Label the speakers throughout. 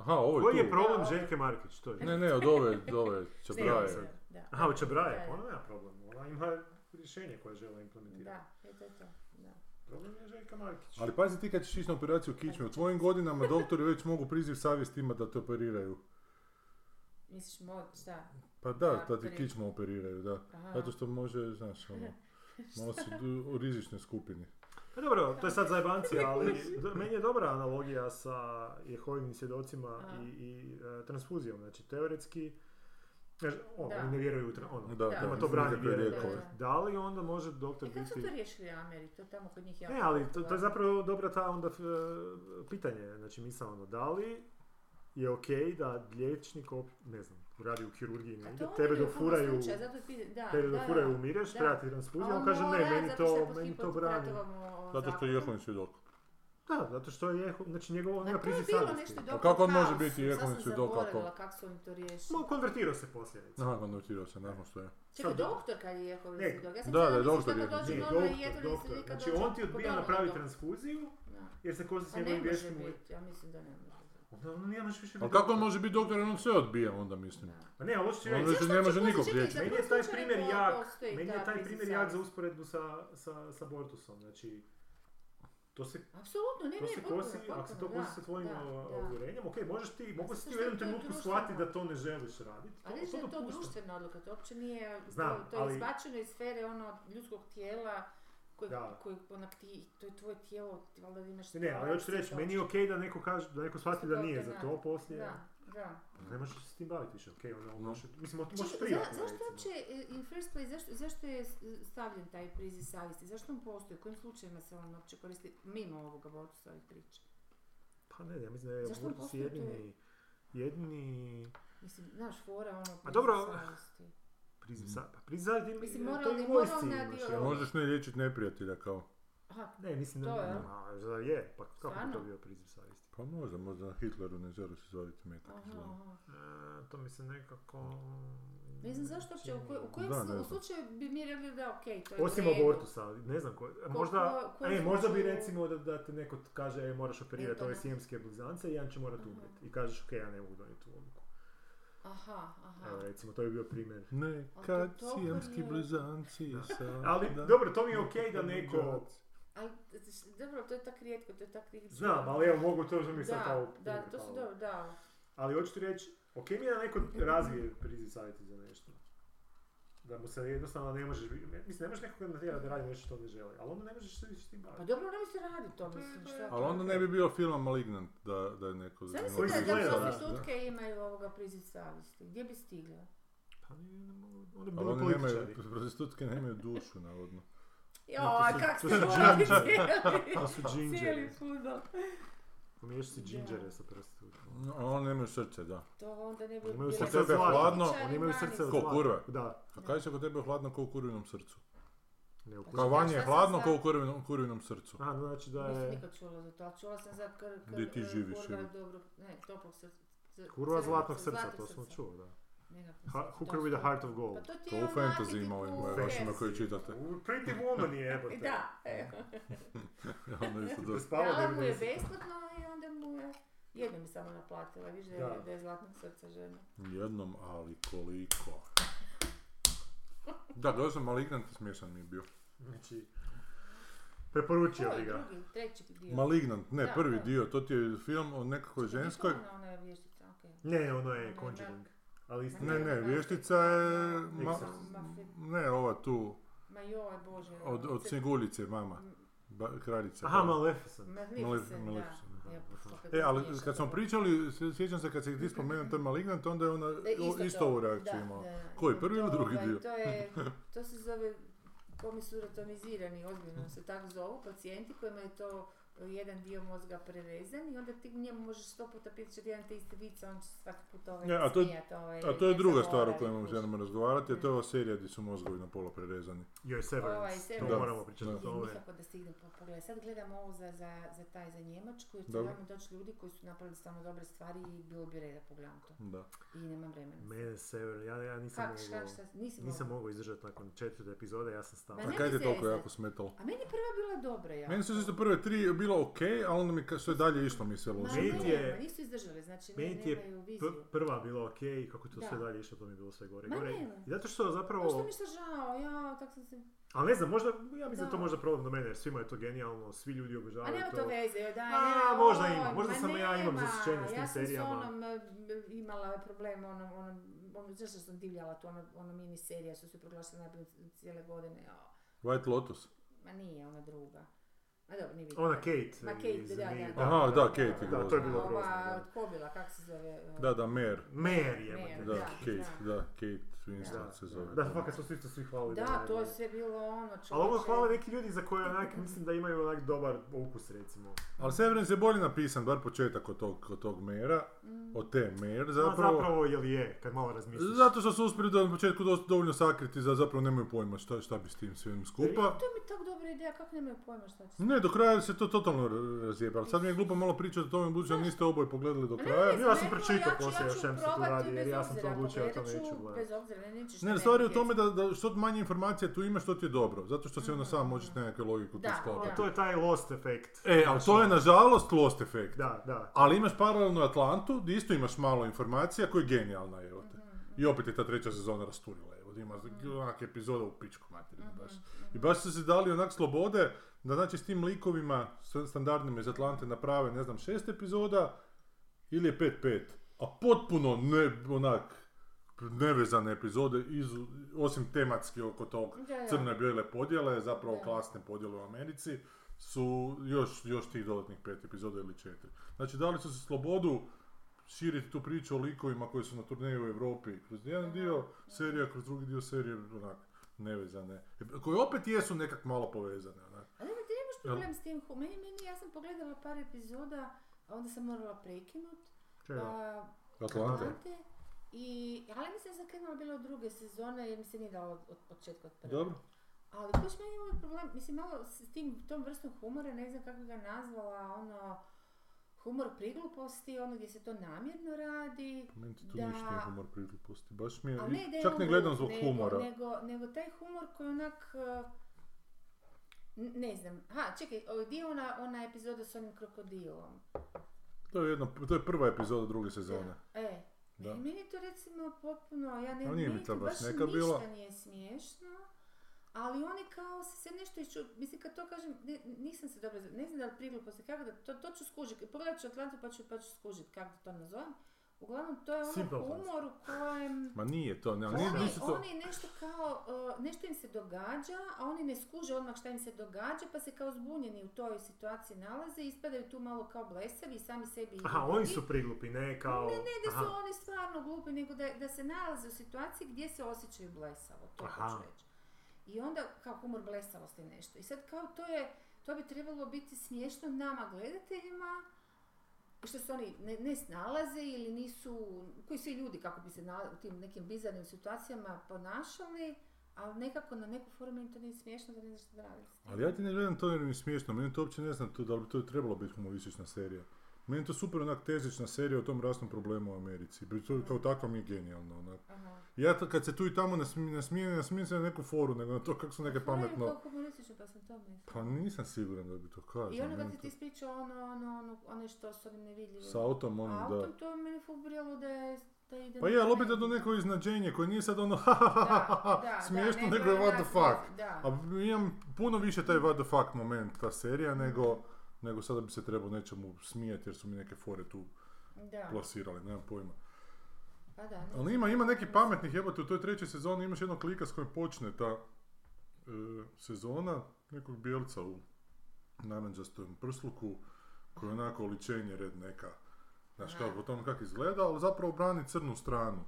Speaker 1: Aha, ovo je
Speaker 2: Koji je
Speaker 1: tu.
Speaker 2: problem Željke Markić? To je.
Speaker 1: Ne, ne, od ove, od ove
Speaker 2: Braje.
Speaker 1: čabraje.
Speaker 2: Snimam
Speaker 3: se, da.
Speaker 2: Aha, u Čabraje,
Speaker 3: Da,
Speaker 2: pa ona nema problem. Ona ima rješenje koje žele implementirati.
Speaker 3: Da, e, to je to. Da.
Speaker 2: Problem je Željka Markić.
Speaker 1: Ali pa- pazi ti kad ćeš ići na operaciju kičme, u tvojim godinama doktori već mogu priziv savjesti imati da te operiraju.
Speaker 3: Misliš, mo, šta?
Speaker 1: Pa da,
Speaker 3: Da,
Speaker 1: da ti
Speaker 3: pri-
Speaker 1: kičmu operiraju, da.
Speaker 3: Aha.
Speaker 1: Zato što može, znaš, ono, malo si u- u rizičnoj skupini.
Speaker 2: Pa dobro, to je sad zajebanci, ali do- meni je dobra analogija sa Jehovim svjedocima
Speaker 3: Aha.
Speaker 2: i, i e, transfuzijom. Znači, teoretski, znaš, o,
Speaker 3: Da.
Speaker 2: oni ne vjeruju u tra- ono,
Speaker 1: Da,
Speaker 3: Da.
Speaker 1: da,
Speaker 2: ima to brani
Speaker 1: nekakve
Speaker 2: vjere.
Speaker 1: lijekove.
Speaker 3: Da, da.
Speaker 2: Da li onda može doktor
Speaker 3: E, kako su
Speaker 2: biti...
Speaker 3: to riješili Ameri? To tamo kod njih jako...
Speaker 2: Ne, ali to, to je
Speaker 3: popularno.
Speaker 2: zapravo dobra ta onda e, pitanje, znači misao ono, da li je okej da liječnik, op- ne znam, radi u kirurgiji
Speaker 3: A
Speaker 2: negdje,
Speaker 3: Pa to
Speaker 2: tebe
Speaker 3: onda je u prvom
Speaker 2: dofuraju,
Speaker 3: slučaju, zato je pita- da,
Speaker 2: tebe
Speaker 3: da,
Speaker 2: dofuraju,
Speaker 3: da.
Speaker 2: umireš,
Speaker 3: Da.
Speaker 2: treba ti transfuzija,
Speaker 3: A
Speaker 2: on kaže ne,
Speaker 3: mora,
Speaker 2: meni
Speaker 3: zato što je
Speaker 2: to,
Speaker 3: pod
Speaker 2: meni to brani.
Speaker 3: Hipokratovom, o,
Speaker 1: Zato što je
Speaker 3: zakonu.
Speaker 1: Jehovin svjedok.
Speaker 2: Da, zato što je, znači njegov, on
Speaker 3: Ma
Speaker 2: ima
Speaker 3: Pa to je
Speaker 2: priziv
Speaker 3: bilo
Speaker 2: savjesti.
Speaker 3: nešto dobro.
Speaker 1: Pa kako on
Speaker 3: kaos,
Speaker 1: može biti
Speaker 3: sad sam
Speaker 1: Jehovin svjedok ako-
Speaker 3: zaboravila kako su oni to riješili.
Speaker 2: Ma, konvertirao se poslije, recimo.
Speaker 1: Aha, konvertirao se nakon što je.
Speaker 3: Čekaj,
Speaker 2: sad-
Speaker 3: doktor kad je Jehovin
Speaker 2: Ne,
Speaker 3: svjedok. Ja sam
Speaker 1: da,
Speaker 3: cijela
Speaker 1: da,
Speaker 3: mislila
Speaker 1: doktor
Speaker 3: kako
Speaker 1: je-
Speaker 3: dođe
Speaker 2: Ne,
Speaker 3: doma
Speaker 2: doktor,
Speaker 3: i Jehovin
Speaker 2: doktor.
Speaker 3: svjedok kad
Speaker 2: Znači
Speaker 3: dođe
Speaker 2: on ti
Speaker 3: kod
Speaker 2: odbija
Speaker 3: onoga
Speaker 2: napraviti
Speaker 3: doktora.
Speaker 2: transfuziju
Speaker 3: Da.
Speaker 2: jer se kosi s
Speaker 3: Pa ne
Speaker 2: njegovim
Speaker 3: može
Speaker 2: vještima.
Speaker 3: biti, ja mislim da ne može.
Speaker 2: Onda ono nije možeš više
Speaker 1: Ali
Speaker 2: biti
Speaker 1: kako on
Speaker 2: doktor.
Speaker 1: može biti doktor, on sve odbija onda, mislim.
Speaker 3: Da.
Speaker 2: Pa ne, ali hoću ti
Speaker 1: On
Speaker 2: reći,
Speaker 1: već
Speaker 3: Zašto
Speaker 1: ne može
Speaker 3: uopće
Speaker 1: nikog
Speaker 3: čekaj,
Speaker 1: liječiti.
Speaker 3: za
Speaker 2: Meni
Speaker 3: koji
Speaker 2: je taj
Speaker 3: slučaj
Speaker 2: primjer
Speaker 3: po-
Speaker 2: jak,
Speaker 3: ono postoji
Speaker 2: meni
Speaker 3: ta
Speaker 2: je taj
Speaker 3: priziv
Speaker 2: primjer jak za
Speaker 3: savjesti?
Speaker 2: usporedbu sa, sa, sa abortusom, znači to se,
Speaker 3: Apsolutno, ne,
Speaker 2: to
Speaker 3: E, ne,
Speaker 2: se
Speaker 3: potpuno,
Speaker 2: kosi,
Speaker 3: potpuno,
Speaker 2: ako se to
Speaker 3: da,
Speaker 2: kosi sa tvojim
Speaker 3: da,
Speaker 2: uh,
Speaker 3: da.
Speaker 2: uvjerenjem, ok, možeš ti, mogu si ti u
Speaker 3: zato što je
Speaker 2: jednom
Speaker 3: to
Speaker 2: trenutku
Speaker 3: društveno.
Speaker 2: shvatiti da to ne želiš raditi,
Speaker 3: Ali
Speaker 2: to,
Speaker 3: vidiš da
Speaker 2: to
Speaker 3: je to
Speaker 2: dopuštam.
Speaker 3: društvena odluka, to uopće nije,
Speaker 2: Znam,
Speaker 3: to, to je
Speaker 2: ali-
Speaker 3: izbačeno iz sfere ono ljudskog tijela koje,
Speaker 2: Da.
Speaker 3: koje onak ti, to je tvoje tijelo, ti valjda imaš...
Speaker 2: Ne, ne, ali hoću reći, meni je ok da neko kaže, da neko shvati da nije za to poslije,
Speaker 3: Da, da.
Speaker 2: ne možeš se s tim baviti više, ok,
Speaker 1: No.
Speaker 2: ono, možeš- mislim, možeš
Speaker 3: Čekaj, za-
Speaker 2: privatno,
Speaker 3: zašto
Speaker 2: recimo.
Speaker 3: uopće, e, in first place, zašto, zašto je s- stavljen taj priziv savjesti? Zašto on postoji? U kojim slučajevima se on uopće koristi mimo ovog abortusa ovih priča?
Speaker 2: Pa ne, ja mislim da je
Speaker 3: Zašto
Speaker 2: abortus
Speaker 3: postoji to?
Speaker 2: jedini, jedini
Speaker 3: Mislim, znaš, fora ono priziv
Speaker 2: dobro.
Speaker 3: savjesti.
Speaker 2: priziv sa... Pa priziv sa...
Speaker 3: Mislim,
Speaker 2: to i u
Speaker 3: moralni-
Speaker 2: vojsci
Speaker 3: moralna
Speaker 2: imaš,
Speaker 3: dio-
Speaker 2: jel?
Speaker 1: Jer možeš ne liječiti neprijatelja kao.
Speaker 3: Aha,
Speaker 2: Ne, mislim da
Speaker 3: To je,
Speaker 2: ne,
Speaker 3: jel?
Speaker 2: a, za- je, pa kako bi to
Speaker 3: Stvarno?
Speaker 2: bio priziv savjesti?
Speaker 1: Pa možda, možda na Hitleru ne želi se zvaditi metak.
Speaker 3: aha,
Speaker 1: izvoli.
Speaker 3: aha.
Speaker 2: E, to mi se nekako...
Speaker 3: Ne znam zašto uopće, u, koj, u kojem
Speaker 1: Da,
Speaker 3: slu-
Speaker 1: ne znam.
Speaker 3: u slučaju bi mi rekli da ok, to je u
Speaker 2: Osim
Speaker 3: redu.
Speaker 2: abortusa, ne znam ko, možda,
Speaker 3: ko- koji
Speaker 2: e, možda bi
Speaker 3: slučaj-
Speaker 2: recimo da, da te neko kaže e, moraš operirati ove
Speaker 3: Eutanazija.
Speaker 2: sijemske blizance i jedan će morat
Speaker 3: Aha.
Speaker 2: umrijeti. I kažeš ok, ja ne mogu donijeti tu odluku.
Speaker 3: Aha, aha.
Speaker 2: Evo recimo, to bi bio primjer.
Speaker 1: Ne,
Speaker 3: Ali to
Speaker 1: kad
Speaker 3: toliko
Speaker 1: sijemski
Speaker 3: nije-
Speaker 1: blizanci sa...
Speaker 2: Ali
Speaker 1: da-
Speaker 2: dobro, to mi je ok da neko...
Speaker 3: Ali, s- dobro, to je tako rijetko, to je tako rijetko.
Speaker 2: Znam, ali evo mogu to mi sad kao
Speaker 3: Da, da,
Speaker 2: primjer
Speaker 3: to su
Speaker 2: palo.
Speaker 3: dobro, da.
Speaker 2: Ali hoću ti reći, ok mi je da neko razvije priziv savjeti za nešto. Da mu se jednostavno ne možeš, bi- mislim ne možeš nekoga natjerati da radi nešto što ne želi, ali onda ne možeš se više s tim
Speaker 3: Pa
Speaker 2: baviti.
Speaker 3: dobro, ne se radi to,
Speaker 2: To je-
Speaker 3: mislim,
Speaker 2: to je-
Speaker 3: šta
Speaker 1: Ali onda ne bi bio film Malignant da, da je neko...
Speaker 3: Zamisli
Speaker 2: Koji
Speaker 3: da,
Speaker 2: se
Speaker 3: da
Speaker 2: gleda,
Speaker 3: prostitutke imaju ovoga priziv savjesti. Gdje bi stigla?
Speaker 2: Pa ne, ne mogu, onda bi
Speaker 1: Ali
Speaker 2: bilo
Speaker 1: oni nemaju,
Speaker 2: političari.
Speaker 1: prostitutke nemaju dušu, navodno.
Speaker 3: Joj,
Speaker 2: to su-
Speaker 3: kak
Speaker 2: to
Speaker 3: ste
Speaker 2: su
Speaker 3: volali
Speaker 2: džinđeri.
Speaker 3: cijeli,
Speaker 2: To su džinđeri.
Speaker 3: cijeli fudbal.
Speaker 2: Pomiješ si
Speaker 3: Da.
Speaker 2: džinđere sa prostitutkom.
Speaker 1: No, ali oni nemaju srce, da.
Speaker 3: To onda ne bi
Speaker 2: Imaju
Speaker 3: bilo
Speaker 2: srce od
Speaker 3: da su
Speaker 2: zlata.
Speaker 3: političari
Speaker 1: Hladno,
Speaker 2: Oni imaju srce od
Speaker 3: vani.
Speaker 1: Ko,
Speaker 2: zlata.
Speaker 1: kurve?
Speaker 2: Da,
Speaker 1: A kaj se kod tebe hladno kao u kurvinom srcu?
Speaker 2: ne u
Speaker 1: Kao
Speaker 3: Znači,
Speaker 1: vanje je
Speaker 3: šta sam
Speaker 1: hladno
Speaker 3: sad- Pa
Speaker 1: kao u kurvinom, kurvinom srcu.
Speaker 2: A, znači da
Speaker 3: Nisam
Speaker 2: je
Speaker 3: nikad čula za to, ali čula sam za kr, kr,
Speaker 1: Gdje ti
Speaker 3: eh,
Speaker 1: živiš,
Speaker 3: kurva
Speaker 1: je li?
Speaker 3: dobrog, ne, toplog srca. za-
Speaker 2: kurva
Speaker 3: crvenog
Speaker 2: zlatnog
Speaker 3: srca,
Speaker 2: srca, Pa
Speaker 3: zlatog
Speaker 2: to smo
Speaker 3: srca.
Speaker 2: čuli, da.
Speaker 3: Nekako
Speaker 2: Ha-
Speaker 3: sam-
Speaker 2: Hooker
Speaker 3: to
Speaker 2: with
Speaker 3: su-
Speaker 2: a heart of
Speaker 3: Pa
Speaker 2: gold.
Speaker 3: to ti
Speaker 1: To
Speaker 3: je
Speaker 1: u
Speaker 3: onak
Speaker 1: fantasy
Speaker 3: i
Speaker 1: ima
Speaker 3: tipu
Speaker 1: ovim
Speaker 3: fantasy.
Speaker 1: vašima koje čitate.
Speaker 2: U Pretty Woman je, jebote.
Speaker 3: E, Da,
Speaker 2: E,
Speaker 3: evo.
Speaker 1: Ono isto
Speaker 2: Da
Speaker 1: dosta.
Speaker 2: spava
Speaker 3: Dala mu je
Speaker 2: 90.
Speaker 3: besplatno i onda mu je... Jedno mi samo naplatila, viš da
Speaker 2: Da.
Speaker 3: je, da je zlatnog srca žena.
Speaker 1: Jednom, ali koliko. Da, gledao sam Malignant i smiješan mi je bio.
Speaker 2: Znači, preporučio
Speaker 3: Koji
Speaker 2: bi ga. Znači,
Speaker 3: drugi, treći dio?
Speaker 1: Malignant, ne,
Speaker 3: Da,
Speaker 1: prvi
Speaker 3: da.
Speaker 1: dio, to ti je film o nekakvoj
Speaker 3: Čekaj,
Speaker 1: ženskoj.
Speaker 3: to je Ona, ona je vještica, okej.
Speaker 2: Ne, ono je
Speaker 3: Ono
Speaker 2: Conjuring. Ali isto.
Speaker 1: Ne, ne, vještica je... Ma,
Speaker 2: Exorcist.
Speaker 1: ne, ova tu,
Speaker 3: Ma joj, bože.
Speaker 1: od, od Snjeguljice, mama, ba, kraljica.
Speaker 2: Aha,
Speaker 1: Malignant.
Speaker 2: Maleficent.
Speaker 3: Maleficent, da.
Speaker 1: Maleficent,
Speaker 3: Ja, pa fakat
Speaker 1: E, ali
Speaker 3: smiješno.
Speaker 1: kad smo pričali, se- sjećam se kad si ti spomenuo to Malignant, onda je ona
Speaker 3: E,
Speaker 1: o- isto
Speaker 3: to,
Speaker 1: ovu reakciju
Speaker 3: da,
Speaker 1: imala.
Speaker 3: da, da.
Speaker 1: Koji,
Speaker 3: I
Speaker 1: prvi ili
Speaker 3: to,
Speaker 1: drugi
Speaker 3: ovaj,
Speaker 1: dio?
Speaker 3: To, je, to se zove komisuratomizirani, ozbiljno se tako zovu, pacijenti kojima je to e, jedan dio mozga prerezan i onda ti njemu možeš sto puta pričati jedan te isti vic, on će se svaki put ovaj
Speaker 1: Ne, E, a to je-
Speaker 3: smijat, ovaj,
Speaker 1: A to je
Speaker 3: ne
Speaker 1: druga stvar o
Speaker 3: zaboravi,
Speaker 1: kojoj
Speaker 3: kužiš.
Speaker 1: želimo razgovarati, a to je ova serija gdje su mozgovi na pola prerezani.
Speaker 2: Joj,
Speaker 3: Ovaj,
Speaker 2: Severance. To
Speaker 3: Severance.
Speaker 2: moramo pričati o
Speaker 1: Da.
Speaker 3: Je,
Speaker 2: tome.
Speaker 3: nikako da stignem po- pogledati. Sad gledam ovo za, za, za taj, za Njemačku, jer će
Speaker 1: Dobro.
Speaker 3: nam doći ljudi koji su napravili samo dobre stvari i bilo bi reda pogledam to.
Speaker 1: Da.
Speaker 3: I nemam vremena.
Speaker 2: Mene Sever, ja, ja nisam
Speaker 3: Kak, šta,
Speaker 2: mogao...
Speaker 3: šta, nisam,
Speaker 2: Nisam
Speaker 3: mogla.
Speaker 2: mogao izdržati nakon četvrte epizode, ja sam stao.
Speaker 3: Ma
Speaker 1: A
Speaker 3: ne
Speaker 1: kaj
Speaker 3: bi
Speaker 1: ti je
Speaker 3: se
Speaker 1: toliko
Speaker 3: rezati.
Speaker 1: jako smetalo?
Speaker 3: A meni je prva bila dobra, ja.
Speaker 1: Meni su isto prve tri bilo ok, a onda mi ka- sve dalje išlo mi se
Speaker 3: Ma,
Speaker 1: loše.
Speaker 4: Niti
Speaker 3: ne,
Speaker 4: je-
Speaker 3: ma nisu izdržali, znači ne,
Speaker 4: meni ti je
Speaker 3: nemaju viziju.
Speaker 4: P- prva bila ok, kako to sve
Speaker 3: Da.
Speaker 4: dalje išlo, to mi je bilo sve gore. i
Speaker 3: Ma
Speaker 4: gore.
Speaker 3: ne.
Speaker 4: I zato što
Speaker 3: Pa što
Speaker 4: zapravo,
Speaker 3: mi šta žao, ja, tak sam se...
Speaker 4: ali ne znam, možda, ja mislim da, je to
Speaker 3: Da.
Speaker 4: možda problem do mene, jer svima je to genijalno, svi ljudi
Speaker 3: A
Speaker 4: obožavaju
Speaker 3: nema to veze, joj, daj,
Speaker 4: A,
Speaker 3: nemoj,
Speaker 4: možda
Speaker 3: oj,
Speaker 4: ima, možda
Speaker 3: ma
Speaker 4: samo ja imam
Speaker 3: nema,
Speaker 4: zasićenje s tim serijama.
Speaker 3: Ja sam s onom e, imala problem, onom, onom, onom, znaš što sam divljala tu, ono, ono mini serija što su proglašene najbolje cijele godine, a,
Speaker 1: White Lotus.
Speaker 3: ma nije, ona druga. Ma dobro, nije bitno.
Speaker 4: Ona Kate.
Speaker 3: Ma Kate,
Speaker 4: iz-
Speaker 3: da, da,
Speaker 4: mi-
Speaker 3: da.
Speaker 1: Aha, da, Kate je
Speaker 4: Da, to
Speaker 1: grozna.
Speaker 4: je bilo
Speaker 3: A
Speaker 4: grozno.
Speaker 3: Ova,
Speaker 4: da.
Speaker 3: od Kobila, kak se zove? e,
Speaker 1: Da, da, Mare.
Speaker 4: Mary, jebote.
Speaker 1: Da,
Speaker 3: Da,
Speaker 1: Kate, da, Kate Winslet se zove.
Speaker 4: Da, fakat su svi isto svi hvalili.
Speaker 3: Da,
Speaker 4: je
Speaker 3: to je
Speaker 4: najbolje.
Speaker 3: sve bilo ono čovječe.
Speaker 4: Ali ovo hvale neki ljudi za koje onak, mislim da imaju onak dobar ukus recimo.
Speaker 1: Ali Severance je bolje napisan, bar početak od tog, od tog Mera,
Speaker 3: Mm.
Speaker 1: od te Mare
Speaker 4: Zapravo,
Speaker 1: zapravo.
Speaker 4: zapravo jel je, kad malo razmisliš.
Speaker 1: Zato što su uspjeli da na početku dosta dovoljno sakriti za zapravo nemaju pojma šta, šta bi s tim svim skupa.
Speaker 3: To mi je tako dobra ideja, kako nemaju pojma šta će se...
Speaker 1: Ne, do kraja se to totalno r- razjeba, ali sad mi je glupo malo pričati o tome, budući da niste oboje pogledali do kraja.
Speaker 4: Pa ja sam pročitao poslije o čem se tu radi, jer ja sam to odlučio, ja to
Speaker 3: to
Speaker 4: neću gledat.
Speaker 3: Bez obzira, ne nećeš
Speaker 1: Ne, stvar je u tome da, da što manje informacija tu imaš, što ti je dobro. Zato što si onda sam možeš nekakvu logiku tu
Speaker 3: Da,
Speaker 1: sklopiti.
Speaker 4: A to je taj lost efekt.
Speaker 1: E, ali to je nažalost lost efekt.
Speaker 4: Da, da.
Speaker 1: Ali imaš paralelnu Atlantu, gdje isto imaš malo informacija koja je genijalna, evo te.
Speaker 3: Mm.
Speaker 1: I opet je ta treća sezona rasturila, evo te, ima onak epizoda u pičku
Speaker 3: Mhm,
Speaker 1: materinu baš. I baš su se dali onak slobode, da znači s tim likovima s- standardnim iz Atlante naprave, ne znam, šest epizoda, ili je pet pet. A potpuno ne, onak, nevezane epizode, izu- osim tematski oko tog
Speaker 3: Da, da.
Speaker 1: crne bijele podjele, zapravo
Speaker 3: Da.
Speaker 1: klasne podjele u Americi, su još, još tih dodatnih pet epizoda ili četiri. Znači dali su se slobodu širiti tu priču o likovima koji su na turneju u Europi kroz jedan dio serija, kroz drugi dio serije, onak, nevezane. E, Koje opet jesu nekak malo povezane, onak.
Speaker 3: Ali ne, ti nemaš problem s tim, hu- meni, meni, ja sam pogledala par epizoda, a onda sam morala prekinut.
Speaker 4: Čega?
Speaker 3: pa
Speaker 1: Atlante.
Speaker 3: Atlante. I, ali mislim da sam krenula bila od druge sezone jer mi se nije dalo od, od početka od prve.
Speaker 1: Dobro.
Speaker 3: Ali baš meni je ovaj problem, mislim malo s tim, tom vrstom humora, ne znam kako bi ga nazvala, ono, humor prigluposti, ono gdje se to namjerno radi.
Speaker 1: Meni ti tu
Speaker 3: Da.
Speaker 1: ništa nije humor prigluposti. Baš mi je,
Speaker 3: Ali ne da je
Speaker 1: čak
Speaker 3: on
Speaker 1: ne gledam
Speaker 3: glup,
Speaker 1: zbog
Speaker 3: nego-
Speaker 1: humora.
Speaker 3: Nego, nego taj humor koji onak, eh, n- ne znam, ha, čekaj, o, gdje je ona, ona epizoda s onim krokodilom?
Speaker 1: To je, jedno, to je prva epizoda druge sezone.
Speaker 3: E,
Speaker 1: Da.
Speaker 3: meni je to recimo potpuno, ja ne
Speaker 1: Ali nije mi
Speaker 3: meni
Speaker 1: to
Speaker 3: to
Speaker 1: baš
Speaker 3: baš
Speaker 1: neka
Speaker 3: ništa
Speaker 1: bila.
Speaker 3: nije smiješno, ali oni kao se, se nešto išču, mislim kad to kažem, ne, nisam se dobro, za- ne znam da li prigluposti, kako da, to, to ću skužiti, pogledat ću Atlantu pa ću, pa ću skužiti kako da to nazovem. Uglavnom, to je ono
Speaker 4: Simple Plan.
Speaker 3: humor u kojem...
Speaker 1: Ma nije to, ne,
Speaker 4: Ono,
Speaker 1: ali nije,
Speaker 3: Oni,
Speaker 1: nisu to...
Speaker 3: Ono, oni nešto kao, uh, nešto im se događa, a oni ne skuže odmah šta im se događa, pa se kao zbunjeni u toj situaciji nalaze, ispadaju tu malo kao blesavi i sami sebi...
Speaker 4: Aha,
Speaker 3: ljubi.
Speaker 4: oni su priglupi, ne kao...
Speaker 3: Ne, ne, da su
Speaker 4: Aha.
Speaker 3: oni stvarno glupi, nego da, da se nalaze u situaciji gdje se osjećaju blesavo, to
Speaker 4: Aha.
Speaker 3: hoću reći. I onda kao humor blesavosti nešto. I sad kao to je, to bi trebalo biti smiješno nama gledateljima, što se oni ne, ne snalaze ili nisu, koji su i ljudi kako bi se na, u tim nekim bizarnim situacijama ponašali, ali nekako na neku foru meni to nije smiješno da ne znaš što raditi.
Speaker 1: Ali ja ti ne gledam to jer mi je smiješno, meni to uopće ne znam to, da li bi to trebalo biti humoristična serija. Meni je to super onak tezična serija o tom rasnom problemu u Americi. Pri- To kao takva mi je genijalno onak.
Speaker 3: Aha.
Speaker 1: Ja to, kad se tu i tamo nasmi- nasmijem, ne nasmijem se na neku foru, nego na to kako su neke
Speaker 3: Pametno.
Speaker 1: pametno...
Speaker 3: to humoristično, pa sam to mislila.
Speaker 1: Pa nisam siguran da bi to kazao.
Speaker 3: I ono kad
Speaker 1: meni
Speaker 3: si ti
Speaker 1: to-
Speaker 3: ispričao ono, ono, ono, ono što s onim nevidljivim.
Speaker 1: Sa autom onim, da.
Speaker 3: Autom to je meni ful brijalo da je da ide
Speaker 1: Pa
Speaker 3: na
Speaker 1: je, ali opet
Speaker 3: kraj.
Speaker 1: je to neko iznađenje koje nije sad ono
Speaker 3: Da, da, da,
Speaker 1: smiješno, nego je what the
Speaker 3: onak,
Speaker 1: fuck.
Speaker 3: Da.
Speaker 1: A imam puno više taj what the fuck moment, ta
Speaker 3: Mm.
Speaker 1: serija, nego, nego sada bi se trebao nečemu smijati jer su mi neke fore tu
Speaker 3: Da.
Speaker 1: plasirali, nemam pojma.
Speaker 3: Pa da. ne.
Speaker 1: Ali ima, ima neki pametnih jebote, u toj trećoj sezoni imaš jednog klika s kojim počne ta e, sezona, nekog bijelca u naranđastom prsluku, koji je onako oličenje redneka. Znaš, kao
Speaker 3: Aha.
Speaker 1: po tom kako izgleda, ali zapravo brani crnu stranu.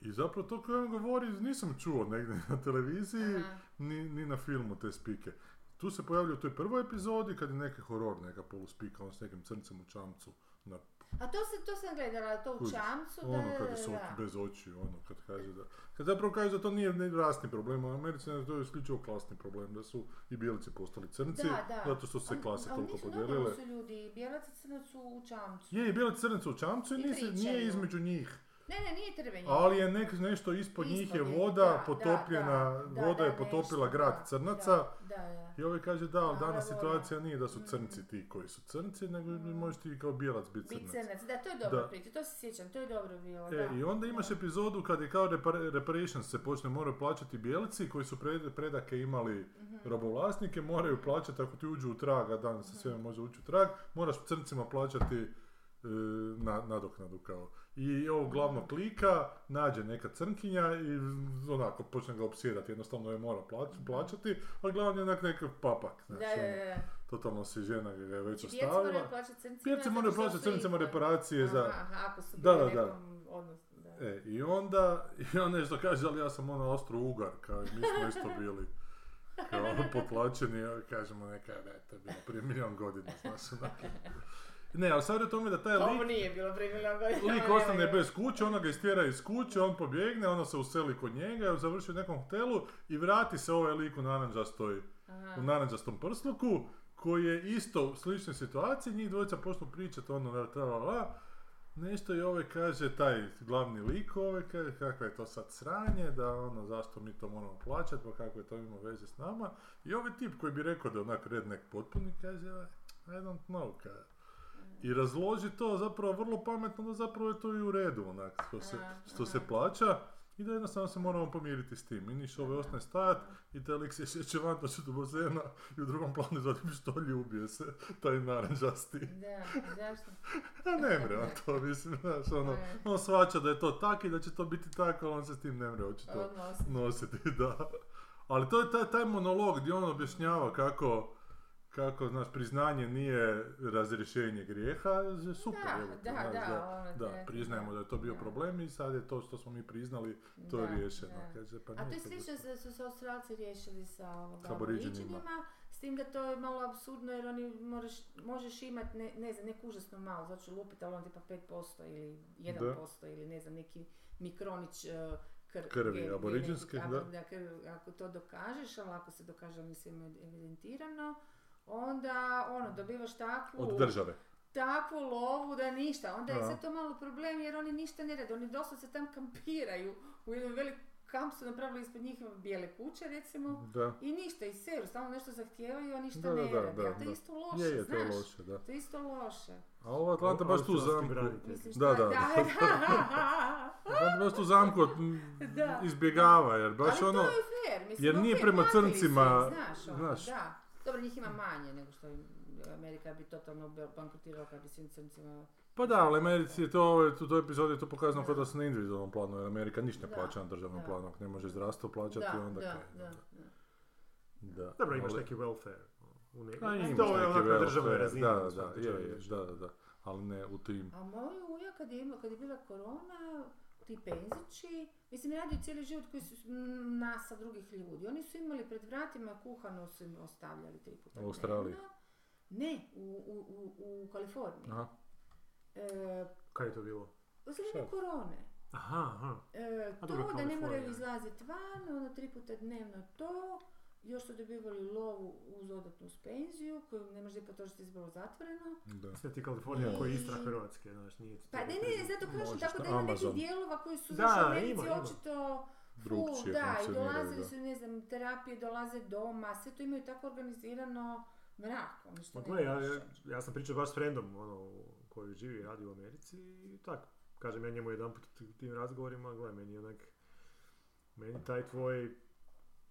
Speaker 1: I zapravo to koje on govori nisam čuo negdje na televiziji,
Speaker 3: Aha.
Speaker 1: ni, ni na filmu te spike. Tu se pojavlja u toj prvoj epizodi kad je neki horor, neka poluspika, on s nekim crncem u čamcu na
Speaker 3: A to, se, to sam gledala, to u
Speaker 1: Kužiš,
Speaker 3: čamcu, da,
Speaker 1: ono
Speaker 3: da,
Speaker 1: kad su
Speaker 3: da, da.
Speaker 1: bez očiju, ono kad kaže da... Kad zapravo kaže da to nije ni rasni problem u Americi, nego to je isključivo klasni problem, da su i bijelici postali crnci,
Speaker 3: Da, da.
Speaker 1: zato što su se
Speaker 3: Ali-
Speaker 1: klase
Speaker 3: ali
Speaker 1: toliko
Speaker 3: nisu normalni
Speaker 1: podijelile.
Speaker 3: su ljudi, bijelac i crnac su u čamcu.
Speaker 1: Je, i bijeli crnci u čamcu i,
Speaker 3: I
Speaker 1: nisi- nije
Speaker 3: pričaju.
Speaker 1: između njih
Speaker 3: Ne, ne, nije trvenje.
Speaker 1: ali je nek, nešto ispod
Speaker 3: Ispod
Speaker 1: njih je
Speaker 3: je,
Speaker 1: voda
Speaker 3: da, da,
Speaker 1: potopljena,
Speaker 3: da, da,
Speaker 1: voda je
Speaker 3: nešto,
Speaker 1: potopila
Speaker 3: da,
Speaker 1: grad Crnaca
Speaker 3: Da, da, da.
Speaker 1: i ovaj kaže da, ali
Speaker 3: Da,
Speaker 1: danas
Speaker 3: da, voda.
Speaker 1: situacija nije da su crnci ti koji su crnci, nego možeš ti kao bijelac biti
Speaker 3: Bit
Speaker 1: crnac.
Speaker 3: crnac, da, to je dobro
Speaker 1: Da.
Speaker 3: priča, to se sjećam, to je dobro bilo,
Speaker 1: E,
Speaker 3: da.
Speaker 1: I onda imaš
Speaker 3: Da.
Speaker 1: epizodu kad je kao repar- reparations se počne moraju plaćati bijelci koji su pred- predake imali
Speaker 3: Mhm.
Speaker 1: robovlasnike, moraju plaćati ako ti uđu u trag, a danas se
Speaker 3: Mm.
Speaker 1: sve može ući u trag, moraš crncima plaćati e, na, nadoknadu kao. I
Speaker 3: Mm.
Speaker 1: ovog glavnog klika nađe neka crnkinja i onako počne ga opsirati, jednostavno je mora plać- plaćati, a glavni je onak neki papak,
Speaker 3: Mm. Da,
Speaker 1: znači,
Speaker 3: da,
Speaker 1: ono,
Speaker 3: da.
Speaker 1: totalno si žena ga je već
Speaker 3: Znači, djeca moraju
Speaker 1: ostavila.
Speaker 3: plaćati crncima.
Speaker 1: Pjerce moraju
Speaker 3: zato što
Speaker 1: plaćati
Speaker 3: su
Speaker 1: crncima
Speaker 3: ispod.
Speaker 1: reparacije za,
Speaker 3: Aha, aha, ako su
Speaker 1: Da,
Speaker 3: bili
Speaker 1: da,
Speaker 3: u
Speaker 1: da.
Speaker 3: nekom odnosu, da.
Speaker 1: E, i onda, i on nešto kaže, ali ja sam ono ostro ugar, kao i mi smo isto bili kao potlačeni, a kažemo neka, ne, to je bilo prije milion godina, znaš, onako. Ne, ali sad je o tome da taj
Speaker 3: Ovo
Speaker 1: lik,
Speaker 3: nije bilo primjeno godina.
Speaker 1: lik ostane bez kuće, ona ga istjera iz kuće, on pobjegne, ona se useli kod njega, završi u nekom hotelu i vrati se ovaj lik u naranđastoj, u naranđastom prsluku, koji je isto u sličnoj situaciji, njih dvojica počnu pričati ono, la, tra, la, la, nešto i ovaj kaže, taj glavni lik ovaj kaže, kakva je to sad sranje, da ono, zašto mi to moramo plaćati, pa kakve to ima veze s nama. I ovaj tip koji bi rekao da je onak redneck potpuni, kaže, I don't know, kaže. I razloži to zapravo vrlo pametno, da zapravo je to i u redu, onak, što se,
Speaker 3: Aha,
Speaker 1: što se
Speaker 3: aha.
Speaker 1: plaća. I da jednostavno se moramo pomiriti s tim. I niš ove ostane stajat, i taj lik se šeće van to do bazena i u drugom planu zatim što ljubije se taj naranđasti.
Speaker 3: Da, zašto? E,
Speaker 1: A ne mre on to, mislim, znaš, ono,
Speaker 3: Ne.
Speaker 1: on shvaća da je to tak i da će to biti tako, ali on se s tim ne mre očito
Speaker 3: Odnos.
Speaker 1: nositi, da. Ali to je taj, taj monolog gdje on objašnjava kako, kako, znaš, priznanje nije razrješenje grijeha, je super, evo
Speaker 3: Da,
Speaker 1: te,
Speaker 3: da,
Speaker 1: znaš,
Speaker 3: da, ono,
Speaker 1: da, priznajemo da je to bio
Speaker 3: da.
Speaker 1: problem i sad je to što smo mi priznali, to je
Speaker 3: Da,
Speaker 1: riješeno.
Speaker 3: da.
Speaker 1: Kaže, pa
Speaker 3: A to
Speaker 1: nije
Speaker 3: je
Speaker 1: to
Speaker 3: slično da su se Australci riješili sa ovoga,
Speaker 1: S aboriđenima.
Speaker 3: aboriđenima, s tim da to je malo absurdno jer oni moraš, možeš imati, ne, ne znam, neku užasno malo, zato ću lupiti, ali on ti pa 5% ili 1% ili ne znam, neki mikronić eh, kr-
Speaker 1: Krvi
Speaker 3: gen-
Speaker 1: aboriđinske,
Speaker 3: genetik-
Speaker 1: da.
Speaker 3: ako- krvi, ako to dokažeš, ali ako se dokaže, mislim, evidentirano, onda ono, dobivaš takvu
Speaker 1: Od države.
Speaker 3: takvu lovu da ništa. Onda je
Speaker 1: Da.
Speaker 3: sad to malo problem jer oni ništa ne rade. Oni doslovce se tam kampiraju u jednom velikom kamp su napravili ispod njih bijele kuće recimo
Speaker 1: Da.
Speaker 3: i ništa i seru, stalno nešto zahtijevaju, a ništa
Speaker 1: Da,
Speaker 3: ne
Speaker 1: da, da,
Speaker 3: rade.
Speaker 1: da,
Speaker 3: Ali to je
Speaker 1: da.
Speaker 3: isto loše,
Speaker 1: Je, je, to
Speaker 3: znaš.
Speaker 1: je loše, da.
Speaker 3: To je isto loše.
Speaker 1: A ovo Pa Atlanta baš tu
Speaker 2: Australski
Speaker 1: zamku.
Speaker 2: branitelj.
Speaker 3: Mislim,
Speaker 1: Da,
Speaker 3: šta-
Speaker 1: da.
Speaker 3: da.
Speaker 1: Atlanta baš tu zamku od- m,
Speaker 3: Da.
Speaker 1: izbjegava, jer baš
Speaker 3: Ali
Speaker 1: ono...
Speaker 3: to je fair, mislim,
Speaker 1: jer nije
Speaker 3: okej,
Speaker 1: prema
Speaker 3: platili su
Speaker 1: crncima,
Speaker 3: ih, znaš, ono,
Speaker 1: znaš.
Speaker 3: da. Dobro, njih ima manje nego što im Amerika bi totalno bankrotirala kad bi svim crncima...
Speaker 1: Pa da, ali Americi je to, ovaj, u toj epizodi je to pokazano kod da se na individualnom planu, jer Amerika ništa ne
Speaker 3: Da.
Speaker 1: plaća na državnom
Speaker 3: Da.
Speaker 1: planu, ako ne može zdravstvo plaćati,
Speaker 3: da,
Speaker 1: onda
Speaker 3: da,
Speaker 1: kaj,
Speaker 3: da, da.
Speaker 1: da.
Speaker 2: Dobro, imaš
Speaker 1: Ali-
Speaker 2: neki welfare. U ne...
Speaker 1: A, imaš neki
Speaker 2: to je onako na
Speaker 1: welfare,
Speaker 2: državnoj razini. ono,
Speaker 1: Da,
Speaker 4: ono,
Speaker 2: u
Speaker 1: da,
Speaker 2: svakom
Speaker 1: je,
Speaker 2: slučaju,
Speaker 1: je,
Speaker 2: znaš.
Speaker 1: da, da, da. ali ne u tim.
Speaker 3: A moj uja kad je, ima- kad je bila korona, ti penzići, mislim radio cijeli život koji su m, nasa drugih ljudi. Oni su imali pred vratima kuhano su im ostavljali tri puta.
Speaker 1: U
Speaker 3: dnevno.
Speaker 1: Australiji?
Speaker 3: Ne, u, u, u, u Kaliforniji.
Speaker 1: Aha.
Speaker 3: E,
Speaker 2: Kaj je to bilo?
Speaker 3: u vrijeme
Speaker 1: Šta?
Speaker 3: korone.
Speaker 2: Aha, aha.
Speaker 3: E,
Speaker 2: A
Speaker 3: to
Speaker 2: dobro,
Speaker 3: da ne
Speaker 2: Kalifornija.
Speaker 3: moraju izlaziti van, ono tri puta dnevno to, još su dobivali lovu uz dodatnu uz penziju koju ne možete potrošiti jer je bilo zatvoreno.
Speaker 1: Da.
Speaker 2: Mislim da ti Kalifornija koji je Istra
Speaker 3: I-
Speaker 2: Hrvatske, znaš, nije...
Speaker 3: Pa ne, ne, zato kažem,
Speaker 1: Možeš
Speaker 3: tako da
Speaker 1: na
Speaker 3: ima nekih
Speaker 1: Amazon.
Speaker 3: dijelova koji su
Speaker 2: Da,
Speaker 3: da, u Americi
Speaker 2: ima, ima.
Speaker 3: očito full,
Speaker 1: Drukčije
Speaker 3: da, i
Speaker 1: funkcioniraju,
Speaker 3: dolazili
Speaker 1: da.
Speaker 3: su, ne znam, terapije, dolaze doma, sve to imaju tako organizirano mrak, ono što
Speaker 2: Ma
Speaker 3: ne
Speaker 2: gle, ja,
Speaker 3: možeš.
Speaker 2: ja sam pričao baš s friendom, ono, koji živi i radi u Americi i tako. Kažem ja njemu jedan put u tim razgovorima, gle, meni je onak, meni taj tvoj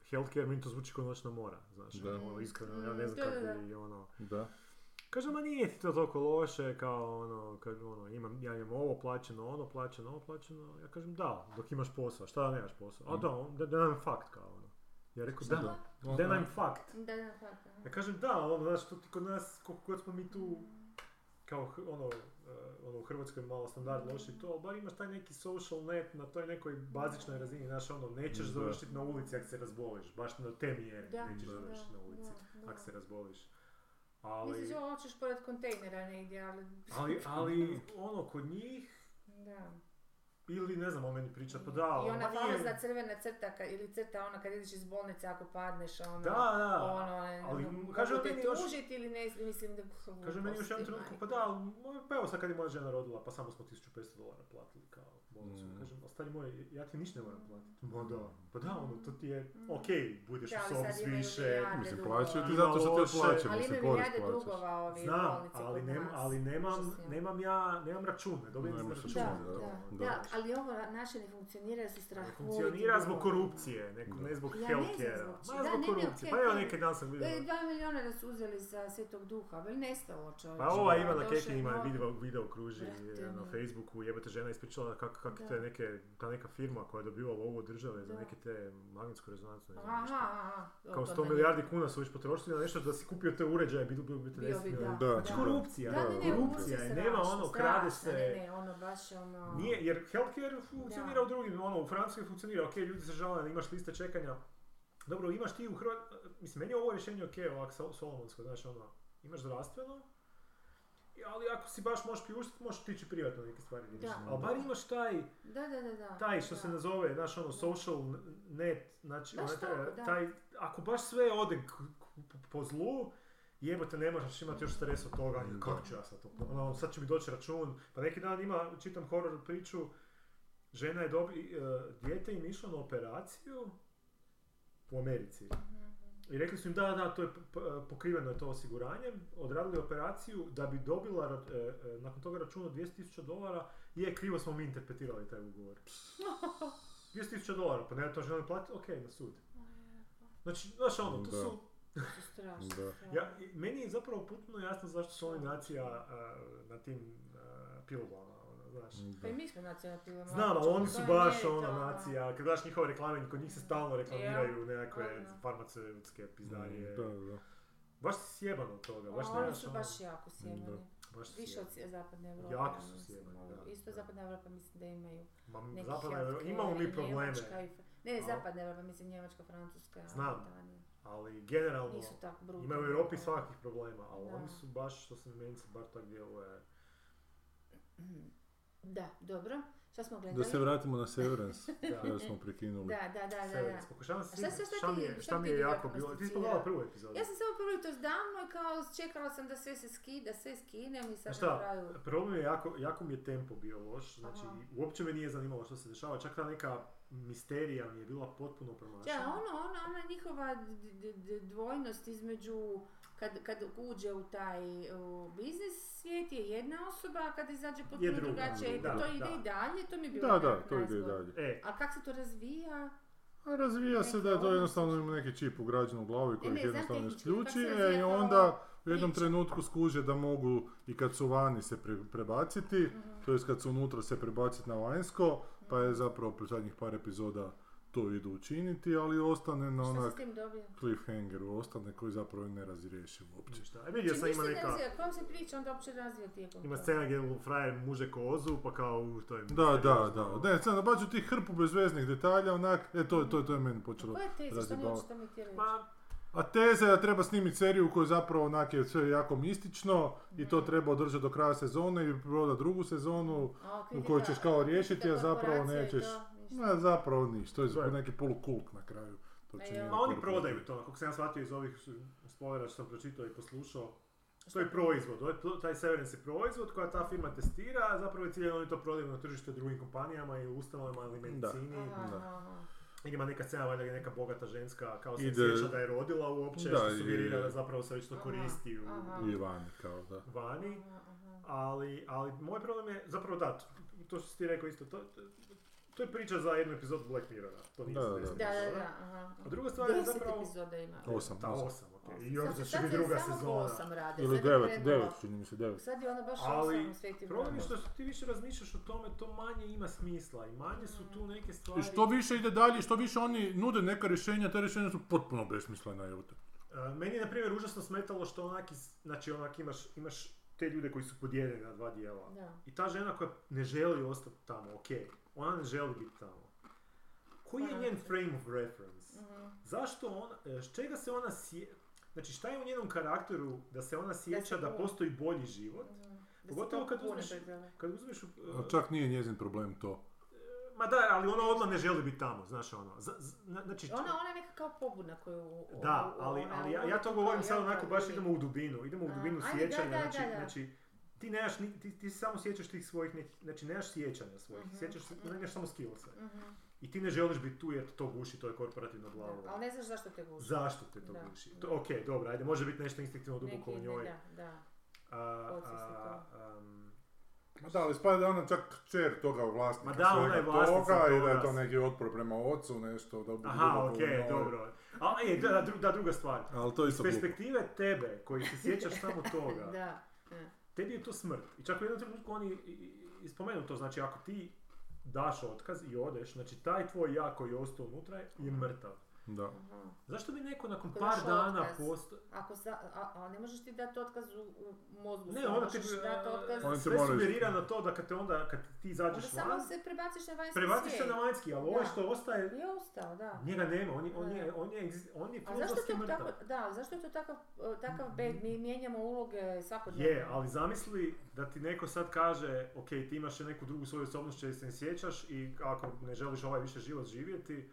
Speaker 2: healthcare, meni to zvuči kao noćna mora, znaš,
Speaker 1: Da.
Speaker 2: ono, iskreno, ja
Speaker 3: Mm,
Speaker 2: ne znam
Speaker 3: da, da,
Speaker 2: kako
Speaker 3: da.
Speaker 2: bi, ono,
Speaker 1: Da.
Speaker 2: Kaže, ma nije ti to toliko loše, kao ono, kad, ono imam, ja imam ovo plaćeno, ono plaćeno, ovo plaćeno. Ja kažem, da, dok imaš posao, šta da nemaš posao? A da, on- da, da nam fakt, kao ono. Ja rekao, da,
Speaker 1: Da.
Speaker 2: da nam fakt.
Speaker 3: Da, da, tako.
Speaker 2: Ja kažem, da, ono, znaš, to ti kod nas, koliko god smo mi tu, kao, h- ono, eh, ono, u Hrvatskoj je malo standard loši i to, ali bar imaš taj neki social net na toj nekoj bazičnoj razini, znaš, ono, nećeš
Speaker 1: Da.
Speaker 2: završiti na ulici ako se razboliš, baš na te mjere
Speaker 3: Da,
Speaker 2: nećeš
Speaker 1: Da.
Speaker 2: završiti na ulici
Speaker 3: da,
Speaker 2: ako se
Speaker 3: da.
Speaker 2: razboliš. Ali...
Speaker 3: Misliš, ovo hoćeš pored kontejnera negdje, ali...
Speaker 2: Ali, ali ono, kod njih,
Speaker 3: Da.
Speaker 2: ili ne znam, on meni priča, pa da,
Speaker 3: I
Speaker 2: ali
Speaker 3: ona
Speaker 2: ma nije-
Speaker 3: famozna crvena crta, ka- ili crta ona kad ideš iz bolnice ako padneš, ono...
Speaker 2: Da, da,
Speaker 3: Ono, ne,
Speaker 2: ali
Speaker 3: ono,
Speaker 2: m-
Speaker 3: mogu
Speaker 2: kažem
Speaker 3: te
Speaker 2: meni još-
Speaker 3: tužiti ili ne, mislim da...
Speaker 2: Kaže meni još u jednom
Speaker 3: Gluposti,
Speaker 2: trenutku,
Speaker 3: majko.
Speaker 2: pa da, ali moj- pa evo sad kad je moja žena rodila, pa samo smo 1500 dolara platili, kao, bolnicu.
Speaker 1: Mm.
Speaker 2: Kažem, ostali moj, ja ti ništa ne moram platiti.
Speaker 1: Ma da.
Speaker 2: Pa da, ono, to ti je
Speaker 3: Mm.
Speaker 2: ok, budeš
Speaker 3: Da,
Speaker 2: u
Speaker 3: ali sad
Speaker 2: sobi
Speaker 3: imaju
Speaker 2: više.
Speaker 3: milijarde
Speaker 1: Mislim,
Speaker 3: dugova.
Speaker 1: plaćaju ti
Speaker 2: Ima
Speaker 1: zato što ti
Speaker 2: loše.
Speaker 1: odplaćamo,
Speaker 3: Ali
Speaker 1: se
Speaker 3: imaju
Speaker 1: porez
Speaker 3: milijarde
Speaker 1: plaćaš.
Speaker 3: dugova ovi
Speaker 2: Znam,
Speaker 3: bolnice
Speaker 2: ali,
Speaker 3: kod
Speaker 2: nema,
Speaker 3: nas.
Speaker 2: ali nemam,
Speaker 3: Užasno.
Speaker 2: nemam ja, nemam račun, ne dobijem
Speaker 1: Nemaš
Speaker 2: iz
Speaker 1: račun,
Speaker 2: računa.
Speaker 1: da,
Speaker 3: Da,
Speaker 1: da.
Speaker 3: da, ali ovo na- naše ne funkcionira jer su strah. ono.
Speaker 2: Funkcionira zbog korupcije, ne,
Speaker 1: Da.
Speaker 2: ne zbog
Speaker 3: Ja ne znam
Speaker 2: healthcare-a.
Speaker 3: zbog čega.
Speaker 2: Ma
Speaker 3: Da,
Speaker 2: zbog
Speaker 3: ne, ne,
Speaker 2: korupcije.
Speaker 3: okej,
Speaker 2: Pa evo
Speaker 3: okej.
Speaker 2: neki dan sam
Speaker 3: E,
Speaker 2: vidio.
Speaker 3: dva miliona da su uzeli za Svetog Duha, veli nestalo čovječe.
Speaker 2: Pa ova Ivana
Speaker 3: Došao
Speaker 2: Kekin ima
Speaker 3: novi-
Speaker 2: video, video kruži
Speaker 3: Brate,
Speaker 2: e, na
Speaker 3: ono.
Speaker 2: Facebooku, jebate žena je ispričala kako kak
Speaker 3: Da.
Speaker 2: te neke, ta neka firma koja je dobivala ovo od države za
Speaker 3: Da.
Speaker 2: neke te magnetsku rezonancu, ne znam
Speaker 3: Aha,
Speaker 2: nešto.
Speaker 3: aha, aha.
Speaker 2: Kao 100 milijardi kuna su već potrošili na nešto da si kupio te uređaje, bilo bi
Speaker 3: Bio bi,
Speaker 2: 50 milijardi.
Speaker 3: Da,
Speaker 2: Znači
Speaker 3: da.
Speaker 2: korupcija,
Speaker 3: Da, ne, ne,
Speaker 2: korupcija je,
Speaker 3: užas,
Speaker 2: nema
Speaker 3: strašno,
Speaker 2: ono, krade
Speaker 3: strašno,
Speaker 2: se,
Speaker 3: Ne, ne, ono baš ono...
Speaker 2: Nije, jer healthcare funkcionira u drugim, ono, u Francuskoj funkcionira, ok, ljudi se žale, imaš liste čekanja. Dobro, imaš ti u Hrvatskoj, mislim, meni je ovo rješenje ok, ovak sol- solomonsko, znaš, ono, imaš zdravstveno, i- ali ako si baš možeš priuštiti, možeš tići privatno neke stvari riješiti.
Speaker 3: Da.
Speaker 2: Ali bar imaš taj,
Speaker 3: Da, da, da, da.
Speaker 2: taj što
Speaker 3: da.
Speaker 2: se nazove, znaš, ono, social net, znači,
Speaker 3: Baš
Speaker 2: onaj taj-
Speaker 3: tako, da.
Speaker 2: taj, ako baš sve ode k- k- po zlu, jebote, ne možeš imati još stres od toga,
Speaker 1: Da.
Speaker 2: kako ću ja sad to, ono, sad će mi doći račun, pa neki dan ima, čitam horror priču, žena je dobi, e, dijete im išlo na operaciju u Americi. I rekli su im da, da, to je p- p- pokriveno je to osiguranjem, odradili operaciju da bi dobila ra- e, e, nakon toga račun od 200.000 dolara, je krivo smo mi interpretirali taj ugovor. 200.000 dolara, pa ne, to želim platiti, ok, na sud. Znači, znaš ono, to
Speaker 1: Da.
Speaker 2: su...
Speaker 3: pa, To je strašno,
Speaker 1: Da.
Speaker 3: strašno.
Speaker 2: Ja, i- meni je zapravo potpuno jasno zašto su oni nacija a, na tim a, pilulama, ono, znaš.
Speaker 3: Pa i mi smo nacionalna pilula.
Speaker 2: Znam, ali oni
Speaker 3: To
Speaker 2: su
Speaker 3: je
Speaker 2: baš
Speaker 3: mjeri,
Speaker 2: ono
Speaker 3: to,
Speaker 2: nacija, kad gledaš njihove reklame, kod njih se stalno reklamiraju nekakve
Speaker 3: ono.
Speaker 2: farmaceutske pizdarije.
Speaker 1: Mm, Da, da.
Speaker 2: Baš si sjeban od toga, baš
Speaker 3: Oni
Speaker 2: nemaš
Speaker 3: su
Speaker 2: ono-
Speaker 3: baš jako sjemeni.
Speaker 2: baš si
Speaker 3: Više
Speaker 2: sjeban.
Speaker 3: od sje- zapadne Europe.
Speaker 2: Jako su
Speaker 3: mislim,
Speaker 2: sjemeni,
Speaker 3: ono.
Speaker 2: da.
Speaker 3: Isto zapadna Europa mislim da imaju
Speaker 2: Ma,
Speaker 3: neki
Speaker 2: zapadna Euro-
Speaker 3: healthcare
Speaker 2: imamo
Speaker 3: i
Speaker 2: mi probleme,
Speaker 3: Njemačka i Fr- Ne,
Speaker 2: Al-
Speaker 3: zapadna Europa mislim Njemačka, Francuska,
Speaker 2: Znam.
Speaker 3: Britanija.
Speaker 2: ali generalno
Speaker 3: Nisu tako brutalni.
Speaker 2: ima u Europi svakih problema, ali
Speaker 3: Da.
Speaker 2: oni su baš, što se meni se bar tako djeluje,
Speaker 3: Mhm. Da, dobro. Šta smo gledali?
Speaker 1: Da se vratimo na Severance,
Speaker 2: da,
Speaker 1: kada smo prekinuli.
Speaker 3: Da, da, da, da, da.
Speaker 2: Severance. Pokušavam se
Speaker 3: A šta-
Speaker 2: sjetiti
Speaker 3: šta- šta
Speaker 2: šta
Speaker 3: ti-
Speaker 2: mi je,
Speaker 3: šta
Speaker 2: šta mi je
Speaker 3: ti
Speaker 2: jako
Speaker 3: dodatno
Speaker 2: bilo. Ti si
Speaker 3: asocira?
Speaker 2: pogledala prvu epizodu.
Speaker 3: Ja sam samo prvo to zdavno i kao čekala sam da sve se skida, sve skinem i sad
Speaker 2: Znaš
Speaker 3: na
Speaker 2: šta,
Speaker 3: kraju.
Speaker 2: Problem je jako, jako mi je tempo bio loš, znači
Speaker 3: Aha.
Speaker 2: uopće me nije zanimalo što se dešava, čak ta neka misterija mi je bila potpuno promašena.
Speaker 3: Ja, ono, ona, ona njihova d- d- d- dvojnost između kad, kad uđe u taj u biznis svijet je jedna osoba, a kad izađe potpuno
Speaker 2: druga,
Speaker 3: drugačija, i
Speaker 1: da,
Speaker 3: to ide
Speaker 2: da.
Speaker 3: i dalje, to mi je bilo
Speaker 1: Da, da,
Speaker 3: nekako
Speaker 1: to ide i
Speaker 3: nezgodno.
Speaker 1: dalje.
Speaker 2: E,
Speaker 3: A kako se to razvija?
Speaker 1: A Razvija se da je to
Speaker 3: Neki
Speaker 1: jednostavno ima neki čip ugrađen u glavu i koji
Speaker 3: Ne,
Speaker 1: ih
Speaker 3: ne, znam
Speaker 1: jednostavno
Speaker 3: tehnički, kako se
Speaker 1: isključi e, i
Speaker 3: razvija ta
Speaker 1: onda u jednom
Speaker 3: priča.
Speaker 1: trenutku skuže da mogu i kad su vani se pre- prebaciti,
Speaker 3: Mhm.
Speaker 1: to jest kad su unutra se prebaciti na vanjsko, pa je zapravo pri zadnjih par epizoda to idu učiniti, ali ostane na
Speaker 3: Šta se s
Speaker 1: onak
Speaker 3: tim dobio?
Speaker 1: cliffhangeru, ostane koji zapravo ne razriješi uopće.
Speaker 2: ništa. E, vidio sam
Speaker 3: Čim
Speaker 2: ima
Speaker 3: se ne
Speaker 2: neka...
Speaker 3: razvija, kom se priča onda uopće razvija tijekom
Speaker 2: Ima
Speaker 3: toga?
Speaker 2: scena gdje mu frajer muže kozu, pa kao, u, to je...
Speaker 1: Da, da,
Speaker 2: misteriozno.
Speaker 1: da. Ne, sad nabacu ti hrpu bezveznih detalja, onak, e to, to, to je meni
Speaker 3: A
Speaker 1: počelo.
Speaker 3: Koja je teza? Šta mi
Speaker 1: razjebava.
Speaker 3: hoćete mi htjeli reći?
Speaker 2: Ma,
Speaker 1: A teza je da treba snimiti seriju koju zapravo onak je sve jako mistično i to treba održati do kraja sezone i prodati drugu sezonu
Speaker 3: A, ok,
Speaker 1: u kojoj
Speaker 3: da,
Speaker 1: ćeš kao
Speaker 3: da,
Speaker 1: riješiti, a zapravo
Speaker 3: korporacija i
Speaker 1: nećeš.
Speaker 3: to, ništa. E,
Speaker 1: Ma zapravo ništa, to je
Speaker 2: To je-
Speaker 1: neki polukult na kraju. To
Speaker 3: A
Speaker 1: će
Speaker 3: ja.
Speaker 1: njima
Speaker 2: ma oni
Speaker 1: korporacija.
Speaker 2: prodaju to, kako sam ja shvatio iz ovih s- spoilera što sam pročitao i poslušao. To je proizvod, ovaj pro- taj Severance je proizvod koja ta firma testira, a zapravo je cilj oni to prodaju na tržište drugim kompanijama ili ustanovama ili medicini.
Speaker 3: Aha,
Speaker 1: Da.
Speaker 3: aha, aha.
Speaker 2: Jer Ima neka scena, valjda je neka bogata ženska, kao se
Speaker 1: Ide-
Speaker 2: sjeća da je rodila uopće,
Speaker 1: Da,
Speaker 2: što
Speaker 1: i-
Speaker 2: sugerira da zapravo se već to
Speaker 3: Aha,
Speaker 2: koristi u
Speaker 3: aha.
Speaker 1: I vani kao da.
Speaker 2: vani.
Speaker 3: Aha, aha.
Speaker 2: Ali, ali moj problem je, zapravo da, to što si ti rekao isto, to, to, to je priča za jednu epizodu Black Mirrora, to nije
Speaker 1: Da,
Speaker 2: za
Speaker 1: da,
Speaker 2: deset
Speaker 3: Da, da,
Speaker 2: epizoda.
Speaker 3: da, aha.
Speaker 2: A druga stvar je
Speaker 3: Deset
Speaker 2: zapravo-
Speaker 3: epizoda ima.
Speaker 1: Osam,
Speaker 2: Da,
Speaker 1: osam.
Speaker 2: osam, ok. I još da će biti
Speaker 3: se
Speaker 2: druga
Speaker 3: samo po
Speaker 2: sezona.
Speaker 3: osam rade,
Speaker 1: Ili
Speaker 3: sad je
Speaker 1: devet,
Speaker 3: krenulo-
Speaker 1: devet, čini mi se devet.
Speaker 3: Sad je ono baš
Speaker 2: Ali,
Speaker 3: osam u sveti
Speaker 2: Problem je što što ti više razmišljaš o tome, to manje ima smisla i manje
Speaker 3: Mm.
Speaker 2: su tu neke stvari.
Speaker 1: I što više ide dalje, što više oni nude neka rješenja, ta rješenja su potpuno besmislena, evo te.
Speaker 2: E, Meni je, na primjer, užasno smetalo što onak, iz- znači onak imaš, imaš te ljude koji su podijeljeni na dva dijela.
Speaker 3: Da.
Speaker 2: I ta žena koja ne želi ostati tamo, ok, ona ne želi biti tamo. Koji je
Speaker 3: Ona
Speaker 2: njen
Speaker 3: ne želi.
Speaker 2: frame of reference?
Speaker 3: Mhm.
Speaker 2: Zašto ona, e, s čega se ona sje... Znači šta je u njenom karakteru da se ona sjeća da
Speaker 3: bo-
Speaker 2: postoji bolji život?
Speaker 3: mhm. Da se
Speaker 2: Pogotovo
Speaker 3: to
Speaker 2: kad
Speaker 3: pune
Speaker 2: uzmeš-
Speaker 3: pregledale.
Speaker 2: Kad uzmeš u- e,
Speaker 1: A Čak nije njezin problem to.
Speaker 2: Ma da, ali ona odmah ne želi biti tamo, znaš ono. Z- z- na- znači,
Speaker 3: Ona, ona je neka kao pobuna koju... u- u-
Speaker 2: Da,
Speaker 3: u-
Speaker 2: ali,
Speaker 3: ona-
Speaker 2: ali ja,
Speaker 3: ona
Speaker 2: ja to
Speaker 3: kao
Speaker 2: govorim sad
Speaker 3: jel,
Speaker 2: onako
Speaker 3: kao
Speaker 2: baš
Speaker 3: vidim.
Speaker 2: idemo u dubinu, idemo u
Speaker 3: A,
Speaker 2: dubinu
Speaker 3: ajde, da,
Speaker 2: sjećanja,
Speaker 3: da,
Speaker 2: znači,
Speaker 3: da, da.
Speaker 2: znači ti nemaš, ni- ti, ti se samo sjećaš tih svojih nekih, znači nemaš sjećanja svojih,
Speaker 3: Mhm.
Speaker 2: sjećaš se, nemaš samo skillse.
Speaker 3: Mhm.
Speaker 2: I ti ne želiš biti tu jer to guši, to je korporativna
Speaker 3: Da,
Speaker 2: glava.
Speaker 3: ali ne znaš zašto te guši.
Speaker 2: Zašto te to
Speaker 3: Da.
Speaker 2: guši? To, ok, dobro, ajde, može biti nešto instinktivno duboko u
Speaker 3: Neki-
Speaker 2: njoj.
Speaker 3: Da, da.
Speaker 2: A,
Speaker 3: Odsvjesno
Speaker 2: a, am,
Speaker 1: Ma da, ali spada da je ona čak kćer toga vlasnika
Speaker 2: Ma da, ona je
Speaker 1: svega
Speaker 2: vlasnica
Speaker 1: toga i da je
Speaker 2: toga.
Speaker 1: to neki otpor prema ocu, nešto da bude
Speaker 2: aha,
Speaker 1: duboko
Speaker 2: ok,
Speaker 1: u njoj.
Speaker 2: dobro. A, e, da, da, dru- da, druga stvar.
Speaker 1: Ali to je
Speaker 2: Iz
Speaker 1: isto glupo.
Speaker 2: perspektive tebe, koji se sjećaš samo toga,
Speaker 3: Da.
Speaker 2: tebi je to smrt. I čak u jednom trenutku oni i- i- i spomenu to, znači ako ti daš otkaz i odeš, znači taj tvoj ja koji je ostao unutra je mrtav.
Speaker 1: Da.
Speaker 3: Aha.
Speaker 2: Zašto bi neko nakon
Speaker 3: Ako
Speaker 2: par
Speaker 3: daš
Speaker 2: dana
Speaker 3: otkaz.
Speaker 2: posto...
Speaker 3: Ako sa, a, a ne možeš ti dati otkaz u, u mozgu.
Speaker 2: Ne,
Speaker 3: samo
Speaker 2: onda ti, pa,
Speaker 3: možeš dati otkaz.
Speaker 1: Oni te
Speaker 2: sve
Speaker 1: moraju-
Speaker 2: sugerira na to da kad te onda, kad ti
Speaker 3: Onda
Speaker 2: izađeš
Speaker 3: samo
Speaker 2: van,
Speaker 3: se prebaciš na vanjski
Speaker 2: prebaciš se
Speaker 3: svijet.
Speaker 2: na vanjski, ali ovo
Speaker 3: Da.
Speaker 2: što ostaje,
Speaker 3: Je ostao, da.
Speaker 2: njega nema, on je, on
Speaker 3: Da.
Speaker 2: je, on je, egzi- on je
Speaker 3: A zašto je
Speaker 2: filozofski
Speaker 3: to
Speaker 2: mrtav.
Speaker 3: tako, da, zašto je to takav, e, takav bed, mi mijenjamo uloge svakodnevno.
Speaker 2: Je, ali zamisli da ti neko sad kaže, ok, ti imaš neku drugu svoju osobnost čije se ne sjećaš i ako ne želiš ovaj više život živjeti,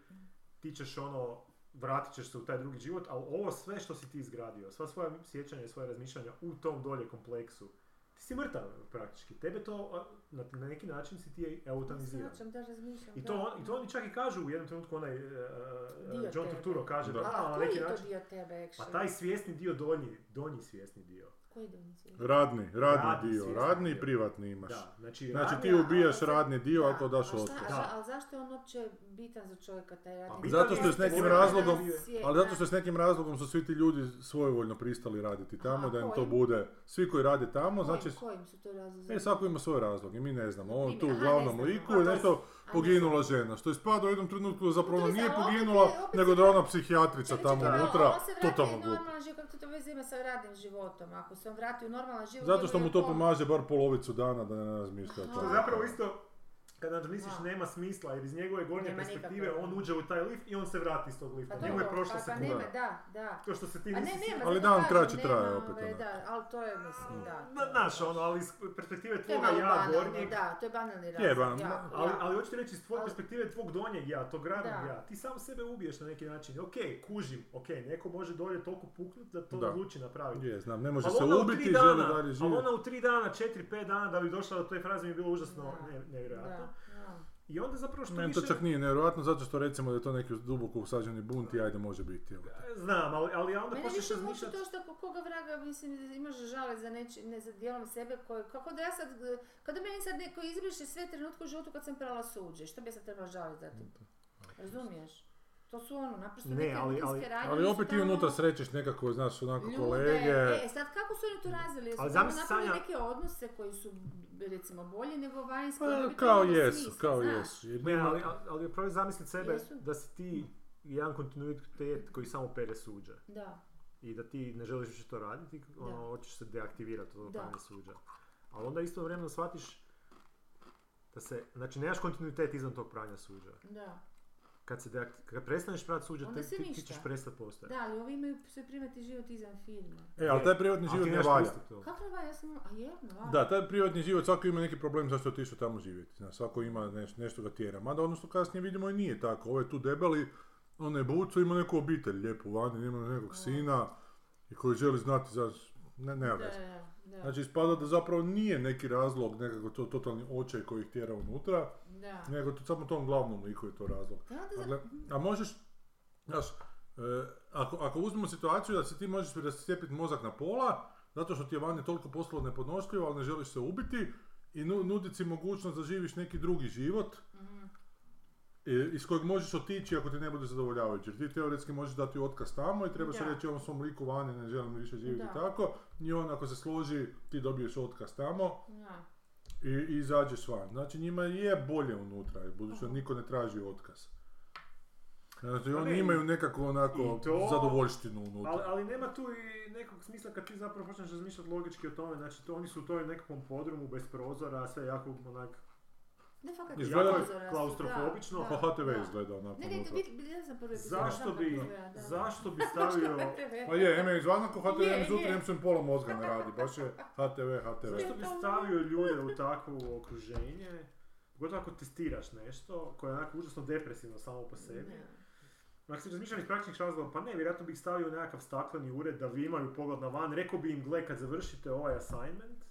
Speaker 2: ti ćeš ono, vratit ćeš se u taj drugi život, ali ovo sve što si ti izgradio, sva svoja sjećanja i svoje razmišljanja u tom dolje kompleksu, ti si mrtav praktički. Tebe to, a, na, na neki način si ti eutaniziran.
Speaker 3: Shvaćam, Pa da razmišljam.
Speaker 2: I to,
Speaker 3: da.
Speaker 2: on- I to oni čak i kažu u jednom trenutku, onaj e, e,
Speaker 3: Dio
Speaker 2: John
Speaker 3: tebe.
Speaker 2: Turturro kaže
Speaker 1: Da.
Speaker 2: da,
Speaker 3: A
Speaker 2: na
Speaker 3: koji
Speaker 2: neki
Speaker 3: je to
Speaker 2: način,
Speaker 3: dio tebe, actually?
Speaker 2: pa taj svjesni dio, donji, donji svjesni dio.
Speaker 3: Koji dio nisi?
Speaker 1: Radni, radni,
Speaker 2: Radni,
Speaker 1: dio,
Speaker 2: svjesni
Speaker 1: radni i
Speaker 2: dio.
Speaker 1: privatni imaš.
Speaker 2: Da, znači,
Speaker 1: Znači
Speaker 2: radni-
Speaker 1: ti ubijaš
Speaker 3: ali-
Speaker 1: radni dio
Speaker 3: Da,
Speaker 1: ako daš
Speaker 3: a šta-
Speaker 1: otkaz. Pa
Speaker 3: a za-
Speaker 2: Da.
Speaker 3: Ali zašto je on uopće bitan za čovjeka, taj radni
Speaker 2: bitan
Speaker 1: Zato što je s
Speaker 2: je
Speaker 1: nekim
Speaker 2: svoj
Speaker 1: razlogom,
Speaker 2: radni
Speaker 3: svijet,
Speaker 1: ali zato što
Speaker 3: da.
Speaker 1: je s nekim razlogom su svi ti ljudi svojevoljno pristali raditi tamo,
Speaker 3: Aha,
Speaker 1: da im to
Speaker 3: kojim?
Speaker 1: bude, svi koji rade tamo, znači,
Speaker 3: Kojim- Kojim su to razlozi?
Speaker 1: e, svako ima svoj razlog i mi ne znamo, on
Speaker 3: Mi
Speaker 1: tu
Speaker 3: ne-
Speaker 1: u
Speaker 3: aha,
Speaker 1: glavnom
Speaker 3: ne znamo.
Speaker 1: liku
Speaker 3: A,
Speaker 1: je
Speaker 3: to
Speaker 1: nešto
Speaker 3: a mi
Speaker 1: poginula žena, što je spada u jednom trenutku da zapravo
Speaker 3: to je
Speaker 1: nije
Speaker 3: za- opet je-
Speaker 1: poginula,
Speaker 3: opet
Speaker 1: nego
Speaker 3: je-
Speaker 1: da je ona psihijatrica
Speaker 3: Čekaj,
Speaker 1: tamo
Speaker 3: čekaj, ono-
Speaker 1: unutra,
Speaker 3: ono se vrati
Speaker 1: totalno
Speaker 3: u
Speaker 1: glupo.
Speaker 3: normalan život, kako to veze ima sa radnim životom? Ako se on vrati u normalan život...
Speaker 1: Zato što
Speaker 3: njemu
Speaker 1: mu
Speaker 3: je
Speaker 1: to
Speaker 3: pol-
Speaker 1: pomaže bar polovicu dana da ne razmišlja o
Speaker 3: Aha.
Speaker 1: tome.
Speaker 2: Što je zapravo isto, kada misliš
Speaker 3: Da.
Speaker 2: nema smisla, jer iz njegove gornje
Speaker 3: Nema
Speaker 2: perspektive
Speaker 3: nikakve.
Speaker 2: on uđe u taj lift i on se vrati iz tog
Speaker 3: Pa
Speaker 2: lifta. Njemu
Speaker 3: dobro,
Speaker 2: je prošla
Speaker 3: pa, pa
Speaker 2: sekunda.
Speaker 3: nema, da, da.
Speaker 2: To što se ti
Speaker 3: A ne,
Speaker 2: nisi...
Speaker 3: nema,
Speaker 1: Ali
Speaker 3: zato
Speaker 1: dan
Speaker 3: kažem,
Speaker 1: kraće
Speaker 3: nema,
Speaker 1: traje opet,
Speaker 3: ovaj,
Speaker 1: ono.
Speaker 3: Da, ali to je, mislim, da.
Speaker 2: Na- Znaš, ono, ali iz perspektive
Speaker 3: To je
Speaker 2: tvoga
Speaker 3: malo
Speaker 2: ja
Speaker 3: banalno,
Speaker 2: gornjeg,
Speaker 3: da, to je banalni razlog.
Speaker 1: banalno.
Speaker 3: jako,
Speaker 2: ali,
Speaker 3: jako.
Speaker 2: ali hoću reći iz tvoje
Speaker 3: Ali-
Speaker 2: perspektive tvog donjeg ja, tog radnog
Speaker 3: Da.
Speaker 2: ja, ti sam sebe ubiješ na neki način. Ok, kužim, ok, neko može dolje toliko puknut da to
Speaker 1: Da.
Speaker 2: odluči napraviti.
Speaker 1: Je, znam, ne može
Speaker 2: Ali
Speaker 1: se
Speaker 2: ona u
Speaker 1: ubiti,
Speaker 2: tri
Speaker 1: želi
Speaker 2: dana,
Speaker 1: dalje
Speaker 2: ali
Speaker 1: živjeti.
Speaker 2: ona u tri dana, četiri, pet dana da bi došla do te fraze mi je bilo užasno
Speaker 3: Da.
Speaker 2: ne,
Speaker 3: Da,
Speaker 2: nevjerojatno.
Speaker 3: da.
Speaker 2: I onda zapravo što
Speaker 1: Meni to
Speaker 2: više...
Speaker 1: čak nije nevjerojatno, zato što recimo da je to neki duboko usađeni bunt i ajde može biti. evo.
Speaker 2: Znam, ali, ali ja onda
Speaker 3: Mene
Speaker 2: počneš
Speaker 3: više muči
Speaker 2: razmišljati...
Speaker 3: to što ko- koga vraga, mislim, da imaš žale za neči, ne za dijelom sebe koji, kako da ja sad, e, kada meni sad neko izbriše sve trenutke u životu kad sam prala suđe, što bi ja sad trebala žaliti za tim? Razumiješ? To su ono, naprosto
Speaker 2: Ne,
Speaker 3: neke
Speaker 2: ali-
Speaker 3: rutinske
Speaker 2: ali-
Speaker 3: radnje,
Speaker 1: Ali
Speaker 3: nisu
Speaker 1: opet ti
Speaker 3: tamo
Speaker 1: unutra srećeš nekako, znaš, onako
Speaker 3: ono ljude.
Speaker 1: kolege.
Speaker 3: E, sad kako su oni to razvili? Jesu
Speaker 2: Ali
Speaker 3: oni
Speaker 2: zamisli,
Speaker 3: napravili
Speaker 2: Sanja-
Speaker 3: neke odnose koji su, b- recimo, bolji nego vanjski? onda
Speaker 1: Pa,
Speaker 3: bi to
Speaker 1: kao
Speaker 3: imalo
Speaker 1: jesu,
Speaker 3: smisla,
Speaker 1: kao
Speaker 3: znaš?
Speaker 1: jesu. jer
Speaker 2: Ne,
Speaker 1: njima-
Speaker 2: ali, ali, ali probaj zamisliti sebe
Speaker 3: Jesu.
Speaker 2: da si ti jedan kontinuitet koji samo pere suđe
Speaker 3: Da.
Speaker 2: i da ti ne želiš više to raditi, ono,
Speaker 3: Da.
Speaker 2: hoćeš se deaktivirati od
Speaker 3: Da.
Speaker 2: opravljanja suđa. Ali onda isto vremeno shvatiš da se, znači nemaš kontinuitet izvan tog pranja suđa.
Speaker 3: Da,
Speaker 2: Kad, se deakti- kad prestaneš prati suđa,
Speaker 3: Onda
Speaker 2: te,
Speaker 3: si
Speaker 2: ti, ti
Speaker 3: ništa.
Speaker 2: ćeš prestati postojati.
Speaker 3: da, ali ovi imaju sve primati život izvan filma.
Speaker 1: E, ali taj privatni
Speaker 2: Ali ti
Speaker 1: život ne
Speaker 2: nemaš
Speaker 1: valja.
Speaker 2: pristup tomu.
Speaker 3: Kako ne valja, ja sam, a je, ne valja.
Speaker 1: Da, taj privatni život, svako ima neki problem zašto je otišao tamo živjeti. Znaš, svako ima neš- nešto ga tjera. Mada ono što kasnije vidimo i nije tako. Ovo je tu debeli, on je bucu, ima neku obitelj lijepu vani, ima nekog sina i koji želi znati za... Ne, nema
Speaker 3: Da,
Speaker 1: veze.
Speaker 3: da, da.
Speaker 1: Znači, ispada da zapravo nije neki razlog nekako to totalni očaj koji ih tjera unutra,
Speaker 3: Da.
Speaker 1: nego to, samo tom glavnom liku je to razlog.
Speaker 3: Da, da,
Speaker 1: A,
Speaker 3: da.
Speaker 1: gle- a možeš, znaš, e, ako, ako uzmemo situaciju da se ti možeš rascijepiti mozak na pola, zato što ti je vani toliko poslo nepodnošljivo, ali ne želiš se ubiti, i nu, nudi si mogućnost da živiš neki drugi život,
Speaker 3: Mhm.
Speaker 1: e, iz kojeg možeš otići ako ti ne bude zadovoljavajući. Jer ti teoretski možeš dati otkaz tamo i trebaš
Speaker 3: Da.
Speaker 1: reći ovom svom liku vani ne želim više živjeti
Speaker 3: Da.
Speaker 1: tako. I on ako se složi ti dobiješ otkaz tamo
Speaker 3: Da.
Speaker 1: i, i izađeš van. Znači njima je bolje unutra, budući da
Speaker 3: Aha.
Speaker 1: niko ne traži otkaz. Znači
Speaker 2: Pa
Speaker 1: oni
Speaker 2: ne, i-
Speaker 1: imaju nekako onako
Speaker 2: i to-
Speaker 1: zadovoljštinu unutra.
Speaker 2: Ali, ali nema tu i nekog smisla kad ti zapravo počneš razmišljati logički o tome, znači to, oni su u toj nekakvom podrumu bez prozora, sve jako onak
Speaker 3: Ne, fakat
Speaker 1: Izgleda
Speaker 3: je prozora su, da,
Speaker 2: klaustrofobično,
Speaker 3: da.
Speaker 1: Pa HTV izgleda onako
Speaker 3: Ne, ne,
Speaker 1: unutra.
Speaker 3: vid- vidjela sam prvi epizod,
Speaker 2: Zašto
Speaker 3: znam kako
Speaker 2: bi,
Speaker 3: izgleda, da.
Speaker 2: zašto bi
Speaker 3: Па,
Speaker 2: stavio,
Speaker 1: Pa je, em je izvana ko HTV,
Speaker 3: Je,
Speaker 1: em sutra,
Speaker 3: je.
Speaker 1: em su im pola mozga ne radi, baš je HTV, HTV.
Speaker 2: zašto bi stavio ljude u takvo okruženje, pogotovo ako testiraš nešto koje je onako užasno depresivno samo po sebi. Ako se razmišljam iz praktičnih razloga, pa ne, vjerojatno bih stavio u nekakav stakleni ured da vi imaju pogled na van, rekao bi im, gle, kad završite ovaj assignment,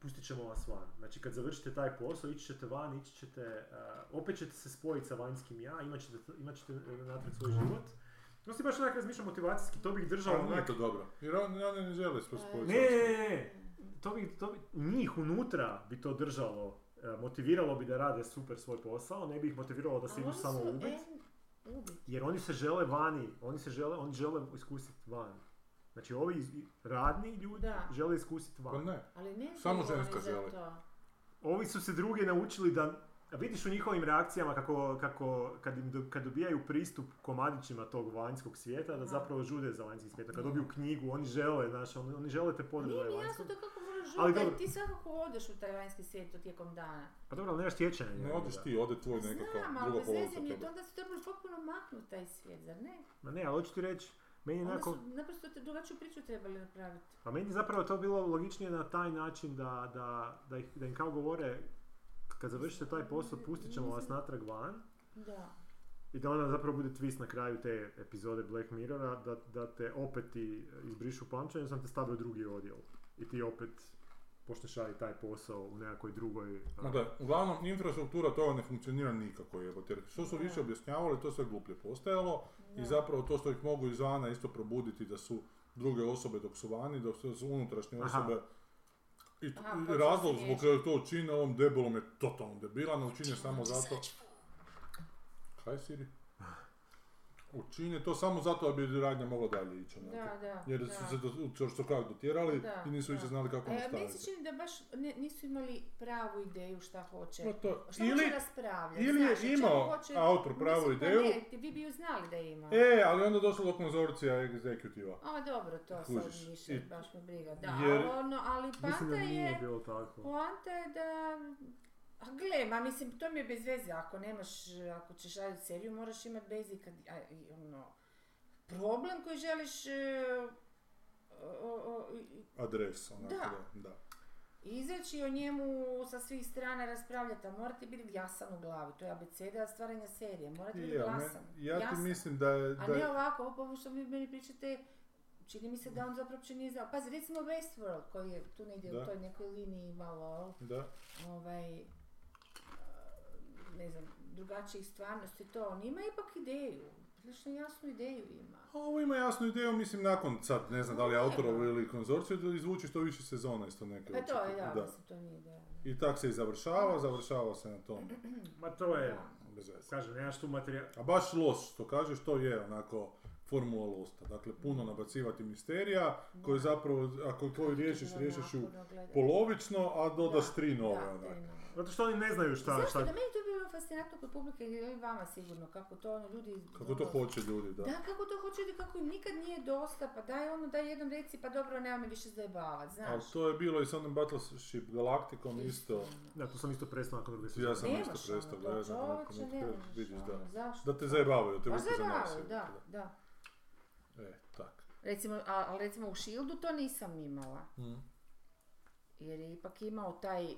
Speaker 2: pustit ćemo vas van. Znači kad završite taj posao, ići ćete van, ići ćete, eh, opet ćete se spojiti sa vanjskim ja, imat ćete, imat ćete eh, natrag svoj život. Prosti baš onak razmišljam motivacijski, to bih držao
Speaker 1: Ali Mhm. Pa nije
Speaker 2: onak...
Speaker 1: to dobro. Jer oni oni ne žele sve spojiti.
Speaker 2: Ne, ne, ne, to bi, to bi, njih unutra bi to držalo, eh, motiviralo bi da rade super svoj posao, ne bi ih motiviralo da se idu
Speaker 3: да
Speaker 2: samo ubiti. Jer oni se žele vani, oni se žele, oni žele iskusiti van. Znači ovi iz- i- radni ljudi
Speaker 3: Da.
Speaker 2: žele iskusiti
Speaker 1: Pa
Speaker 2: van.
Speaker 1: ne.
Speaker 3: Ali ne
Speaker 1: Samo
Speaker 3: znaju oni
Speaker 1: ženska
Speaker 3: za
Speaker 1: želi.
Speaker 3: to.
Speaker 2: Ovi su se drugi naučili da, a vidiš u njihovim reakcijama kako, kako kad, im do- kad dobijaju pristup komadićima tog vanjskog svijeta, da
Speaker 3: Da.
Speaker 2: zapravo žude za vanjski svijet. Kad
Speaker 1: Da.
Speaker 2: dobiju knjigu, oni žele, znaš, oni, oni žele te
Speaker 3: Nije
Speaker 2: podržaje
Speaker 3: mi jasno
Speaker 2: vanjskog.
Speaker 3: to kako moraš
Speaker 2: Ali
Speaker 3: žuta,
Speaker 2: dobro.
Speaker 3: ti svakako odeš u taj vanjski svijet to tijekom dana.
Speaker 2: Pa dobro, ali nemaš tječanja.
Speaker 1: Ne
Speaker 2: jebote,
Speaker 1: odeš
Speaker 2: da.
Speaker 1: ti, ode
Speaker 3: Па
Speaker 1: tvoj nekakav
Speaker 3: Pa Znam, ali
Speaker 1: druga
Speaker 3: bez
Speaker 1: polovica
Speaker 3: veze mi je to,
Speaker 1: tebe.
Speaker 3: onda su trebali potpuno maknuti taj svijet, zar ne?
Speaker 2: Ma ne, ali hoću ti reći, meni je
Speaker 3: Onda
Speaker 2: nekako...
Speaker 3: su naprosto te drugačiju priču trebali napraviti.
Speaker 2: Pa meni je zapravo to bilo logičnije na taj način da, da, da, ih, da im kao govore kad završite taj posao pustit ćemo vas natrag van
Speaker 3: Da.
Speaker 2: i da ona zapravo bude twist na kraju te epizode Black Mirrora da, da te opet ti izbrišu pamćenje sam te stavio u drugi odjel i ti opet počneš raditi taj posao u nekakvoj drugoj... a,
Speaker 3: Pa.
Speaker 1: Ma da, Dakle, uglavnom, infrastruktura toga ne funkcionira nikako, jebote. Jer što su
Speaker 3: Da.
Speaker 1: više objašnjavali, to sve gluplje postajalo. I zapravo to što ih mogu izvana isto probuditi da su druge osobe dok su vani, dok su su unutrašnje
Speaker 2: Aha.
Speaker 1: osobe. I t-
Speaker 3: Aha,
Speaker 1: i
Speaker 3: to će
Speaker 1: razlog
Speaker 3: se
Speaker 1: zbog kojeg to čine ovom debelom je totalno debilan, učinje
Speaker 3: ono
Speaker 1: samo zato... Kaj Siri? Učinje to samo zato da bi radnja mogla dalje ići onako.
Speaker 3: Da, da.
Speaker 1: Jer
Speaker 3: da.
Speaker 1: su se do, u Čorsokak dotjerali
Speaker 3: Da,
Speaker 1: i nisu
Speaker 3: da.
Speaker 1: više znali kako
Speaker 3: E, meni se
Speaker 1: nastaviti.
Speaker 3: čini da baš ne- nisu imali pravu ideju šta hoće.
Speaker 1: Pa to-
Speaker 3: Šta
Speaker 1: Ili,
Speaker 3: hoće raspravljati,
Speaker 1: ili je
Speaker 3: znaš, o čemu
Speaker 1: imao
Speaker 3: hoće-
Speaker 1: autor pravu
Speaker 3: Mislim, pa
Speaker 1: ideju,
Speaker 3: ne, ti- vi bi ju znali da ima.
Speaker 1: e, ali onda je došlo do konzorcija egzekutiva.
Speaker 3: A dobro, to
Speaker 1: Kužiš,
Speaker 3: sad više,
Speaker 1: i-
Speaker 3: baš me briga. Da,
Speaker 1: jer-
Speaker 3: ali ono, ali
Speaker 2: Mislim da
Speaker 3: poanta
Speaker 2: nije
Speaker 3: je,
Speaker 2: bilo tako.
Speaker 3: poanta je da... A gle, ma mislim, to mi je bez veze, ako nemaš, ako ćeš raditi seriju, moraš imati basic, a, i ono, problem koji želiš e, o- o- i-
Speaker 1: Adres, onako
Speaker 3: Da.
Speaker 1: da. da.
Speaker 3: izaći i o njemu sa svih strana raspravljati, a morate biti jasan u glavi, to je abeceda stvaranja serije, morate biti
Speaker 1: Je, ali
Speaker 3: glasan,
Speaker 1: ja
Speaker 3: jasan.
Speaker 1: ti mislim da je...
Speaker 3: A
Speaker 1: da je-
Speaker 3: ne ovako, ovo ovo što vi meni pričate, čini mi se da on zapravo uopće nije znao. Pazi, recimo Westworld koji je tu negdje
Speaker 1: Da.
Speaker 3: u toj nekoj liniji malo,
Speaker 1: Da.
Speaker 3: ovaj, eh, ne znam, drugačijih stvarnosti to. On ima ipak ideju, prilično jasnu ideju ima.
Speaker 1: A Ovo ima jasnu ideju, mislim, nakon sad, ne znam da li je autorovo ili konzorciju, da izvuči što više sezona isto neke.
Speaker 3: Pa to je,
Speaker 1: očito.
Speaker 3: da, mislim, to nije ideja.
Speaker 1: I tak se i završava, završava se na tom,
Speaker 2: Ma to je,
Speaker 1: bez veze.
Speaker 2: kažem, nemaš tu materijal...
Speaker 1: A baš los, što kažeš, to je onako formula losta. Dakle, puno nabacivati misterija, koje zapravo, ako koju riješiš,
Speaker 3: Bilo
Speaker 1: riješiš ju
Speaker 3: naporno gledati.
Speaker 1: polovično, a dodaš
Speaker 3: Da,
Speaker 1: tri
Speaker 3: Da,
Speaker 1: nove,
Speaker 3: tri
Speaker 1: onak.
Speaker 3: nove.
Speaker 2: Zato što oni ne znaju šta...
Speaker 3: Zašto?
Speaker 2: šta...
Speaker 3: Da meni to bilo fascinantno kod publike ili vama sigurno, kako to ono ljudi...
Speaker 1: Kako to
Speaker 3: ono,
Speaker 1: hoće ljudi, da.
Speaker 3: Da, kako to hoću reći, kako im nikad nije dosta, pa daj ono, daj jednom reci, pa dobro, nema me više zajebavat,
Speaker 1: Ali
Speaker 3: znaš.
Speaker 1: to je bilo i s onim Battleship Galacticom isto.
Speaker 2: Da, tu sam isto prestao nakon druge
Speaker 1: Ja
Speaker 2: sezone.
Speaker 1: sam
Speaker 3: Nemaš
Speaker 1: isto
Speaker 3: ono
Speaker 1: prestao
Speaker 3: to,
Speaker 1: gledati. onako,
Speaker 3: čovječe,
Speaker 1: kad
Speaker 3: nemaš
Speaker 1: Vidiš
Speaker 3: ono,
Speaker 1: da.
Speaker 3: zašto?
Speaker 1: Da te zajebavaju, te
Speaker 3: Pa
Speaker 1: vuku za
Speaker 3: zajebavaju,
Speaker 1: nos,
Speaker 3: da,
Speaker 1: jebote,
Speaker 3: da.
Speaker 1: da. E, tak.
Speaker 3: Recimo, a- ali recimo u Shieldu to nisam imala. Jer je ipak imao taj, e,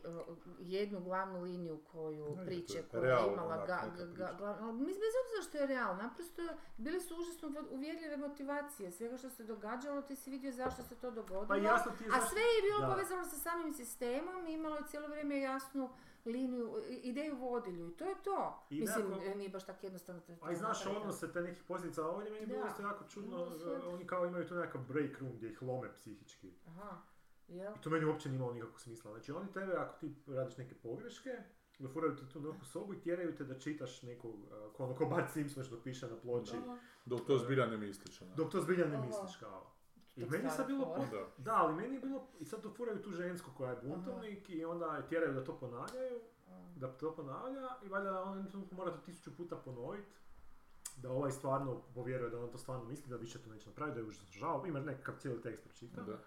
Speaker 3: jednu glavnu liniju koju
Speaker 1: Da, je, to
Speaker 3: priče,
Speaker 1: je
Speaker 3: koja je
Speaker 1: realna
Speaker 3: imala
Speaker 1: onak
Speaker 3: ga,
Speaker 1: neka
Speaker 3: ga-
Speaker 1: priča.
Speaker 3: glavna- ali mislim, bez obzira što je realno, naprosto bile su užasno vo- uvjerljive motivacije, svega što se događalo, ti si vidio zašto se to dogodilo.
Speaker 2: Pa jasno ti je
Speaker 3: A
Speaker 2: zašto-
Speaker 3: sve je bilo
Speaker 2: Da.
Speaker 3: povezano sa samim sistemom i imalo je cijelo vrijeme jasnu liniju, i- ideju vodilju i to je to.
Speaker 2: I
Speaker 3: Mislim,
Speaker 2: nekako-
Speaker 3: e, nije baš tako jednostavno. to-
Speaker 2: A i
Speaker 3: to
Speaker 2: znaš ono
Speaker 3: napraviti.
Speaker 2: odnose te nekih posljedica, a ovdje meni je bilo
Speaker 3: Da.
Speaker 2: isto jako čudno,
Speaker 3: Ono sve-
Speaker 2: e, oni kao imaju tu nekakav break room gdje ih lome psihički.
Speaker 3: Aha, jel?
Speaker 2: I to meni uopće nije imalo nikakvog smisla. Znači oni tebe, ako ti radiš neke pogreške, dofuraju te tu u neku sobu i tjeraju te da čitaš neku, e, ko ono ko Bart Simpson što piše na ploči.
Speaker 3: Aha.
Speaker 1: Dok to zbilja ne misliš. ono. onak.
Speaker 2: Dok to zbilja ne
Speaker 3: Aha.
Speaker 2: misliš kao. I
Speaker 3: Tak
Speaker 2: meni je sad
Speaker 3: stara
Speaker 2: bilo
Speaker 3: fora.
Speaker 1: Da.
Speaker 2: Da, ali meni je bilo, i sad dofuraju tu žensku koja je buntovnik i onda je tjeraju da to ponavljaju, da to ponavlja i valjda on u jednom trenutku mora to tisuću puta ponoviti da ovaj stvarno povjeruje da on to stvarno misli, da više to neće napraviti, da je užasno žao, ima nekakav cijeli tekst pročita.
Speaker 1: Da.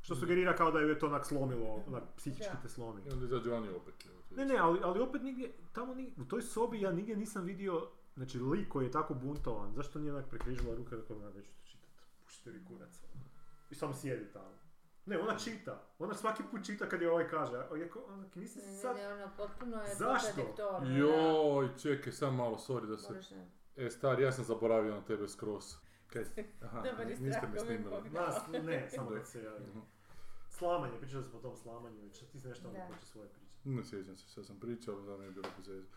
Speaker 2: Što sugerira kao da ju je to onak slomilo, onak psihički
Speaker 3: Da.
Speaker 2: te slomi.
Speaker 1: I onda izađe vani opet. jebote.
Speaker 2: Ne, ne, ali, ali opet nigdje, tamo nigdje, u toj sobi ja nigdje nisam vidio, znači lik koji je tako buntovan, zašto nije onak prekrižila ruke i rekao, "Ma, neću to čitati, pušite vi kurac. ono. I samo sjedi tamo. Ne, ona čita, ona svaki put čita kad je ovaj kaže, a jako, onak, nisi
Speaker 3: Ne, ne,
Speaker 2: sad...
Speaker 3: ne, ono, potpuno je
Speaker 2: Zašto?
Speaker 3: kontradiktorno, da.
Speaker 1: Joj, čekaj, sam malo, sorry da se...
Speaker 3: Moraš ne-
Speaker 1: E, stari, ja sam zaboravio na tebe skroz. Kaj? Aha,
Speaker 3: Dobar je
Speaker 1: niste me
Speaker 3: strah, ovaj
Speaker 1: snimili.
Speaker 3: Bog.
Speaker 2: Nas, ne, samo
Speaker 1: Da.
Speaker 2: kad se javi.
Speaker 1: Mhm.
Speaker 2: Slamanje, pričali smo o tom slamanju, već ti si nešto
Speaker 3: Da.
Speaker 2: ono svoje priče.
Speaker 1: Ne sjećam se što sam pričao, da mi je bilo bez veze.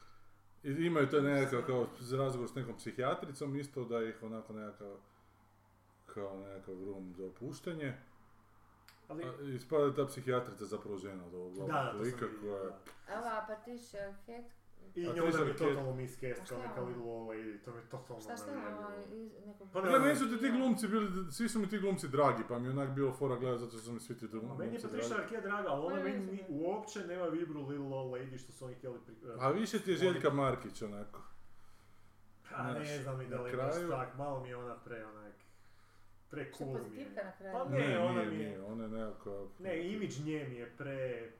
Speaker 1: I imaju to nekakav kao razgovor s nekom psihijatricom, isto da ih onako nekakav kao nekakav room za opuštanje.
Speaker 2: Ali,
Speaker 1: A, Ispada da je ta psihijatrica zapravo žena od ovog
Speaker 2: da,
Speaker 1: glavnog
Speaker 2: da, to sam
Speaker 1: lika
Speaker 2: vidio,
Speaker 1: koja...
Speaker 2: da.
Speaker 3: A pa Ova Patricia Head,
Speaker 2: I
Speaker 1: A
Speaker 2: njoj
Speaker 1: Trisha
Speaker 2: nam je
Speaker 1: Kid-
Speaker 2: totalno miscast,
Speaker 3: A šta
Speaker 2: kao
Speaker 3: je
Speaker 2: neka
Speaker 3: ona?
Speaker 2: Little Lady, to mi je totalno
Speaker 3: šta ste
Speaker 2: navijalo.
Speaker 3: ono, iz nekog...
Speaker 2: Pa
Speaker 1: Gle, meni su ti ti glumci bili, svi su mi ti glumci dragi, pa mi je onak bilo fora gledat zato što su mi svi ti
Speaker 2: Ma,
Speaker 1: glumci
Speaker 2: Meni je Patricia
Speaker 1: dragi.
Speaker 2: Arquette draga, ali ona
Speaker 3: Ne,
Speaker 2: meni
Speaker 3: ne,
Speaker 2: ni-
Speaker 3: ne.
Speaker 2: uopće nema vibru Little Old Lady što su oni htjeli pri...
Speaker 1: A više ti je Željka Markić onako.
Speaker 2: Pa ne
Speaker 1: znaš,
Speaker 2: znam i da
Speaker 1: na
Speaker 2: li je baš
Speaker 1: kraju-
Speaker 2: tak, malo mi je ona pre onak... Pre
Speaker 3: Što
Speaker 2: cool mi je.
Speaker 3: pozitivka na kraju.
Speaker 2: Pa ne,
Speaker 1: Ne,
Speaker 2: ona
Speaker 1: nije,
Speaker 2: mi je...
Speaker 1: nije, ona je nekako...
Speaker 2: Ne, imidž nje mi je pre...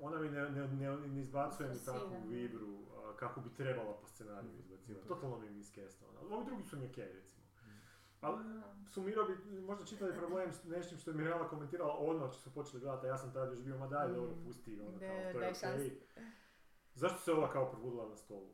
Speaker 2: Ona mi ne, ne, ne, ne izbacuje mi
Speaker 3: Forsirana.
Speaker 2: takvu vibru a, kako bi trebala po
Speaker 3: Mhm.
Speaker 2: scenariju izbacivati.
Speaker 1: Da.
Speaker 2: Totalno mi je miskesta ona. Ali Ovi drugi su mi okej, recimo. Ali sumirao bi možda čitali problem s nečim što je Mirela komentirala odmah što su počeli gledati, a ja sam tad još bio, ma daj,
Speaker 3: Mm.
Speaker 2: dobro, pusti, ono,
Speaker 3: Da,
Speaker 2: kao, to je
Speaker 3: daj
Speaker 2: okej.
Speaker 3: šansu.
Speaker 2: Zašto se ova kao probudila na stolu?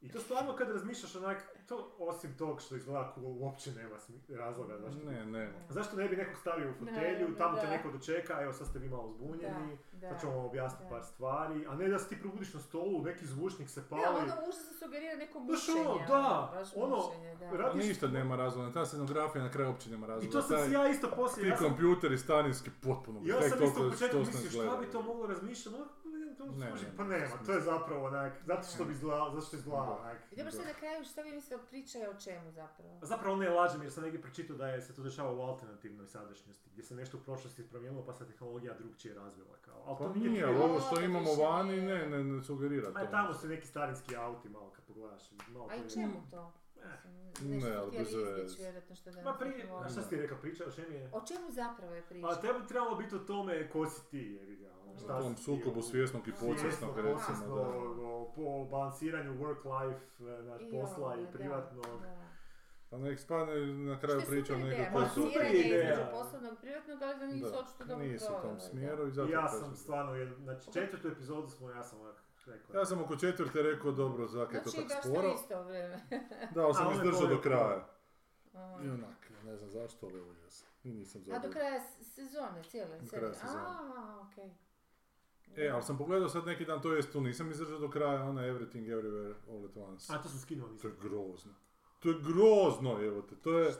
Speaker 2: I to stvarno kad razmišljaš onak, to osim tog što izgleda cool, uopće nema smi- razloga zašto bi
Speaker 1: Ne, ne.
Speaker 2: Zašto ne bi nekog stavio u fotelju,
Speaker 3: Naravno,
Speaker 2: tamo te
Speaker 3: da.
Speaker 2: neko dočeka, evo sad ste vi malo zbunjeni,
Speaker 3: Da,
Speaker 2: sad pa ćemo vam objasniti
Speaker 3: da.
Speaker 2: par stvari, a ne da se ti probudiš na stolu, neki zvučnik se
Speaker 3: Ne,
Speaker 2: pali.
Speaker 3: ono užasno sugerira neko
Speaker 2: Znaš,
Speaker 3: mučenje.
Speaker 2: ono, da,
Speaker 3: baš
Speaker 2: ono,
Speaker 3: mučenje, da.
Speaker 1: Pa
Speaker 2: Radiš-
Speaker 1: Ništa nema razloga, ta scenografija na kraju uopće nema razloga.
Speaker 2: I to sam
Speaker 1: taj-
Speaker 2: si ja isto poslije,
Speaker 1: Ti
Speaker 2: ja sam,
Speaker 1: kompjuteri staninski potpuno.
Speaker 2: ja
Speaker 1: tek
Speaker 2: sam
Speaker 1: toliko
Speaker 2: isto u
Speaker 1: da
Speaker 2: početku
Speaker 1: što sam
Speaker 2: mislio šta
Speaker 1: izgledao.
Speaker 2: bi to moglo razmišljati, ono, ne, to
Speaker 1: Ne,
Speaker 2: služi,
Speaker 1: ne,
Speaker 2: pa
Speaker 1: ne,
Speaker 2: nema,
Speaker 1: ne.
Speaker 2: to je zapravo onak, zato što bi izgledalo, zato što je izgledalo
Speaker 1: Da.
Speaker 2: onak.
Speaker 3: I dobro što je na kraju, što vi mislite, priča je o čemu zapravo?
Speaker 2: Zapravo ne lažem jer sam negdje pročitao da je se to dešava u alternativnoj sadašnjosti, gdje se nešto u prošlosti promijenilo pa se tehnologija drugčije razvila kao. Ali
Speaker 1: Pa
Speaker 2: to
Speaker 1: nije,
Speaker 2: krivo.
Speaker 1: ali ovo što
Speaker 3: Ovo
Speaker 1: imamo
Speaker 3: više
Speaker 1: vani
Speaker 3: nije.
Speaker 1: ne, ne, ne sugerira
Speaker 2: Ma
Speaker 1: to.
Speaker 2: tamo su neki starinski auti malo kad pogledaš. Malo
Speaker 3: A i
Speaker 2: to-
Speaker 3: čemu to?
Speaker 2: Eh,
Speaker 3: Mislim,
Speaker 1: Ne,
Speaker 3: Nešto
Speaker 1: ali
Speaker 3: su
Speaker 1: bez
Speaker 3: htjeli
Speaker 1: veze.
Speaker 3: izbjeći, vjerojatno što da
Speaker 2: Ma prije, a šta si ti rekao, priča o čemu je?
Speaker 3: O čemu zapravo je priča?
Speaker 2: A tebi bi trebalo biti o tome ko si ti, jebi ga. ono,
Speaker 1: U
Speaker 2: šta
Speaker 1: tom
Speaker 2: si ti,
Speaker 1: sukobu
Speaker 2: ono,
Speaker 1: svjesnog i
Speaker 3: Svjesno,
Speaker 1: podsvjesnog
Speaker 2: svjesno,
Speaker 1: recimo,
Speaker 2: podsvjesno,
Speaker 1: da.
Speaker 2: o- Po balansiranju work-life, e, znaš, posla
Speaker 3: ovoga,
Speaker 2: i
Speaker 3: ono, da,
Speaker 2: privatnog.
Speaker 3: da.
Speaker 1: Pa nek spadne na kraju
Speaker 3: Što je
Speaker 1: priča o
Speaker 3: super ideja,
Speaker 1: nekoj
Speaker 2: Pa
Speaker 1: koji
Speaker 2: super
Speaker 1: su...
Speaker 3: balansiranje
Speaker 2: ideja.
Speaker 3: između poslovnog i privatnog, ali da nisu očito
Speaker 1: Da,
Speaker 3: dobro
Speaker 1: nisu u tom
Speaker 3: proveli, da.
Speaker 1: smjeru i
Speaker 2: I
Speaker 1: zato
Speaker 2: ja
Speaker 1: kažem.
Speaker 2: sam stvarno, jed- znači četvrtu epizodu smo, ja sam ovak rekao.
Speaker 1: Ja sam oko četvrte rekao, dobro, zak je to
Speaker 3: Znači,
Speaker 1: tako
Speaker 3: baš to
Speaker 1: sporo.
Speaker 3: isto vrijeme.
Speaker 1: Da, ali sam
Speaker 2: A, ono je
Speaker 1: izdržao do
Speaker 2: bolje.
Speaker 1: kraja.
Speaker 3: A.
Speaker 1: I onak, ne znam zašto, ali evo jesam. I nisam
Speaker 3: A do
Speaker 1: zadovoljan.
Speaker 3: kraja s- sezone, cijele
Speaker 1: Do
Speaker 3: serije?
Speaker 1: kraja sezone.
Speaker 3: A, okej.
Speaker 1: E, ali sam pogledao sad neki dan, to jest tu nisam izdržao do kraja, ona Everything Everywhere All at Once.
Speaker 2: A to sam skinuo,
Speaker 1: To je
Speaker 2: nisam.
Speaker 1: grozno. To je grozno, evo te. To je...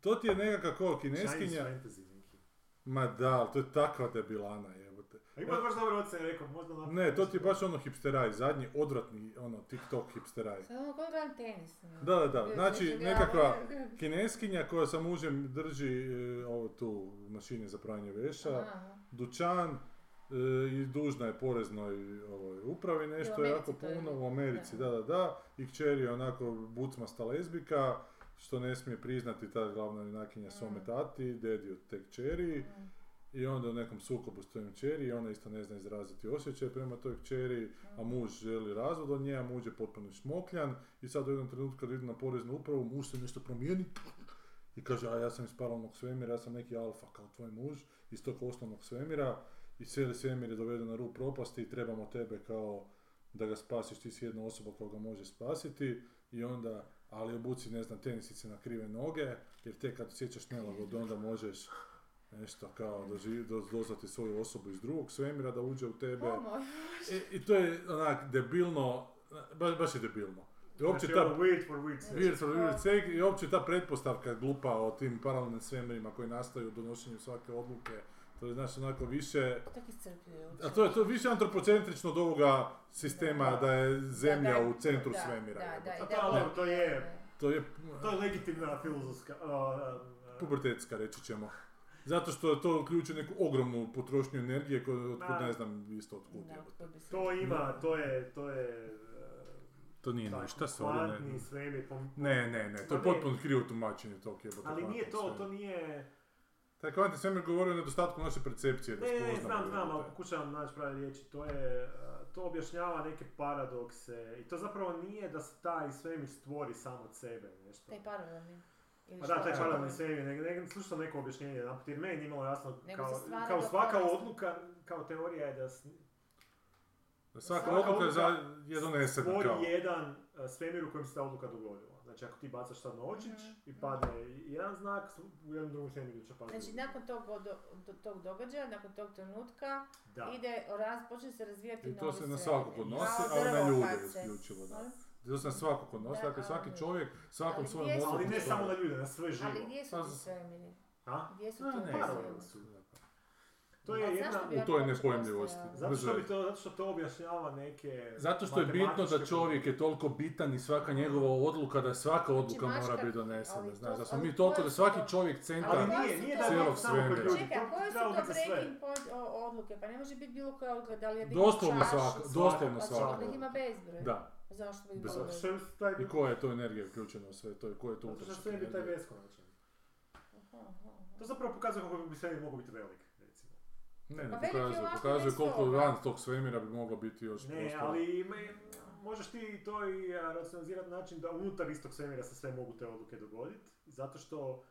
Speaker 1: To ti je nekakva kao
Speaker 2: Chinese
Speaker 1: kineskinja.
Speaker 2: fantasy neki.
Speaker 1: Ma da, ali to je takva debilana, evo te.
Speaker 2: A ima baš dobar ocen, rekao, možda napravim
Speaker 1: Ne, to ti je
Speaker 2: nešto.
Speaker 1: baš ono hipsteraj, zadnji odvratni ono TikTok hipsteraj.
Speaker 3: Sad ono kao gledam tenis. ono.
Speaker 1: Da, da, da.
Speaker 3: Gledam
Speaker 1: Znači,
Speaker 3: nečega,
Speaker 1: nekakva
Speaker 3: ono-
Speaker 1: kineskinja koja sa mužem drži e, ovo tu mašine za pranje veša,
Speaker 3: Aha.
Speaker 1: dućan e, i dužna je poreznoj ovoj, upravi nešto
Speaker 3: Americi
Speaker 1: jako
Speaker 3: to je,
Speaker 1: puno u Americi, da, da, da. I kćer je onako bucmasta lezbika, što ne smije priznati ta glavna junakinja svome
Speaker 3: Mm.
Speaker 1: tati, dedi od te kćeri.
Speaker 3: Mm,
Speaker 1: I onda u nekom sukobu s tvojim kćeri i ona isto ne zna izraziti osjećaj prema toj kćeri, a muž želi razvod od nje, a muž je potpuno šmokljan i sad u jednom trenutku kad idu na poreznu upravu, muž se nešto promijeni i kaže, a ja sam iz paralelnog svemira, ja sam neki alfa kao tvoj muž iz tog osnovnog svemira i cijeli svemir je doveden na rub propasti i trebamo tebe kao da ga spasiš, ti si jedna osoba koja ga može spasiti i onda, ali obuci, ne znam, tenisice na krive noge, jer te kad osjećaš nelagodu, onda možeš nešto kao doživ, do, dozvati svoju osobu iz drugog svemira da uđe u tebe.
Speaker 3: O moj.
Speaker 1: I, i to je onak debilno, baš, baš je debilno. I uopće
Speaker 2: Znači,
Speaker 1: ta
Speaker 2: ono, weird for weird sex.
Speaker 1: Weird for weird sake i uopće ta pretpostavka glupa o tim paralelnim svemirima koji nastaju u donošenju svake odluke, to je znači onako više,
Speaker 3: Tako iscrpljujuće.
Speaker 1: a to je to je više antropocentrično od ovoga sistema
Speaker 2: Da.
Speaker 1: da je zemlja
Speaker 3: Da, da,
Speaker 1: u centru
Speaker 3: da,
Speaker 1: svemira.
Speaker 3: Da, da,
Speaker 1: jebote.
Speaker 3: i
Speaker 2: A to,
Speaker 3: da
Speaker 2: ali,
Speaker 3: ono-
Speaker 2: to je-
Speaker 1: To je
Speaker 2: To je legitimna filozofska... a, a, a,
Speaker 1: pubertetska reći ćemo. Zato što to uključuje neku ogromnu potrošnju energije koju otkud
Speaker 2: Da.
Speaker 1: ne znam isto otkud
Speaker 3: Da,
Speaker 1: jebote.
Speaker 3: to bi se-
Speaker 2: To ima, to je, to je...
Speaker 1: To nije
Speaker 2: Tako,
Speaker 1: ništa, sorry,
Speaker 2: kvantni
Speaker 1: ne.
Speaker 2: svemir, pom-
Speaker 1: Ne, ne, ne, to je
Speaker 2: Ma ne.
Speaker 1: potpuno krivo tumačenje tog jebote.
Speaker 2: Ali nije to,
Speaker 1: kvantnog
Speaker 2: to
Speaker 1: svemira.
Speaker 2: nije...
Speaker 1: Taj kvantni svemir govori o nedostatku naše percepcije da
Speaker 2: Ne, ne, ne,
Speaker 1: spoznamo,
Speaker 2: znam, znam, ali
Speaker 1: jebote.
Speaker 2: pokušavam naći prave riječi. To je, a, to objašnjava neke paradokse i to zapravo nije da se taj svemir stvori sam od sebe, nešto.
Speaker 3: Taj paralelni. Ili
Speaker 2: Pa da,
Speaker 3: šta
Speaker 2: taj
Speaker 3: je?
Speaker 2: paralelni svemir, ne, ne, slušao sam neko objašnjenje jedanput, jer meni nije imalo jasno,
Speaker 3: Nego
Speaker 2: kao,
Speaker 3: se stvara
Speaker 2: kao
Speaker 3: dok
Speaker 2: svaka
Speaker 3: ono-
Speaker 2: odluka, kao teorija je da s-
Speaker 1: Svaka odluka je za- je donesena
Speaker 2: Stvori
Speaker 1: kao.
Speaker 2: jedan e, svemir u kojem se ta odluka dogodila. Znači ako ti bacaš sad na očić
Speaker 3: Mhm.
Speaker 2: i padne jedan znak, u jednom drugom svemiru će padati.
Speaker 3: Znači, nakon tog, od- do- tog događaja, nakon tog trenutka,
Speaker 2: Da.
Speaker 3: ide, raz, počne se razvijati
Speaker 1: I to se na
Speaker 3: sve.
Speaker 1: svakog odnosi,
Speaker 3: Kao
Speaker 1: ali na
Speaker 3: drvo
Speaker 1: ljude
Speaker 3: kad se-
Speaker 1: isključivo, da.
Speaker 3: Molim?
Speaker 1: To se na svakog odnosi,
Speaker 3: Da,
Speaker 1: dakle svaki
Speaker 3: ali-
Speaker 1: čovjek, svakom
Speaker 3: ali
Speaker 1: svojom
Speaker 3: gdje su-
Speaker 1: odlukom.
Speaker 2: Ali ne
Speaker 3: Dobro.
Speaker 2: samo na ljude, na sve živo.
Speaker 3: Ali gdje su
Speaker 1: Pa
Speaker 3: ti
Speaker 1: z-
Speaker 3: svemiri?
Speaker 2: A?
Speaker 3: Gdje su
Speaker 1: A,
Speaker 3: ti
Speaker 1: ne,
Speaker 2: paralelno
Speaker 3: paralelni?
Speaker 2: Pa, su. To je
Speaker 3: A
Speaker 2: jedna...
Speaker 3: zašto bi ja
Speaker 1: U toj
Speaker 3: to
Speaker 1: nepojmljivosti.
Speaker 3: postojala?
Speaker 2: Zato što,
Speaker 1: Brzo je.
Speaker 2: bi to, zato što to objašnjava neke...
Speaker 1: Zato što je bitno da
Speaker 2: matematičke-
Speaker 1: čovjek je toliko bitan i svaka njegova odluka, da svaka odluka mora
Speaker 3: Znači, maška-
Speaker 1: biti donesena.
Speaker 3: ali
Speaker 1: Znaš, da
Speaker 3: to-
Speaker 1: smo
Speaker 3: ali
Speaker 1: mi toliko
Speaker 3: koje
Speaker 1: da
Speaker 3: su
Speaker 1: svaki
Speaker 3: to-
Speaker 1: čovjek
Speaker 2: Ali
Speaker 1: centar.
Speaker 3: koji
Speaker 2: nije,
Speaker 3: su
Speaker 2: nije
Speaker 3: to-
Speaker 2: da je
Speaker 1: Cijelog
Speaker 2: samo kod
Speaker 1: svemira.
Speaker 2: ljudi.
Speaker 3: Čekaj, a
Speaker 2: to
Speaker 3: koje su
Speaker 2: trebalo
Speaker 3: to
Speaker 2: biti za sve.
Speaker 3: breaking point o- odluke? Pa ne može biti bilo koja odluka, da li je bilo
Speaker 1: Doslovno
Speaker 3: čašu,
Speaker 1: svaka,
Speaker 3: sve.
Speaker 1: doslovno
Speaker 3: Pa
Speaker 1: svaka.
Speaker 3: čak ih ima bezbroj.
Speaker 1: Da.
Speaker 3: Zašto bi
Speaker 1: Bez-
Speaker 3: bilo
Speaker 2: Zato
Speaker 3: bezbroj?
Speaker 2: što je taj...
Speaker 1: I koja je to energija uključena u sve to i koja je to
Speaker 2: Zato što
Speaker 1: utrošak
Speaker 2: sve bi taj
Speaker 1: energije?
Speaker 2: beskonačan.
Speaker 3: Aha, aha, aha.
Speaker 2: To zapravo pokazuje koliko bi svemir mogao biti velik, recimo.
Speaker 1: Ne, ne
Speaker 3: Pa veliki je
Speaker 1: pokazuje,
Speaker 3: ovako
Speaker 1: pokazuje
Speaker 3: bez
Speaker 1: koliko
Speaker 3: toga.
Speaker 1: van tog svemira bi moglo biti još
Speaker 2: Ne,
Speaker 1: prostora.
Speaker 2: ali ima, možeš ti to i a, racionalizirati na način da unutar istog svemira se sve mogu te odluke dogoditi, zato što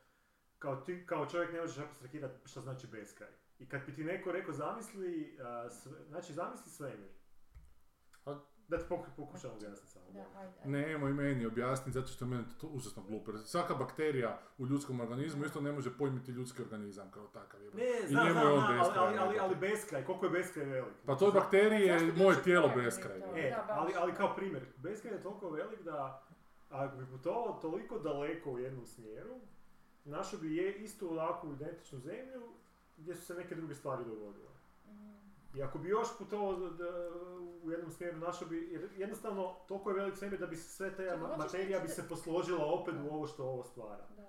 Speaker 2: kao, ti, kao čovjek ne možeš apstrahirati što znači beskraj. I kad bi ti neko rekao zamisli, a, sve- znači zamisli svemir.
Speaker 1: A-
Speaker 2: Da ti poku- pokušam objasniti samo.
Speaker 3: Da, ajde, ajde.
Speaker 1: Nemoj meni objasniti, zato što je meni to užasno glupo. jer Svaka bakterija u ljudskom organizmu isto ne može pojmiti ljudski organizam kao takav. jebote.
Speaker 2: Ne,
Speaker 1: I
Speaker 2: znam,
Speaker 1: njemu
Speaker 2: znam,
Speaker 1: je on
Speaker 2: znam, ali,
Speaker 1: beskrajan,
Speaker 2: ali, ali,
Speaker 1: jebote.
Speaker 2: ali beskraj, koliko je beskraj velik.
Speaker 1: Pa toj
Speaker 2: Zato-
Speaker 1: bakteriji
Speaker 3: Zašto
Speaker 1: je
Speaker 3: bi
Speaker 1: moje
Speaker 3: uopće
Speaker 1: tijelo
Speaker 3: pojmili
Speaker 1: beskrajno.
Speaker 3: to?
Speaker 2: E,
Speaker 3: Da, baš.
Speaker 2: ali, ali kao primjer, beskraj je toliko velik da ako bi putovao toliko daleko u jednom smjeru, našao bi je istu ovakvu identičnu zemlju gdje su se neke druge stvari dogodile.
Speaker 3: Mhm.
Speaker 2: I ako bi još putovao d- d- u jednom smjeru, našao bi, jer jednostavno toliko je velik svemir da bi se sve te
Speaker 3: Čekaj,
Speaker 2: ma-
Speaker 3: hoćeš
Speaker 2: materija bi
Speaker 3: reći da-
Speaker 2: se posložila opet u ovo što ovo stvara.
Speaker 3: Da.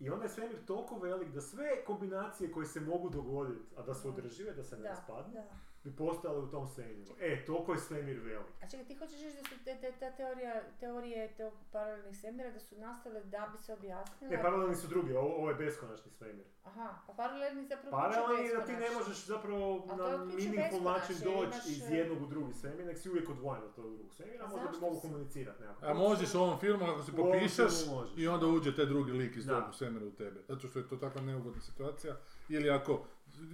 Speaker 2: I onda je svemir toliko velik da sve kombinacije koje se mogu dogoditi, a da su održive, da se ne
Speaker 3: Da,
Speaker 2: raspadne,
Speaker 3: da.
Speaker 2: bi postojale u tom svemiru. E, toliko je svemir velik.
Speaker 3: A čekaj, ti hoćeš reći da su te, te, ta teorija, teorije tog paralelnih svemira da su nastale da bi se objasnile?
Speaker 2: Ne, E, paralelni su drugi, ovo, ovo je beskonačni svemir.
Speaker 3: Aha, a paralelni zapravo
Speaker 2: Paralelni je
Speaker 3: uključuje
Speaker 2: da ti ne
Speaker 3: beskonačno.
Speaker 2: možeš zapravo
Speaker 3: A Mhm, to
Speaker 2: na
Speaker 3: je uključuje
Speaker 2: meaningful način
Speaker 3: beskonačno, jer
Speaker 2: doći iz
Speaker 3: imaš, e,
Speaker 2: jednog u drugi svemir, nek si uvijek odvojen od tog drugog svemira,
Speaker 3: A
Speaker 2: možda bi
Speaker 3: zašto
Speaker 2: mogu
Speaker 3: si?
Speaker 2: komunicirati nekako.
Speaker 1: A možeš u ovom filmu ako se
Speaker 2: U ovom
Speaker 1: popišeš
Speaker 2: filmu možeš.
Speaker 1: i onda uđe taj drugi lik iz
Speaker 2: Da.
Speaker 1: tog svemira u tebe. Zato što je to takva neugodna situacija. Ili ako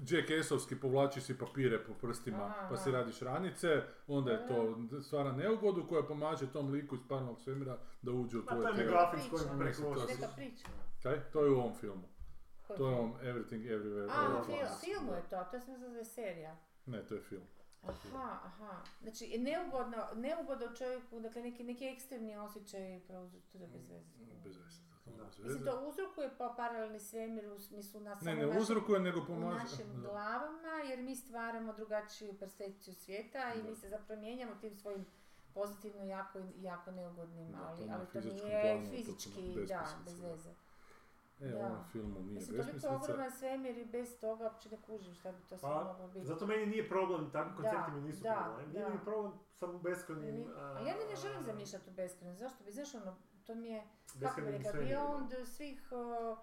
Speaker 1: Jack-esovski povlačiš si papire po prstima
Speaker 3: Aha,
Speaker 1: pa si
Speaker 3: aha.
Speaker 1: radiš ranice, onda je to stvara neugodu koja pomaže tom liku iz paralelnog svemira da uđe u
Speaker 2: A to
Speaker 1: tvoje
Speaker 2: je
Speaker 1: tijelo.
Speaker 2: megafin s
Speaker 3: Priča.
Speaker 2: kojim
Speaker 1: Ne,
Speaker 2: preko
Speaker 1: to je-
Speaker 3: Neka priča.
Speaker 1: Kaj? To je u ovom filmu.
Speaker 3: Koji
Speaker 1: To je u
Speaker 3: film?
Speaker 1: ovom Everything Everywhere.
Speaker 3: A,
Speaker 1: All
Speaker 3: na
Speaker 1: at
Speaker 3: fil,
Speaker 1: Once.
Speaker 3: filmu je to, a to sam mislila da je serija.
Speaker 1: Ne, to je film.
Speaker 3: Aha, aha. Znači, je neugodno, neugodno čovjeku, dakle neki, neki ekstremni osjećaj prouzrokuje bez veze.
Speaker 1: Mm, Bez veze.
Speaker 2: Da.
Speaker 1: Bez
Speaker 3: Mislim,
Speaker 1: veze.
Speaker 3: to uzrokuje pa paralelni svemir u smislu na
Speaker 1: Ne,
Speaker 3: samom
Speaker 1: ne
Speaker 3: našem-
Speaker 1: uzrokuje, nego
Speaker 3: u
Speaker 1: pomaže.
Speaker 3: našim
Speaker 1: Da.
Speaker 3: glavama, jer mi stvaramo drugačiju percepciju svijeta i
Speaker 1: Da.
Speaker 3: mi se zapravo mijenjamo tim svojim pozitivno jako, jako neugodnim,
Speaker 1: Da, to
Speaker 3: ali,
Speaker 1: na
Speaker 3: ali to
Speaker 1: fizičkom
Speaker 3: nije
Speaker 1: planu je
Speaker 3: fizički,
Speaker 1: potpuno
Speaker 3: da,
Speaker 1: besmislica,
Speaker 3: bez
Speaker 1: da.
Speaker 3: veze.
Speaker 1: E, u
Speaker 3: Da.
Speaker 1: ovom filmu nije
Speaker 3: Mislim, toliko
Speaker 1: besmislica.
Speaker 3: ogroman svemir i bez toga uopće ne kužim šta bi to sve
Speaker 2: Pa,
Speaker 3: moglo biti.
Speaker 2: Zato meni nije problem, takvi
Speaker 3: Da,
Speaker 2: koncepti mi nisu
Speaker 3: da,
Speaker 2: problem. Nije
Speaker 3: da.
Speaker 2: mi problem samo beskonim...
Speaker 3: Ni- A ja ne, ne želim zamišljati u beskrajnost, zašto bi, znaš ono, to mi je, kako bi
Speaker 2: beskonim
Speaker 3: rekla,
Speaker 2: svemirima.
Speaker 3: beyond svih o,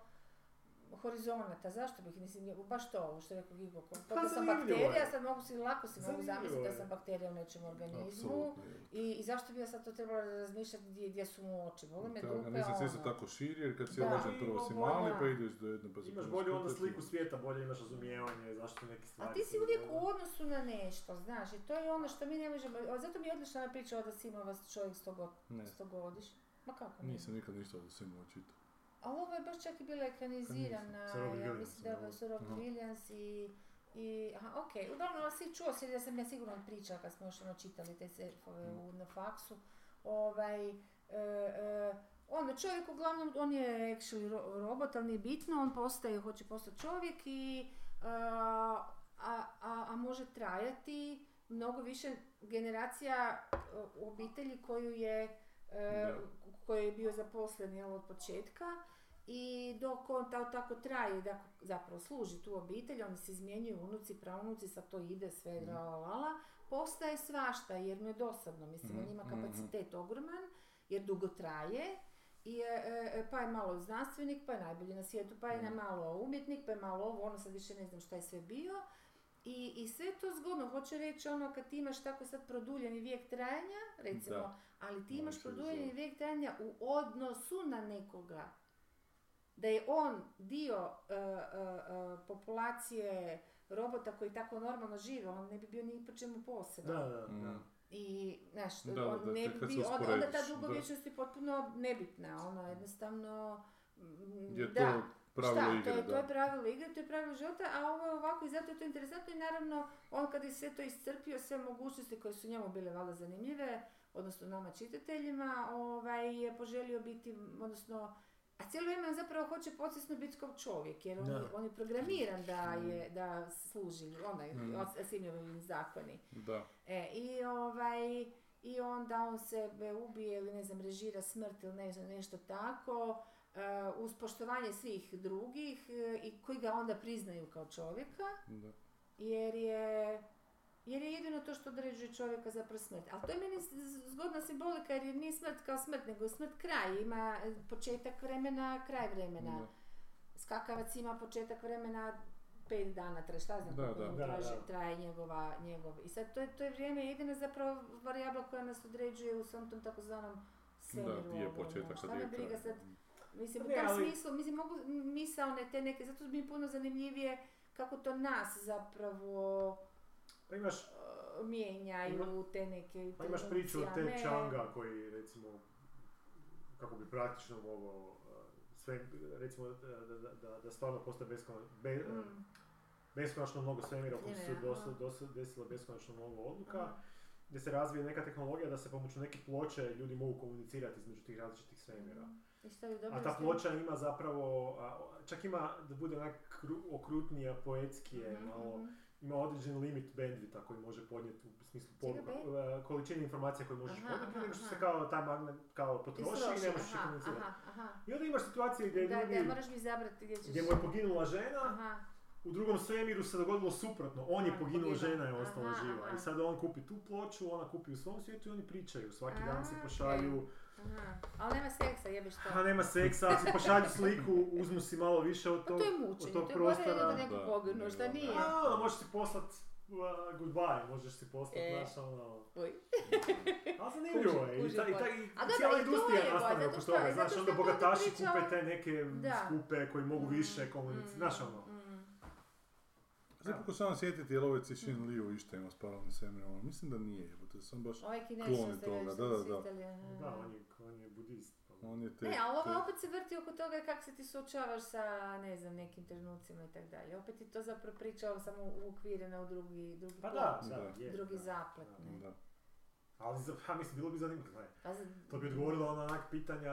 Speaker 3: horizonata, zašto bih, mislim, je- baš to, ovo što je rekao Gigo, ko-
Speaker 2: Pa,
Speaker 3: ko da sam
Speaker 2: zanimljivo je.
Speaker 3: bakterija, sad mogu si, lako si mogu
Speaker 2: Zanimljivo
Speaker 3: zamisliti da
Speaker 2: je.
Speaker 3: sam bakterija u nečem organizmu,
Speaker 1: Apsolutno. je.
Speaker 3: i, i zašto bi ja sad to trebala razmišljati gdje, gdje su mu oči, boga me
Speaker 1: Taj
Speaker 3: dupe,
Speaker 1: organizam se isto
Speaker 3: ono.
Speaker 1: tako širi, jer kad si
Speaker 3: Da. ja.
Speaker 1: rođen prvo si
Speaker 2: Ima
Speaker 1: mali,
Speaker 3: bolja-
Speaker 1: pa ideš do jedne, pa si
Speaker 2: Imaš
Speaker 1: puno
Speaker 2: bolju onda
Speaker 1: skuplji.
Speaker 2: sliku svijeta, bolje imaš razumijevanje zašto neke stvari...
Speaker 3: A ti si
Speaker 2: se
Speaker 3: uvijek
Speaker 2: događaju.
Speaker 3: u odnosu na nešto, znaš, i to je ono što mi ne možemo, o, zato mi je odlična ona priča o da Simova čovjek stogo-
Speaker 1: Ne,
Speaker 3: stogodiš. Ma kako ne?
Speaker 1: nisam nikad ništa od svima očitao.
Speaker 3: A ovo je baš čak i bila ekranizirana,
Speaker 2: Sa Robin
Speaker 3: ja
Speaker 2: Williamsom,
Speaker 3: mislim da je
Speaker 1: jel?
Speaker 3: su Robin
Speaker 1: Aha.
Speaker 3: Williams i... i aha, okej, uglavnom, ali si čuo si da sam ja sigurno pričala kad smo još ono čitali te sefove u, na faksu, ovaj, e, e, ono, čovjek uglavnom, on je actually ro- robot, ali nije bitno, on postaje, hoće postati čovjek i, e, a, a, a može trajati mnogo više generacija e, u obitelji koju je, e,
Speaker 1: Da.
Speaker 3: u- koji je bio zaposlen jel, od početka i dok on ta- tako traje, da zapravo služi tu obitelj, oni se izmjenjuju unuci, praunuci, sad to ide sve,
Speaker 1: Mhm.
Speaker 3: la, la, la, la, postaje svašta jer mu je dosadno, mislim, on
Speaker 1: Mhm,
Speaker 3: ima
Speaker 1: mhm.
Speaker 3: kapacitet ogroman jer dugo traje, i, e, e, pa je malo znanstvenik, pa je najbolji na svijetu, pa je
Speaker 1: Mhm.
Speaker 3: malo umjetnik, pa je malo ovo, ono sad više ne znam šta je sve bio. I, I sve to zgodno, hoće reći ono kad ti imaš tako sad produljeni vijek trajanja, recimo,
Speaker 1: Da.
Speaker 3: ali ti
Speaker 1: Malo
Speaker 3: imaš
Speaker 1: više
Speaker 3: produljeni
Speaker 1: vizualno.
Speaker 3: vijek trajanja u odnosu na nekoga. Da je on dio e, e, e, populacije robota koji tako normalno žive, on ne bi bio ni po čemu poseban.
Speaker 2: Da, da, da.
Speaker 1: Mm.
Speaker 3: I, znaš,
Speaker 1: Da,
Speaker 3: on
Speaker 1: da,
Speaker 3: ne
Speaker 1: kad
Speaker 3: bi
Speaker 1: se
Speaker 3: bio, on- onda ta
Speaker 1: usporediš, da.
Speaker 3: dugovječnost je potpuno nebitna, ono, jednostavno, mm,
Speaker 1: Je
Speaker 3: da.
Speaker 1: to pravilo
Speaker 3: Šta,
Speaker 1: igre,
Speaker 3: to, je, to
Speaker 1: da.
Speaker 3: je pravilo igre, to je pravilo života, a ovo je ovako i zato je to interesantno i naravno on kad je sve to iscrpio, sve mogućnosti koje su njemu bile valjda zanimljive, odnosno nama čitateljima, ovaj, je poželio biti, odnosno, a cijelo vrijeme on zapravo hoće podsjesno biti kao čovjek, jer on,
Speaker 2: Da.
Speaker 3: je, on je programiran da je, da služi, onaj,
Speaker 1: Mm.
Speaker 3: mm. Asimiliovi zakoni.
Speaker 1: Da.
Speaker 3: E, i ovaj, i onda on sebe ubije ili ne znam, režira smrt ili ne znam, nešto tako, e, uz poštovanje svih drugih e, i koji ga onda priznaju kao čovjeka,
Speaker 1: da.
Speaker 3: jer je, jer je jedino to što određuje čovjeka zapravo smrt. Ali to je meni z- z- zgodna simbolika jer nije smrt kao smrt, nego je smrt kraj. Ima e, početak vremena, kraj vremena.
Speaker 1: Da.
Speaker 3: Skakavac ima početak vremena pet dana, traje, šta znam
Speaker 1: Da,
Speaker 3: koliko
Speaker 1: da.
Speaker 3: mu
Speaker 2: Da,
Speaker 3: traje,
Speaker 2: da.
Speaker 3: traje njegova, njegov. I sad to je, to je vrijeme jedina zapravo varijabla koja nas određuje u svom tom takozvanom svemiru.
Speaker 1: Da, di je
Speaker 3: ovom, ono.
Speaker 1: početak,
Speaker 3: Šta
Speaker 1: sad
Speaker 3: me
Speaker 1: je
Speaker 3: briga
Speaker 1: kraj.
Speaker 3: sad, mislim, u
Speaker 2: Ne,
Speaker 3: tom
Speaker 2: ali-
Speaker 3: smislu, mislim, mogu misaone te neke, zato bi mi je puno zanimljivije kako to nas zapravo
Speaker 2: Pa imaš,
Speaker 3: e, mijenjaju te neke
Speaker 2: pa imaš priču o
Speaker 3: tendencije, a
Speaker 2: Ted
Speaker 3: ne-
Speaker 2: Changa koji recimo, kako bi praktično mogao uh, sve, recimo da, da, da- da, da stvarno postoje beskonačno, be, uh,
Speaker 3: Mm,
Speaker 2: beskonačno mnogo svemira u kojem su se
Speaker 3: Svemira,
Speaker 2: dosta,
Speaker 3: aha.
Speaker 2: dosta desilo beskonačno mnogo odluka.
Speaker 3: mm.
Speaker 2: gdje se razvije neka tehnologija da se pomoću neke ploče ljudi mogu komunicirati između tih različitih svemira.
Speaker 3: I šta je Mm. dobro
Speaker 2: A ta
Speaker 3: što-
Speaker 2: ploča ima zapravo, a, o- čak ima da bude onak kru- okrutnija, poetskije,
Speaker 3: Mhm,
Speaker 2: malo,
Speaker 3: mhm.
Speaker 2: ima određen limit bandvita koji može podnijeti u smislu
Speaker 3: Čega
Speaker 2: poruka,
Speaker 3: be-
Speaker 2: e, količine informacija koje možeš
Speaker 3: Aha,
Speaker 2: podnijeti,
Speaker 3: aha,
Speaker 2: nego što se
Speaker 3: aha.
Speaker 2: kao taj magnet kao
Speaker 3: Ti
Speaker 2: potroši i
Speaker 3: sroši,
Speaker 2: ne možeš
Speaker 3: aha,
Speaker 2: komunicirati.
Speaker 3: aha, aha.
Speaker 2: I onda imaš situacije gdje
Speaker 3: Da, da,
Speaker 2: ljudi,
Speaker 3: moraš mi izabrati gdje ćeš...
Speaker 2: gdje mu je poginula žena,
Speaker 3: Aha,
Speaker 2: u drugom svemiru se dogodilo suprotno. On je
Speaker 3: Aha,
Speaker 2: poginuo,
Speaker 3: poginuo.
Speaker 2: žena je ostala
Speaker 3: Aha,
Speaker 2: živa.
Speaker 3: aha.
Speaker 2: I sad on kupi tu ploču, ona kupi u svom svijetu i oni pričaju. Svaki
Speaker 3: A,
Speaker 2: dan se
Speaker 3: okej.
Speaker 2: pošalju,
Speaker 3: aha. Ali nema seksa, jebiš to.
Speaker 2: a nema seksa, ali si pošalju sliku, uzmu si malo više od
Speaker 3: Pa
Speaker 2: tog,
Speaker 3: to je
Speaker 2: od
Speaker 3: mučenje,
Speaker 2: tog
Speaker 3: to je gore nego
Speaker 2: prostora.
Speaker 1: Da,
Speaker 3: neko poginu, šta
Speaker 1: nego-
Speaker 3: nije.
Speaker 2: A, ono, možeš si poslat uh, goodbye, možeš si poslat,
Speaker 3: E.
Speaker 2: znaš, ono...
Speaker 3: Uj.
Speaker 2: Ali zanimljivo je, i,
Speaker 3: kužim
Speaker 2: ta, i,
Speaker 3: bolje.
Speaker 2: ta,
Speaker 3: A
Speaker 2: i
Speaker 3: dobro,
Speaker 2: cijela
Speaker 3: i to je
Speaker 2: industrija
Speaker 3: bolje,
Speaker 2: nastane
Speaker 3: zato
Speaker 2: oko
Speaker 3: što-
Speaker 2: toga,
Speaker 3: zato
Speaker 2: znaš,
Speaker 3: što
Speaker 2: onda
Speaker 3: je to onda
Speaker 2: bogataši
Speaker 3: priča
Speaker 2: kupe
Speaker 3: o-
Speaker 2: te neke
Speaker 3: Da.
Speaker 2: skupe koji mogu više komunicirati,
Speaker 3: Mm,
Speaker 2: znaš, ono...
Speaker 3: mm.
Speaker 2: Ja.
Speaker 1: Sad pokušavam sjetiti je li ovaj Cixin Liu išta ima s paralelnim svemirom, mislim da nije, jebote, sam baš...
Speaker 3: Ovaj
Speaker 1: Klon
Speaker 3: kinesijan ste
Speaker 1: toga,
Speaker 3: još
Speaker 1: da, da, da.
Speaker 3: susretali, aha.
Speaker 2: Da, on je, on je budist. pa-
Speaker 1: On je te...
Speaker 3: Ne, ali
Speaker 1: te-
Speaker 3: ovo opet se vrti oko toga kako se ti suočavaš sa, ne znam, nekim trenucima i tako dalje. Opet je to zapravo priča ovo samo uokvirena u drugi, drugi
Speaker 2: Pa
Speaker 3: plan,
Speaker 2: da, da,
Speaker 1: Da.
Speaker 2: je,
Speaker 3: drugi
Speaker 2: da.
Speaker 3: zaplet.
Speaker 2: Da.
Speaker 3: ne.
Speaker 1: Da.
Speaker 2: Ali za, ja mislim, bilo bi zanimljivo. gle,
Speaker 3: Pa za-
Speaker 2: To bi odgovorilo na onak pitanja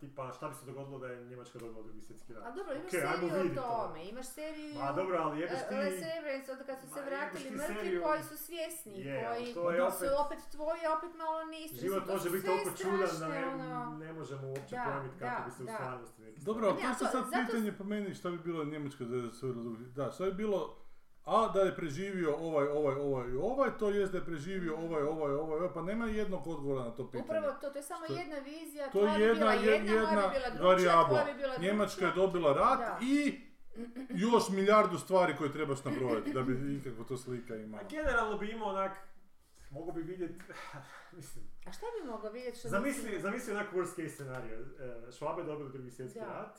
Speaker 2: tipa šta bi se dogodilo da je Njemačka dobila drugi svjetski rat.
Speaker 3: Ali dobro, imaš
Speaker 2: Okej, ajmo
Speaker 3: seriju o
Speaker 2: vidit to.
Speaker 3: tome, imaš seriju...
Speaker 2: Ma dobro,
Speaker 3: E,
Speaker 2: ali jebeš ti...
Speaker 3: Les Severance, onda kad su
Speaker 2: Ma,
Speaker 3: se
Speaker 2: jebeš
Speaker 3: vratili
Speaker 2: ti
Speaker 3: mrtvi
Speaker 2: seriju.
Speaker 3: koji su svjesni,
Speaker 2: Je, ali
Speaker 3: koji
Speaker 2: to je
Speaker 3: su
Speaker 2: opet-
Speaker 3: opet tvoji, a opet malo nisu.
Speaker 2: Život
Speaker 3: Mislim, to
Speaker 2: može
Speaker 3: su
Speaker 2: biti
Speaker 3: sve
Speaker 2: toliko čudan da
Speaker 3: strašne,
Speaker 2: ne,
Speaker 3: ono.
Speaker 2: ne možemo uopće
Speaker 3: Da,
Speaker 2: pojmiti kako
Speaker 3: da,
Speaker 2: bi se u
Speaker 3: da.
Speaker 2: stvarnosti neki
Speaker 1: Dobro, ali
Speaker 3: Ne,
Speaker 1: to je
Speaker 3: a to-
Speaker 1: sad
Speaker 3: zato-
Speaker 1: pitanje po meni šta bi bilo Njemačka da je osvojila drugi... Da, šta bi bilo... A, da je preživio ovaj, ovaj, ovaj i ovaj, to jest da je preživio ovaj, ovaj, ovaj, ovaj, pa nema jednog odgovora na to pitanje.
Speaker 3: Upravo to, to je samo
Speaker 1: Što-
Speaker 3: jedna vizija,
Speaker 1: To
Speaker 3: tvoja
Speaker 1: je
Speaker 3: bi
Speaker 1: jedna,
Speaker 3: bila
Speaker 1: je-
Speaker 3: jedna, moja
Speaker 1: jedna
Speaker 3: bi bila druga,
Speaker 1: varijabla.
Speaker 3: tvoja bi bila
Speaker 1: Njemačka je
Speaker 3: drugčija.
Speaker 1: dobila rat
Speaker 3: Da.
Speaker 1: i još milijardu stvari koje trebaš nabrojati da bi ikako to slika imala.
Speaker 2: A generalno bi imao onak, mogu bi vidjeti, mislim,
Speaker 3: A šta bi mogao vidjeti što
Speaker 2: zamisli,
Speaker 3: nisi-
Speaker 2: zamisli onak worst case scenario, e, Švabe dobili drugi svjetski
Speaker 3: Da.
Speaker 2: rat,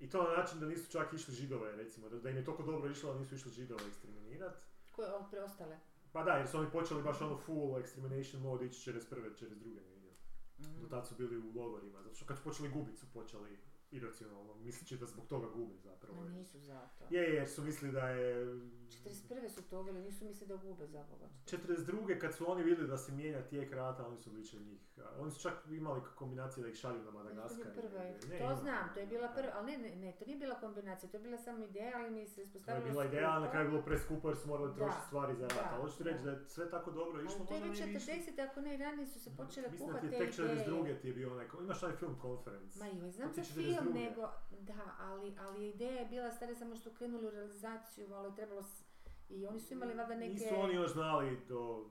Speaker 2: i to na način da nisu čak išli židove, recimo, da, da im je toliko dobro išlo da nisu išli židove ekstriminirat.
Speaker 3: Koje ovo preostale?
Speaker 2: Pa da, jer su oni počeli baš ono full extermination mode ići čez prve, čez druge, ne vidim. Do tad su bili u logorima, zato što kad su počeli gubit su počeli iracionalno, misleći da zbog toga gube zapravo.
Speaker 3: Ma nisu zato.
Speaker 2: Je, je, jer su mislili da je...
Speaker 3: 41. su to uveli, nisu mislili da gube za Boga.
Speaker 2: 42. kad su oni vidjeli da se mijenja tijek rata, oni su odličili njih. A, Oni su čak imali kombinacije da ih šalju na Madagaskar.
Speaker 3: Prva je-
Speaker 2: Pa Ne, ne,
Speaker 3: to
Speaker 2: ima.
Speaker 3: znam, to je bila prva, ali ne, ne, ne, to nije bila kombinacija, to je bila samo ideja, ali mi se
Speaker 2: To je
Speaker 3: ispostavilo...
Speaker 2: bila
Speaker 3: skupo.
Speaker 2: ideja, ali na kraju je bilo preskupo jer su morali
Speaker 3: Da.
Speaker 2: trošiti stvari za rat.
Speaker 3: Da.
Speaker 2: Ali hoću ti reći da je sve tako dobro išlo,
Speaker 3: Ali to je
Speaker 2: možda
Speaker 3: već
Speaker 2: ne bi išlo.
Speaker 3: 40, ako ne i ranije su se počele
Speaker 2: Mislim da
Speaker 3: kuhati
Speaker 2: ti je
Speaker 3: te
Speaker 2: tek
Speaker 3: ideje.
Speaker 2: 42. ti je bio onaj, imaš onaj film Conference.
Speaker 3: E. Ma joj, znam
Speaker 2: To ti
Speaker 3: za
Speaker 2: je
Speaker 3: film,
Speaker 2: 42..
Speaker 3: nego, da, ali, ali je ideja je bila stara samo što krenuli u realizaciju, ali je trebalo s- i oni su imali valjda neke...
Speaker 2: Nisu oni još znali do...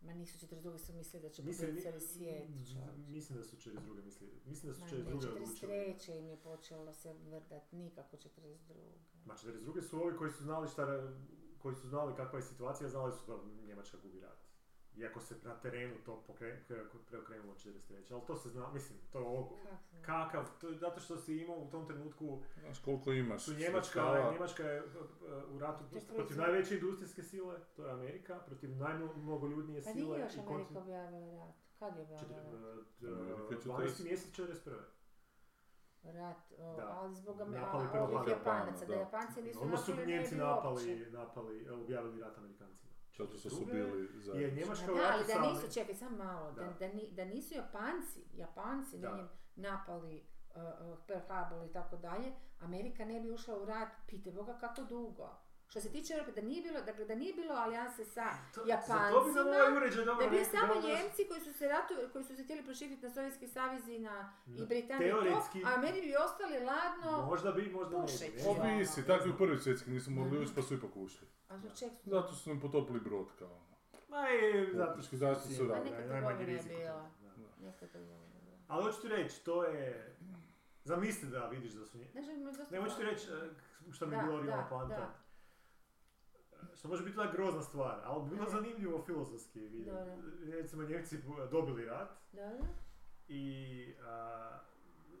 Speaker 3: Ma nisu 42. su mislili da će
Speaker 2: Mislim, Mm,
Speaker 3: pobiti cijeli svijet, čovječe.
Speaker 2: mislim da su 42. mislili. Mislim da
Speaker 3: Ma
Speaker 2: su
Speaker 3: ne,
Speaker 2: 42. odlučili.
Speaker 3: 43. im je počelo se vrdat, nikako 42.
Speaker 2: Ma 42. su ovi koji su znali šta, koji su znali kakva je situacija, znali su da Njemačka gubi rat. Iako se na terenu to pokre- pre- preokrenulo 43. Ali to se zna, mislim, to je ovo. Kakav, to je zato što si imao u tom trenutku,
Speaker 1: Znaš koliko imaš
Speaker 2: su Njemačka,
Speaker 1: sredstava?
Speaker 2: Njemačka je uh, uh, u ratu
Speaker 3: To je
Speaker 2: protiv
Speaker 3: proizvod.
Speaker 2: najveće industrijske sile, to je Amerika, protiv najmnogoljudnije
Speaker 3: Pa nije
Speaker 2: sile
Speaker 3: još
Speaker 2: i
Speaker 3: Amerika objavila rat. Kad je objavila rat?
Speaker 1: Amerika je 40.
Speaker 2: 12. mjesec 41.
Speaker 3: Rat, o,
Speaker 2: Da.
Speaker 3: ali zbog Am-
Speaker 2: Napali
Speaker 3: a-
Speaker 2: prvo
Speaker 3: ovih
Speaker 2: Japana,
Speaker 3: Japanaca, da
Speaker 1: da.
Speaker 3: Japanci nisu
Speaker 2: Onda su
Speaker 3: napravili, ne
Speaker 2: Njemci
Speaker 3: bi uopće.
Speaker 2: napali, napali, e, objavili rat Amerikancima.
Speaker 1: Zato što su
Speaker 2: 42.
Speaker 1: bili za...
Speaker 2: Jer
Speaker 3: Ma
Speaker 2: Njemačka u
Speaker 3: Da,
Speaker 2: ratu
Speaker 3: ali da
Speaker 2: sa-
Speaker 3: nisu, čekaj, samo malo, da,
Speaker 2: Da.
Speaker 3: da, ni- da nisu Japanci, Japanci
Speaker 2: Da.
Speaker 3: na njem napali uh, uh, Pearl Harbor i tako dalje, Amerika ne bi ušla u rat, pite Boga kako dugo. Što se tiče Europe, da nije bilo, dakle, da nije bilo alijanse sa
Speaker 2: To-
Speaker 3: Japancima,
Speaker 2: Za to bi nam ovaj uređaj
Speaker 3: da
Speaker 2: dobro
Speaker 3: bi
Speaker 2: rekao,
Speaker 3: samo
Speaker 2: dobro-
Speaker 3: Njemci koji su se ratu, koji su se htjeli proširiti na Sovjetski savez i na i Britaniju,
Speaker 2: teoretski-
Speaker 3: to, a meni bi ostali ladno,
Speaker 2: Možda bi, možda ne bi.
Speaker 3: Pušeći.
Speaker 2: ne znam.
Speaker 1: Ovisi, Pa takvi u prvi svjetski nisu
Speaker 3: Mhm.
Speaker 1: mogli ući pa su ipak ušli.
Speaker 3: a su ček,
Speaker 1: Zato su nam potopili brod kao ono.
Speaker 2: Ma i zato što
Speaker 1: Zato što su
Speaker 2: cijena,
Speaker 1: radili.
Speaker 3: A nekad
Speaker 2: najmanji
Speaker 3: trgovina je
Speaker 2: rizik u tome,
Speaker 3: bila.
Speaker 2: da.
Speaker 3: nekako to je bilo.
Speaker 2: Ali hoću ti reći, to je... Zamisli da vidiš da su nje...
Speaker 3: Ne želim još dosta-
Speaker 2: Ne hoću ti reći eh, što mi
Speaker 3: Da,
Speaker 2: je bilo
Speaker 3: da,
Speaker 2: originalna poanta.
Speaker 3: da.
Speaker 2: Što može biti tako grozna stvar, ali bi bilo zanimljivo filozofski vidjeti.
Speaker 3: Dobro.
Speaker 2: Recimo, Njemci dobili rat
Speaker 3: Da, da.
Speaker 2: i a,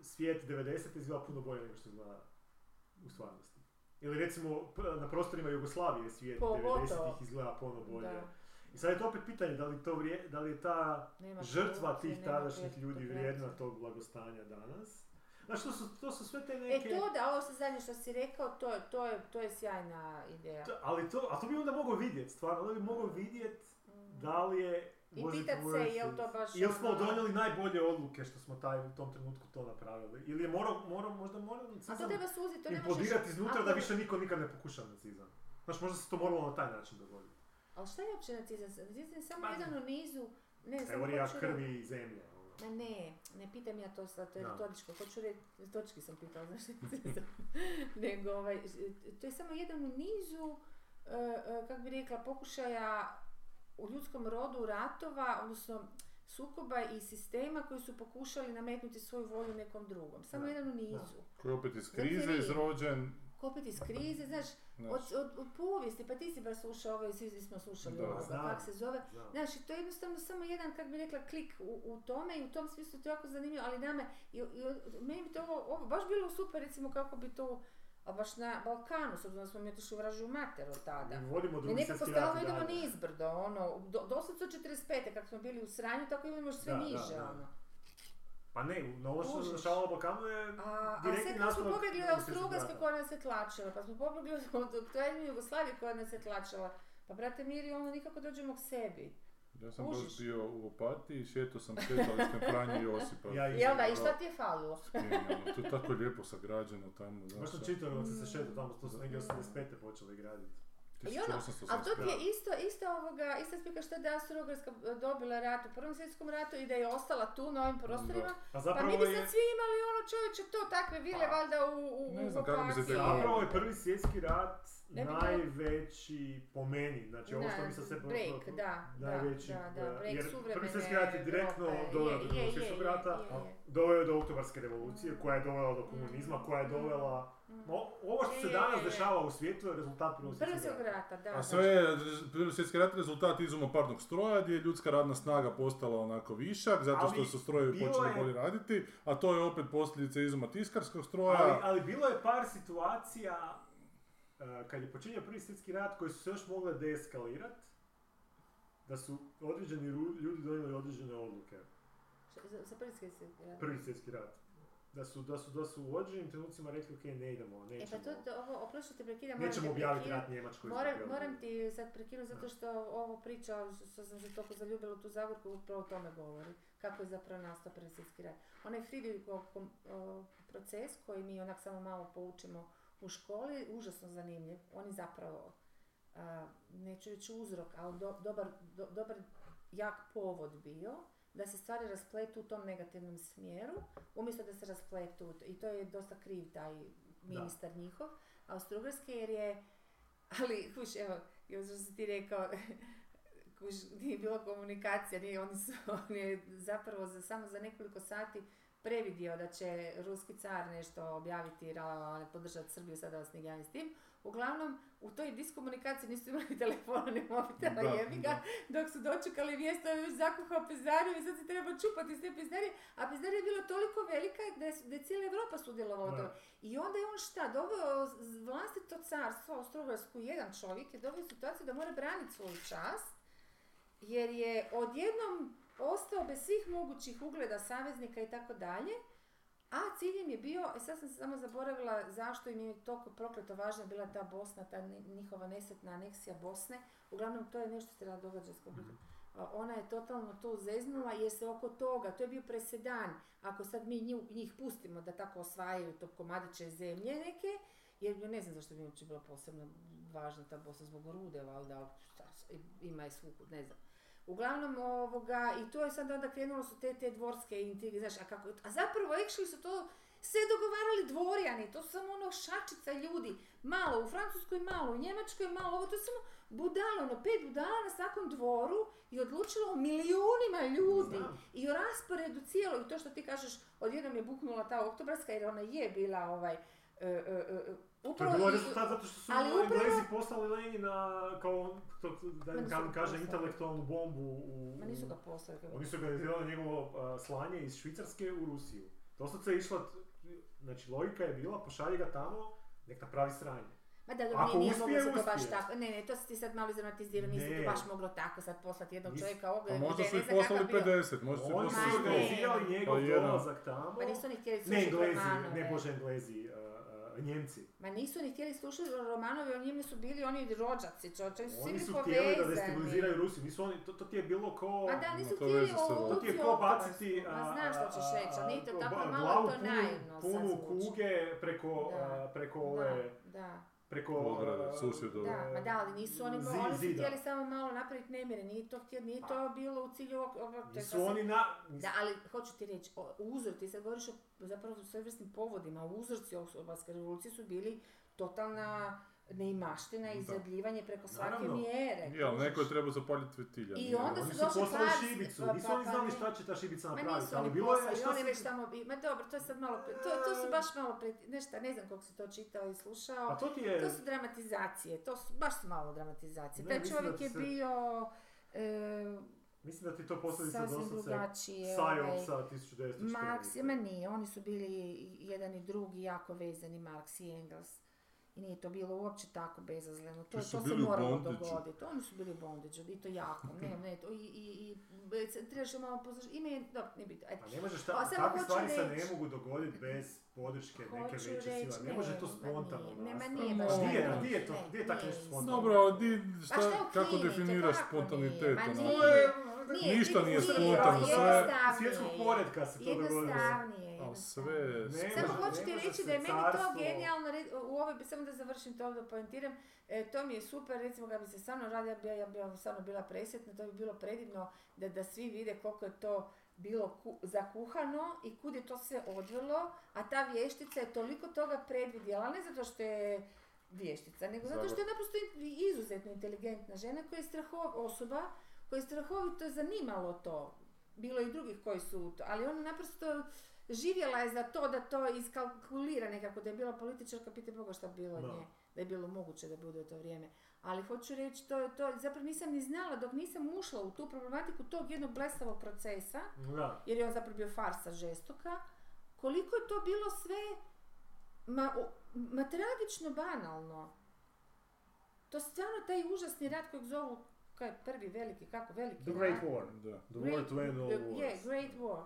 Speaker 2: svijet 90. izgleda puno bolje nego što izgleda u stvarnosti. Ili recimo p- na prostorima Jugoslavije svijet
Speaker 3: Pogotovo.
Speaker 2: 90-ih izgleda puno bolje.
Speaker 3: Da.
Speaker 2: I sad je to opet pitanje da li, to vrije, da li je ta
Speaker 3: Nema
Speaker 2: žrtva
Speaker 3: korupcije,
Speaker 2: tih
Speaker 3: nema
Speaker 2: tadašnjih ljudi
Speaker 3: korupcije.
Speaker 2: vrijedna tog blagostanja danas. Znaš, to su, to su sve te
Speaker 3: E
Speaker 2: neke...
Speaker 3: to da, ovo se zadnje što si rekao, to je, to je, to je sjajna ideja.
Speaker 2: To- ali to, a to bi onda mogao vidjeti, stvarno, onda bi mogao vidjeti
Speaker 3: Mm.
Speaker 2: da li je...
Speaker 3: I
Speaker 2: was it
Speaker 3: pitat se
Speaker 2: worth
Speaker 3: jel
Speaker 2: it?
Speaker 3: to baš
Speaker 2: Jel smo
Speaker 3: ono-
Speaker 2: donijeli najbolje odluke što smo taj, u tom trenutku to napravili? Ili je morao, morao možda morao
Speaker 3: A to
Speaker 2: nacizam
Speaker 3: treba suziti, to ne možeš...
Speaker 2: implodirati iznutra
Speaker 3: ako-
Speaker 2: da više niko nikad ne pokuša nacizam? Znaš, možda se to moralo na taj način dogoditi.
Speaker 3: Ali šta je uopće nacizam? Nacizam je samo
Speaker 2: Ma-
Speaker 3: jedan u nizu... Ne, samo
Speaker 2: Teorija
Speaker 3: hoću reći-
Speaker 2: krvi i zemlje. ono.
Speaker 3: Ma ne, ne pitam ja to sad, to je
Speaker 2: Da.
Speaker 3: retoričko, hoću reći, točki sam pitala, znaš, nego ovaj, to je samo jedan u nizu, e, e, kak bi rekla, pokušaja u ljudskom rodu ratova, odnosno sukoba i sistema koji su pokušali nametnuti svoju volju nekom drugom. Samo
Speaker 2: Da,
Speaker 3: jedan u nizu.
Speaker 1: Koji je opet iz
Speaker 3: Zato jer
Speaker 1: krize
Speaker 3: je-
Speaker 1: izrođen.
Speaker 3: Ko Opet iz krize, znaš, od,
Speaker 1: Znaš,
Speaker 3: od, od povijesti, pa ti si bar slušao ovo i svi smo slušali
Speaker 1: Da,
Speaker 3: ovoga,
Speaker 2: znam.
Speaker 3: kak se zove,
Speaker 2: Znam.
Speaker 3: Znaš, i to je jednostavno samo jedan, kako bi rekla, klik u, u tome i u tom smislu to je jako zanimljivo, ali nama, i, i, meni bi to ovo, ovo baš bilo super, recimo, kako bi to, a baš na Balkanu, s obzirom da smo mi otišli u vražju mater od tada.
Speaker 2: Mi Vodimo
Speaker 3: Ne,
Speaker 2: drugi
Speaker 3: nekako
Speaker 2: svjetski
Speaker 3: stalno
Speaker 2: rat i
Speaker 3: idemo
Speaker 2: dalje.
Speaker 3: nizbrdo, ono, do, dosad su 45. kako smo bili u sranju, tako idemo još sve
Speaker 2: Da, da,
Speaker 3: niže,
Speaker 2: da.
Speaker 3: ono.
Speaker 2: Pa ne, na ovo što se
Speaker 3: Kužiš.
Speaker 2: dešavalo na Balkanu je
Speaker 3: A, a
Speaker 2: direktni
Speaker 3: sad kad smo
Speaker 2: nastavak
Speaker 3: pobjegli od
Speaker 2: Drugog svjetskog
Speaker 3: Austro-Ugarske
Speaker 2: rata.
Speaker 3: koja nas je tlačila, pa smo pobjegli od, od, od Kraljevine Jugoslavije koja nas je tlačila, pa brate miri, ono, nikako dođemo k sebi.
Speaker 1: ja sam
Speaker 3: kužiš.
Speaker 1: baš bio u Opatiji i šetao sam šetalištem Franje Josipa.
Speaker 2: Ja i-
Speaker 3: Jel da, i šta ti je falilo?
Speaker 1: Spremljeno. To je tako lijepo sagrađeno tamo, znaš.
Speaker 2: Baš sam
Speaker 1: sa-
Speaker 2: čitao da se šeta tamo, to su
Speaker 3: Mm.
Speaker 2: negdje 85. počeli graditi.
Speaker 3: I ono,
Speaker 1: 1885.
Speaker 3: ali to ti je isto, isto ovoga, ista spika što je da je Austro-Ugarska e, dobila rat u Prvom svjetskom ratu i da je ostala tu na ovim prostorima.
Speaker 2: Pa
Speaker 3: Pa mi
Speaker 2: zapravo
Speaker 3: bi
Speaker 2: je...
Speaker 3: sad svi imali ono čovječe to, takve vile
Speaker 2: Pa,
Speaker 3: valjda u, u,
Speaker 1: ne
Speaker 3: u
Speaker 1: znam kako bi se
Speaker 3: Opatiji.
Speaker 1: te-
Speaker 2: Zapravo je prvi svjetski rat
Speaker 3: Ne bi bilo-
Speaker 2: najveći po meni, znači ovo što
Speaker 3: Da,
Speaker 2: mi se sve
Speaker 3: break, da, da,
Speaker 2: najveći,
Speaker 3: da, da, break
Speaker 2: jer
Speaker 3: suvremene
Speaker 2: prvi svjetski rat je direktno
Speaker 3: Europe,
Speaker 2: doveo
Speaker 3: je,
Speaker 2: do
Speaker 3: je,
Speaker 2: drugog
Speaker 3: je,
Speaker 2: svjetskog
Speaker 3: je,
Speaker 2: rata,
Speaker 3: je, je. Mm.
Speaker 2: doveo je do oktobarske revolucije koja je dovela do komunizma, koja je dovela... Ma, Ovo što se
Speaker 3: Je,
Speaker 2: danas
Speaker 3: je, je.
Speaker 2: dešava u svijetu je rezultat prvog
Speaker 3: Mm. Prvog
Speaker 2: svjetskog
Speaker 3: svjetskog
Speaker 2: rata.
Speaker 3: rata, da.
Speaker 1: A
Speaker 3: da.
Speaker 1: sve je prvi svjetski rat rezultat izuma parnog stroja gdje je ljudska radna snaga postala onako višak zato što
Speaker 2: Ali
Speaker 1: su strojevi
Speaker 2: bilo
Speaker 1: počeli
Speaker 2: je-
Speaker 1: bolje raditi, a to je opet posljedica izuma tiskarskog
Speaker 2: Ali,
Speaker 1: stroja.
Speaker 2: ali bilo je par situacija e, kad je počinio prvi svjetski rat koji su se još mogle deeskalirati, da su određeni ru- ljudi donijeli određene odluke.
Speaker 3: Š- znači, Za, za prvi svjetski rat.
Speaker 2: Prvi svjetski rat. Da su, da su, da su u određenim trenucima rekli, ok, ne idemo,
Speaker 3: E pa
Speaker 2: nećemo.
Speaker 3: to, to ovo, oprosti te prekidam, moram
Speaker 2: nećemo
Speaker 3: te
Speaker 2: objaviti
Speaker 3: prekinuti.
Speaker 2: rat Njemačkoj.
Speaker 3: Moram,
Speaker 2: izbog
Speaker 3: moram
Speaker 2: Belgije.
Speaker 3: ti sad prekinuti zato što ovo priča, ono što- što sam se toliko zaljubila u tu Zagorku, upravo o tome govori. Kako je zapravo nastao Prvi svjetski rat. Onaj Friedrichov kom- o, proces koji mi onak samo malo poučimo u školi, je užasno zanimljiv. On je zapravo, a, neću reći uzrok, ali do- dobar, do- dobar jak povod bio da se stvari raspletu u tom negativnom smjeru, umjesto da se raspletu, i to je dosta kriv taj ministar njihov, Austrougarski, jer je, ali, kuš, evo, i ovo što si ti rekao, kuš, nije bila komunikacija, nije, oni su, on je zapravo za, samo za nekoliko sati previdio da će ruski car nešto objaviti, ra, ra, ra, podržati Srbiju, sada vas ne gnjavim s tim, Uglavnom, u toj diskomunikaciji nisu imali telefona ni mobitela, jebi ga, dok su dočekali vijest, on je već zakuhao pizdariju i sad se treba čupati sve pizdarije, a pizdarija je bila toliko velika da je, da je cijela Evropa sudjelovala u tome. I onda je on šta, doveo z- vlastito carstvo, Austro-Ugarsku, jedan čovjek je doveo u situaciju da mora braniti svoju čast, jer je odjednom ostao bez svih mogućih ugleda saveznika i tako dalje, a cilj im je bio, e sad sam se samo zaboravila zašto im je toliko prokleto važna bila ta Bosna, ta ni- njihova nesretna aneksija Bosne, uglavnom to je nešto se treba događa s Kobitom. A Ona je totalno to zeznula jer se oko toga, to je bio presedan, ako sad mi nju- njih pustimo da tako osvajaju to komadiće zemlje neke, jer ja ne znam zašto bi uopće bila posebno važna ta Bosna zbog rude, valjda, ali šta, ima je svukud, ne znam. Uglavnom, ovoga, i to je sad onda krenulo su te, te dvorske intrige, znaš, a kako, a zapravo actually su to sve dogovarali dvorjani, to su samo ono šačica ljudi, malo u Francuskoj, malo u Njemačkoj, malo ovo, to su samo budale, ono pet budala na svakom dvoru i odlučilo o milijunima ljudi
Speaker 2: Znam.
Speaker 3: i o rasporedu cijelog, i to što ti kažeš, odjednom je buknula ta oktobarska jer ona je bila ovaj, e, e, e,
Speaker 2: To je
Speaker 3: upravo
Speaker 2: bilo
Speaker 3: i-
Speaker 2: rezultat zato što su
Speaker 3: ali
Speaker 2: Englezi
Speaker 3: upravo-
Speaker 2: poslali Lenin na, kao, to, da
Speaker 3: Ma
Speaker 2: im
Speaker 3: nisu
Speaker 2: kažem,
Speaker 3: ga
Speaker 2: kaže,
Speaker 3: poslali.
Speaker 2: intelektualnu bombu u...
Speaker 3: Ma nisu ga poslali.
Speaker 2: Oni su organizirali njegovo a, slanje iz Švicarske u Rusiju. Doslovce je išla, t- znači logika je bila, pošalji ga tamo, nek napravi sranje.
Speaker 3: Ma da, dobro,
Speaker 2: Ako
Speaker 3: nije, nije
Speaker 2: uspije,
Speaker 3: moglo se to
Speaker 2: uspije.
Speaker 3: baš tako. Ne, ne, to si ti sad malo izdramatizirao, nisi
Speaker 2: Ne.
Speaker 3: to baš moglo tako sad poslati jednog
Speaker 2: Nis-
Speaker 3: čovjeka ovoga.
Speaker 1: Pa možda
Speaker 3: ne
Speaker 1: su ih
Speaker 3: znam
Speaker 1: poslali
Speaker 3: kakav bio.
Speaker 1: 50, možda su ih
Speaker 2: Oni su
Speaker 1: poslali
Speaker 3: Ma ne.
Speaker 1: 100.
Speaker 2: organizirali njegov
Speaker 1: Pa jedan.
Speaker 2: dolazak tamo.
Speaker 3: Ma nisu ni htjeli
Speaker 2: Ne
Speaker 3: slušati
Speaker 2: Englezi,
Speaker 3: Romanove.
Speaker 2: ne bože Englezi, a, a, Njemci.
Speaker 3: Ma nisu ni htjeli slušati Romanove, oni njima su bili oni rođaci, čovječe, oni su svi
Speaker 2: Oni
Speaker 3: bili
Speaker 2: su
Speaker 3: povezani.
Speaker 2: htjeli da destabiliziraju Rusiju, nisu oni, to, to ti je bilo ko...
Speaker 3: Ma da,
Speaker 1: Ma
Speaker 3: nisu
Speaker 1: to
Speaker 3: htjeli
Speaker 1: veze sa-
Speaker 3: ovo
Speaker 2: To ti je ko baciti...
Speaker 3: Ma znaš što ćeš reći, ali nije to tako,
Speaker 2: ba-
Speaker 3: malo
Speaker 2: glavu
Speaker 3: je to
Speaker 2: punu-
Speaker 3: naivno sad
Speaker 2: Punu
Speaker 3: zvuči.
Speaker 2: kuge preko,
Speaker 3: Da.
Speaker 2: a, preko ove...
Speaker 3: Da, da.
Speaker 2: Preko...
Speaker 1: Ograde,
Speaker 2: a,
Speaker 1: susjedove.
Speaker 3: Da, ma da, ali nisu oni,
Speaker 2: Zi-
Speaker 3: oni su
Speaker 2: zida. Pa.
Speaker 3: htjeli samo malo napraviti nemire, nije to, htjeli, nije to bilo u cilju ovog... ovog- to je
Speaker 2: Nisu
Speaker 3: sasvim-
Speaker 2: oni na...
Speaker 3: Da, ali hoću ti reći, o- uzor, ti sad govoriš o zapravo svevrsnim povodima, uzorci osobanske revolucije su bili totalna neimaština i izrabljivanje preko svake
Speaker 2: Naravno.
Speaker 3: mjere.
Speaker 1: Je, ali neko je
Speaker 3: kužiš.
Speaker 1: trebao zapaljiti fitilja.
Speaker 3: I
Speaker 1: nije,
Speaker 3: onda
Speaker 1: ono.
Speaker 2: Oni
Speaker 3: su
Speaker 2: su
Speaker 3: došli
Speaker 2: poslali
Speaker 3: par-
Speaker 2: šibicu,
Speaker 3: pa-
Speaker 2: nisu
Speaker 3: pa-
Speaker 2: oni
Speaker 3: pa
Speaker 2: znali
Speaker 3: ne.
Speaker 2: šta će ta šibica
Speaker 3: Ma
Speaker 2: napraviti,
Speaker 3: nisu oni
Speaker 2: ali bilo je
Speaker 3: poslali,
Speaker 2: šta
Speaker 3: oni
Speaker 2: su-
Speaker 3: već tamo, bi- ma dobro, to je sad malo, pre- to, to su baš malo, pre, nešta, ne znam koliko si to čitao i slušao.
Speaker 2: Pa to ti je...
Speaker 3: To su dramatizacije, to su, baš su malo dramatizacije.
Speaker 2: Ne,
Speaker 3: Taj
Speaker 2: mislim da
Speaker 3: čovjek je
Speaker 2: se-
Speaker 3: bio e,
Speaker 2: Mislim da ti to posljedica
Speaker 3: sasvim
Speaker 2: doslovce
Speaker 3: drugačije. ovaj,
Speaker 2: Sajovca 1914.
Speaker 3: Marks, ma nije, oni su bili i jedan i drugi jako vezani, Marks i Engels. I nije to bilo uopće tako bezazleno. To,
Speaker 1: Ti
Speaker 3: to
Speaker 1: su
Speaker 3: se
Speaker 1: bili u
Speaker 3: moralo
Speaker 1: bondeđu.
Speaker 3: dogoditi. Oni su bili u bondeđu i to jako. Ne, ne, to, i, i, i e, trebaš je malo pozdraš. Ime je, dobro, ne bitno. Ajde.
Speaker 2: Pa ne možeš
Speaker 3: A
Speaker 2: ta,
Speaker 3: samo
Speaker 2: takve
Speaker 3: hoću
Speaker 2: stvari se ne
Speaker 3: reći-
Speaker 2: mogu dogoditi bez podrške neke
Speaker 3: Hoću
Speaker 2: veće
Speaker 3: reći,
Speaker 2: sile. Ne
Speaker 3: ne,
Speaker 2: može to
Speaker 3: ma
Speaker 2: spontano.
Speaker 3: nije, ne, ma
Speaker 2: nastati.
Speaker 3: nije
Speaker 1: baš
Speaker 2: Di je-
Speaker 1: tako.
Speaker 2: di je to?
Speaker 3: Ne,
Speaker 2: Di je takve
Speaker 3: nije
Speaker 2: spontano?
Speaker 1: Dobro, ali di, šta,
Speaker 3: Pa šta je
Speaker 1: kako
Speaker 3: ukinite,
Speaker 1: definiraš
Speaker 3: kako
Speaker 1: spontanitet?
Speaker 3: nije? Ma
Speaker 1: ono?
Speaker 3: nije.
Speaker 1: To je-
Speaker 3: Nije,
Speaker 1: ništa
Speaker 3: vidi,
Speaker 1: nije
Speaker 3: nije,
Speaker 1: spontano,
Speaker 3: ali
Speaker 1: sve...
Speaker 3: jednostavno. Jednostavnije.
Speaker 2: Svjetskog poredka se to dogodilo.
Speaker 3: Jednostavnije. je,
Speaker 1: Ali
Speaker 3: jednostavnije.
Speaker 1: sve...
Speaker 2: Ne,
Speaker 1: sve-
Speaker 3: Samo
Speaker 2: može-
Speaker 3: hoću
Speaker 2: ne
Speaker 3: ti
Speaker 2: može
Speaker 3: reći
Speaker 2: se
Speaker 3: da je meni to
Speaker 2: carstvo-
Speaker 3: genijalno, re- u ovoj, samo da završim to da poentiram, e, to mi je super, recimo kad bi se stvarno radila, ja bi, ja bi vam stvarno bila presjetna, to bi bilo predivno da, da svi vide koliko je to bilo ku- zakuhano i kud je to sve odvelo, a ta vještica je toliko toga predvidjela, ne zato što je vještica, nego zato što je naprosto in- izuzetno inteligentna žena koja je strahov, osoba koja je strahovito zanimalo to. Bilo je i drugih koji su to, ali ona naprosto živjela je za to da to iskalkulira nekako, da je bila političarka, pite Boga šta bi bilo od
Speaker 2: Da.
Speaker 3: nje, da je bilo moguće da bude u to vrijeme. Ali hoću reći, to je to, zapravo nisam ni znala dok nisam ušla u tu problematiku tog jednog blesavog procesa,
Speaker 2: Da.
Speaker 3: jer je on zapravo bio farsa žestoka, koliko je to bilo sve ma, o- ma tragično banalno. To stvarno taj užasni rat kojeg zovu, kaj je prvi veliki, kako veliki
Speaker 2: The
Speaker 3: rat?
Speaker 2: Great War.
Speaker 1: Da.
Speaker 2: The War to end all
Speaker 3: the- Je,
Speaker 2: wars.
Speaker 3: Great War.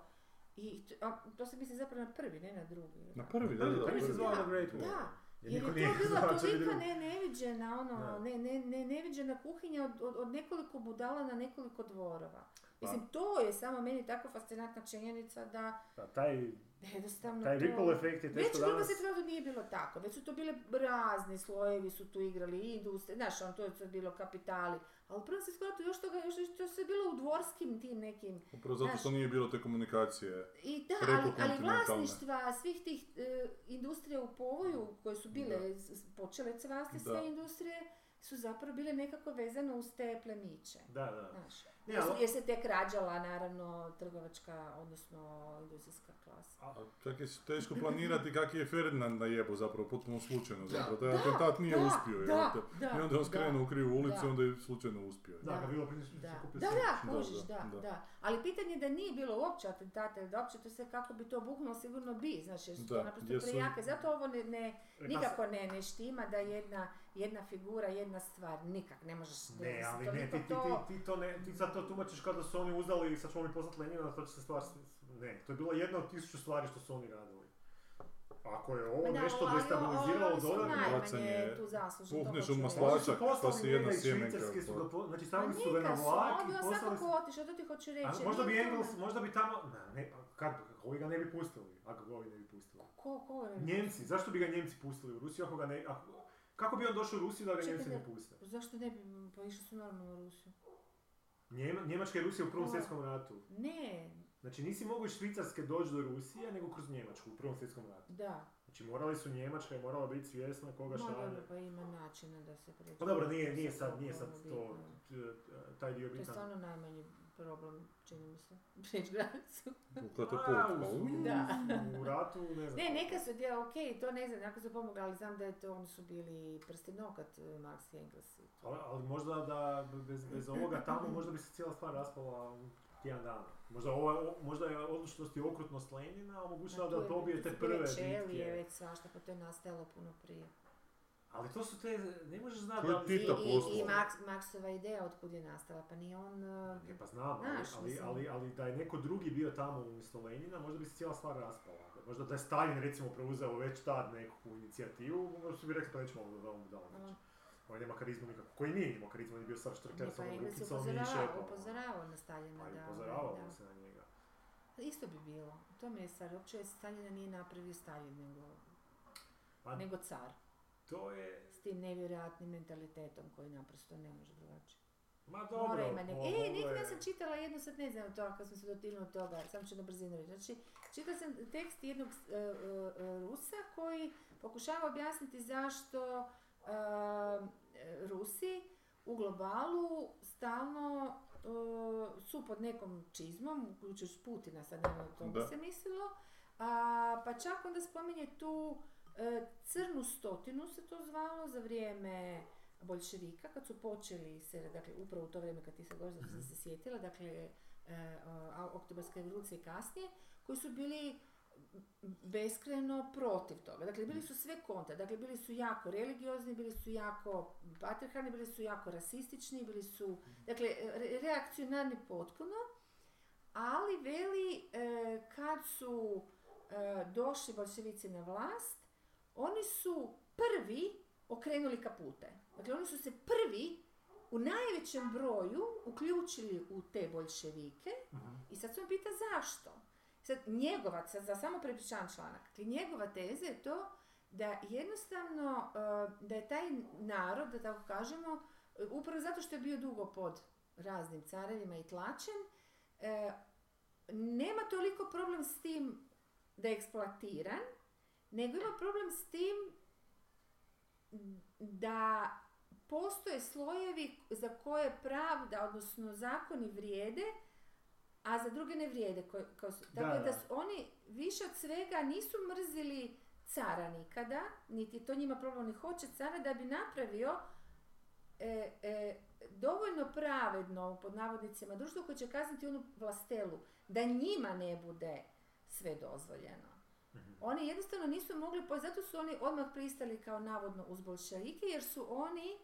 Speaker 3: I to, a, to se misli zapravo na prvi, ne na drugi.
Speaker 1: Na prvi, da,
Speaker 2: Prvi-
Speaker 1: da.
Speaker 2: prvi se zvao The Great War.
Speaker 3: Da,
Speaker 2: Jer
Speaker 3: jer
Speaker 2: niko
Speaker 3: je to
Speaker 2: nije
Speaker 3: bila
Speaker 2: znao, će biti
Speaker 3: tolika
Speaker 2: drugi.
Speaker 3: ne, neviđena, ono,
Speaker 2: Da.
Speaker 3: ne, ne, ne, neviđena kuhinja od, od, od nekoliko budala na nekoliko dvorova.
Speaker 2: Pa.
Speaker 3: Mislim, to je samo meni tako fascinantna činjenica da
Speaker 2: Da, taj,
Speaker 3: da jednostavno
Speaker 2: taj
Speaker 3: Ono, to...
Speaker 2: ripple efekt je
Speaker 3: Već
Speaker 2: teško
Speaker 3: u
Speaker 2: danas.
Speaker 3: drugom svjetskom nije bilo tako, već su to bile razni slojevi, su tu igrali i industrije, znaš, on to je to bilo kapitali, a u prvom svjetskom ratu još toga, još još- to je sve bilo u dvorskim tim nekim,
Speaker 1: Upravo zato što nije bilo te komunikacije.
Speaker 3: i da,
Speaker 1: Preko
Speaker 3: ali, ali
Speaker 1: kontinentalne.
Speaker 3: vlasništva svih tih e, industrija u povoju koje su bile, s- s- počele cvasti
Speaker 1: Da.
Speaker 3: sve industrije, su zapravo bile nekako vezane uz te plemiće.
Speaker 2: Da, da.
Speaker 3: Znaš,
Speaker 2: Ne,
Speaker 3: jer, su-
Speaker 2: ali-
Speaker 3: jer se tek rađala, naravno, trgovačka trgovačka, odnosno industrijska klasa.
Speaker 1: A čak je teško planirati kak je Ferdinand najebo zapravo, potpuno slučajno zapravo. Taj
Speaker 3: Da,
Speaker 1: atentat nije
Speaker 3: da,
Speaker 1: uspio, jel
Speaker 3: da,
Speaker 1: te?
Speaker 3: da,
Speaker 1: I onda je on
Speaker 3: da,
Speaker 1: skrenuo u krivu ulicu,
Speaker 3: da.
Speaker 1: onda je slučajno uspio. jel?
Speaker 3: Da.
Speaker 2: Da, kad bilo prije
Speaker 3: Da,
Speaker 2: se kupio
Speaker 3: da,
Speaker 2: sve.
Speaker 1: Da,
Speaker 3: da, kužiš,
Speaker 1: da,
Speaker 3: da,
Speaker 1: da.
Speaker 3: da, Ali pitanje je da nije bilo uopće atentata, da uopće to sve kako bi to obuknulo, sigurno bi, znaš, jer su
Speaker 1: Da,
Speaker 3: to naprosto
Speaker 1: jer su-
Speaker 3: prejake. Zato ovo ne, ne
Speaker 2: E, pa
Speaker 3: nikako ne, ne štima da jedna, jedna figura, jedna stvar, nikak, ne možeš...
Speaker 2: Ne, ali
Speaker 3: toliko
Speaker 2: ne, ti, ti,
Speaker 3: to-
Speaker 2: ti, ti to ne, ti sad to tumačiš kao da su oni uzeli i sad ćemo mi poslati Lenina, to će se stvar... Ne, to je bila jedna od tisuću stvari što su oni radili. Ako je ovo
Speaker 3: Ma da,
Speaker 2: nešto
Speaker 3: ali
Speaker 2: destabiliziralo
Speaker 3: oni su
Speaker 2: dodatno...
Speaker 1: bacanje,
Speaker 3: najmanje tu zaslužni. to
Speaker 1: puhneš
Speaker 3: hoću
Speaker 1: u
Speaker 3: reći.
Speaker 1: maslača.
Speaker 2: Oni
Speaker 1: Plaćak,
Speaker 2: su
Speaker 1: pa si
Speaker 2: poslali
Speaker 1: jedna
Speaker 2: njega iz
Speaker 1: sjemenka
Speaker 2: Švicarske, su
Speaker 1: otvorila.
Speaker 2: ga po- znači
Speaker 3: Pa
Speaker 2: stavili su ga na
Speaker 3: nikad su,
Speaker 2: vlak
Speaker 3: on bi
Speaker 2: i
Speaker 3: on
Speaker 2: poslali su...
Speaker 3: svakako otišao, to ti hoću reći.
Speaker 2: A
Speaker 3: jer
Speaker 2: možda bi
Speaker 3: nije to
Speaker 2: Engels,
Speaker 3: ono-
Speaker 2: možda bi tamo... Ne, ne, pa kad, ovi ga ne bi pustili, ako ga ovi ne bi pustili.
Speaker 3: Ko, ko je?
Speaker 2: Njemci, zašto bi ga Njemci pustili u Rusiju ako ga ne... Ako, kako bi on došao u Rusiju da ga
Speaker 3: Čekaj,
Speaker 2: Njemci ne
Speaker 3: ne.
Speaker 2: puste?
Speaker 3: Zašto ne bi, pa išli su normalno u Rusiju.
Speaker 2: Njema, Njemačka i Rusija u Prvom
Speaker 3: Da.
Speaker 2: svjetskom ratu.
Speaker 3: Ne,
Speaker 2: Znači nisi mogao iz Švicarske doći do Rusije nego kroz Njemačku u Prvom svjetskom ratu.
Speaker 3: da.
Speaker 2: Znači morali su Njemačka je morala biti svjesna koga
Speaker 3: Ma
Speaker 2: šalje.
Speaker 3: dobro, pa ima načina da se pređe.
Speaker 2: Pa dobro, nije, nije sad, nije sad to,
Speaker 3: Ono bitno.
Speaker 2: t- taj dio
Speaker 3: To je
Speaker 2: bitan.
Speaker 3: stvarno najmanji problem, čini mi se, prijeći granicu.
Speaker 1: U katapultku.
Speaker 2: A, u-
Speaker 3: Da.
Speaker 2: U ratu, ne znam.
Speaker 3: Ne, neka su djela, okej, to ne znam, jako su pomogli, ali znam da je to, oni su bili prsti nokat, eh, Marx i Engels. i to.
Speaker 2: Ali, ali možda da b- bez, bez ovoga tamo možda bi se cijela stvar raspala u tjedan dana. Možda, ova, o- možda je odlučnost i okrutnost Lenina omogućila
Speaker 3: Ma, tu
Speaker 2: da
Speaker 3: je-
Speaker 2: dobije
Speaker 3: tu
Speaker 2: te
Speaker 3: su bile
Speaker 2: prve
Speaker 3: Čelije,
Speaker 2: bitke.
Speaker 3: već svašta, pa to je nastajalo puno prije.
Speaker 2: Ali to su te, ne možeš znati
Speaker 1: Koji
Speaker 2: da li...
Speaker 3: I, i,
Speaker 1: Tito
Speaker 3: i
Speaker 1: poslao.
Speaker 3: Marx- Marxova ideja otkud je nastala, pa nije on... eh,
Speaker 2: Ne, pa znam, ali,
Speaker 3: Znaš,
Speaker 2: ali,
Speaker 3: mislim.
Speaker 2: ali, ali da je neko drugi bio tamo umjesto Lenina, možda bi se cijela stvar raspala. Možda da je Stalin recimo preuzeo već tad neku inicijativu, možda bi rekli pa nećemo ovo da ovom dao
Speaker 3: ono,
Speaker 2: On nema karizmu nikako, koji nije imao karizmu, on je bio sav štrker
Speaker 3: ne,
Speaker 2: s
Speaker 3: pa
Speaker 2: onom
Speaker 3: Engels je
Speaker 2: rukicom i
Speaker 3: upozoravao,
Speaker 2: šepom. ono.
Speaker 3: upozoravao na Staljina,
Speaker 2: Pa i
Speaker 3: da.
Speaker 2: upozoravao
Speaker 3: da.
Speaker 2: se na njega.
Speaker 3: Pa Isto bi bilo, to mi je stvar, uopće Staljina nije napravio Staljin, nego,
Speaker 2: Pa
Speaker 3: nego car.
Speaker 2: to je...
Speaker 3: s tim nevjerojatnim mentalitetom koji naprosto ne može drugačije.
Speaker 2: Ma dobro.
Speaker 3: Mora ima nek...
Speaker 2: ovo
Speaker 3: E, neki
Speaker 2: je-
Speaker 3: dan sam čitala jednu, sad ne znam to, kad sam se dotinula toga, samo ću na brzinu reći. Znači, čitala sam tekst jednog e, e, e, Rusa koji pokušava objasniti zašto e, e, Rusi u globalu stalno e, su pod nekom čizmom, uključujući Putina, sad ne znam o
Speaker 1: Da.
Speaker 3: tome se mislilo, a, pa čak onda spominje tu e, crnu stotinu se to zvalo za vrijeme bolševika, kad su počeli se, dakle upravo u to vrijeme kad ti se govoriš, zato sam se sjetila, dakle e, a- oktobarske revolucije i kasnije, koji su bili beskrajno protiv toga. Dakle, bili su sve kontra. Dakle, bili su jako religiozni, bili su jako patriarhalni, bili su jako rasistični, bili su, dakle, re- reakcionarni potpuno. Ali, veli, e, kad su e, došli bolševici na vlast, oni su prvi okrenuli kapute. Dakle, oni su se prvi u najvećem broju uključili u te bolševike
Speaker 2: Mhm.
Speaker 3: i sad se on pita zašto. Sad, njegova, sad za samo prepričavam članak, dakle, njegova teza je to da jednostavno, e, da je taj narod, da tako kažemo, e, upravo zato što je bio dugo pod raznim carevima i tlačen, e, nema toliko problem s tim da je eksploatiran, nego ima problem s tim da postoje slojevi za koje pravda, odnosno zakoni vrijede, a za druge ne vrijede. ko- kao su-
Speaker 2: Da,
Speaker 3: Tako da,
Speaker 2: da.
Speaker 3: su oni više od svega nisu mrzili cara nikada, niti je to njima problem ni hoće cara, da bi napravio e, e, dovoljno pravedno, pod navodnicima, društvo koje će kazniti onu vlastelu, da njima ne bude sve dozvoljeno. Oni jednostavno nisu mogli, po- zato su oni odmah pristali kao navodno uz bolševike, jer su oni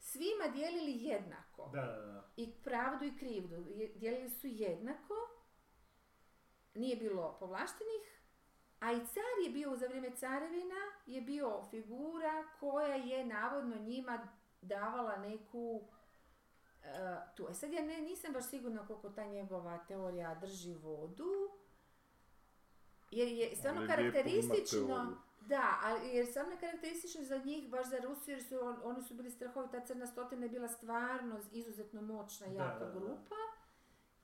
Speaker 3: svima dijelili jednako.
Speaker 2: Da, da, da.
Speaker 3: I pravdu i krivdu. Je- Dijelili su jednako, nije bilo povlaštenih, a i car je bio za vrijeme carevina, je bio figura koja je navodno njima davala neku e, tu. E sad ja ne, nisam baš sigurna koliko ta njegova teorija drži vodu, jer je stvarno
Speaker 1: Ali lijepo ima teoriju.
Speaker 3: karakteristično, da, ali jer stvarno je karakteristično za njih, baš za Rusiju, jer su on- oni su bili strahovi, ta crna stotina je bila stvarno izuzetno moćna,
Speaker 2: Da,
Speaker 3: jaka
Speaker 2: da, da.
Speaker 3: grupa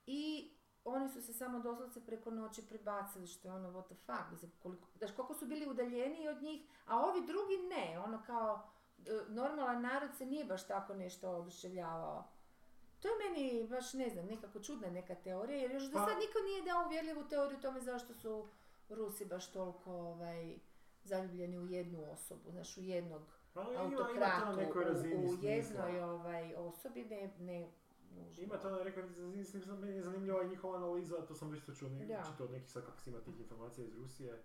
Speaker 3: i oni su se samo doslovce preko noći prebacili, što je ono what the fuck, mislim, koliko, znaš, koliko su bili udaljeniji od njih, a ovi drugi ne, ono kao e, normalan narod se nije baš tako nešto oduševljavao To je meni baš, ne znam, nekako čudna neka teorija, jer još do
Speaker 2: Pa-
Speaker 3: sad niko nije dao uvjerljivu teoriju o tome zašto su Rusi baš toliko ovaj, zaljubljeni u jednu osobu, znaš, u jednog
Speaker 2: Ali Pa ima- ima to na
Speaker 3: autokratu,
Speaker 2: nekoj razini
Speaker 3: u, u
Speaker 2: smisla.
Speaker 3: jednoj ovaj, osobi, ne, ne nužno.
Speaker 2: Ima to na rekao, meni je zanimljiva i njihova analiza, to sam već to čuo,
Speaker 3: Da.
Speaker 2: ne, čitao od nekih sad kako se ima tih informacija iz Rusije.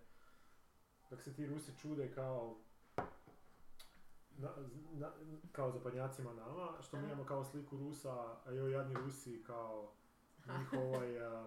Speaker 2: Kako se ti Rusi čude kao na, na, kao zapadnjacima nama, što mi
Speaker 3: Aha.
Speaker 2: imamo kao sliku Rusa, a joj jadni Rusi kao njihov ovaj, a,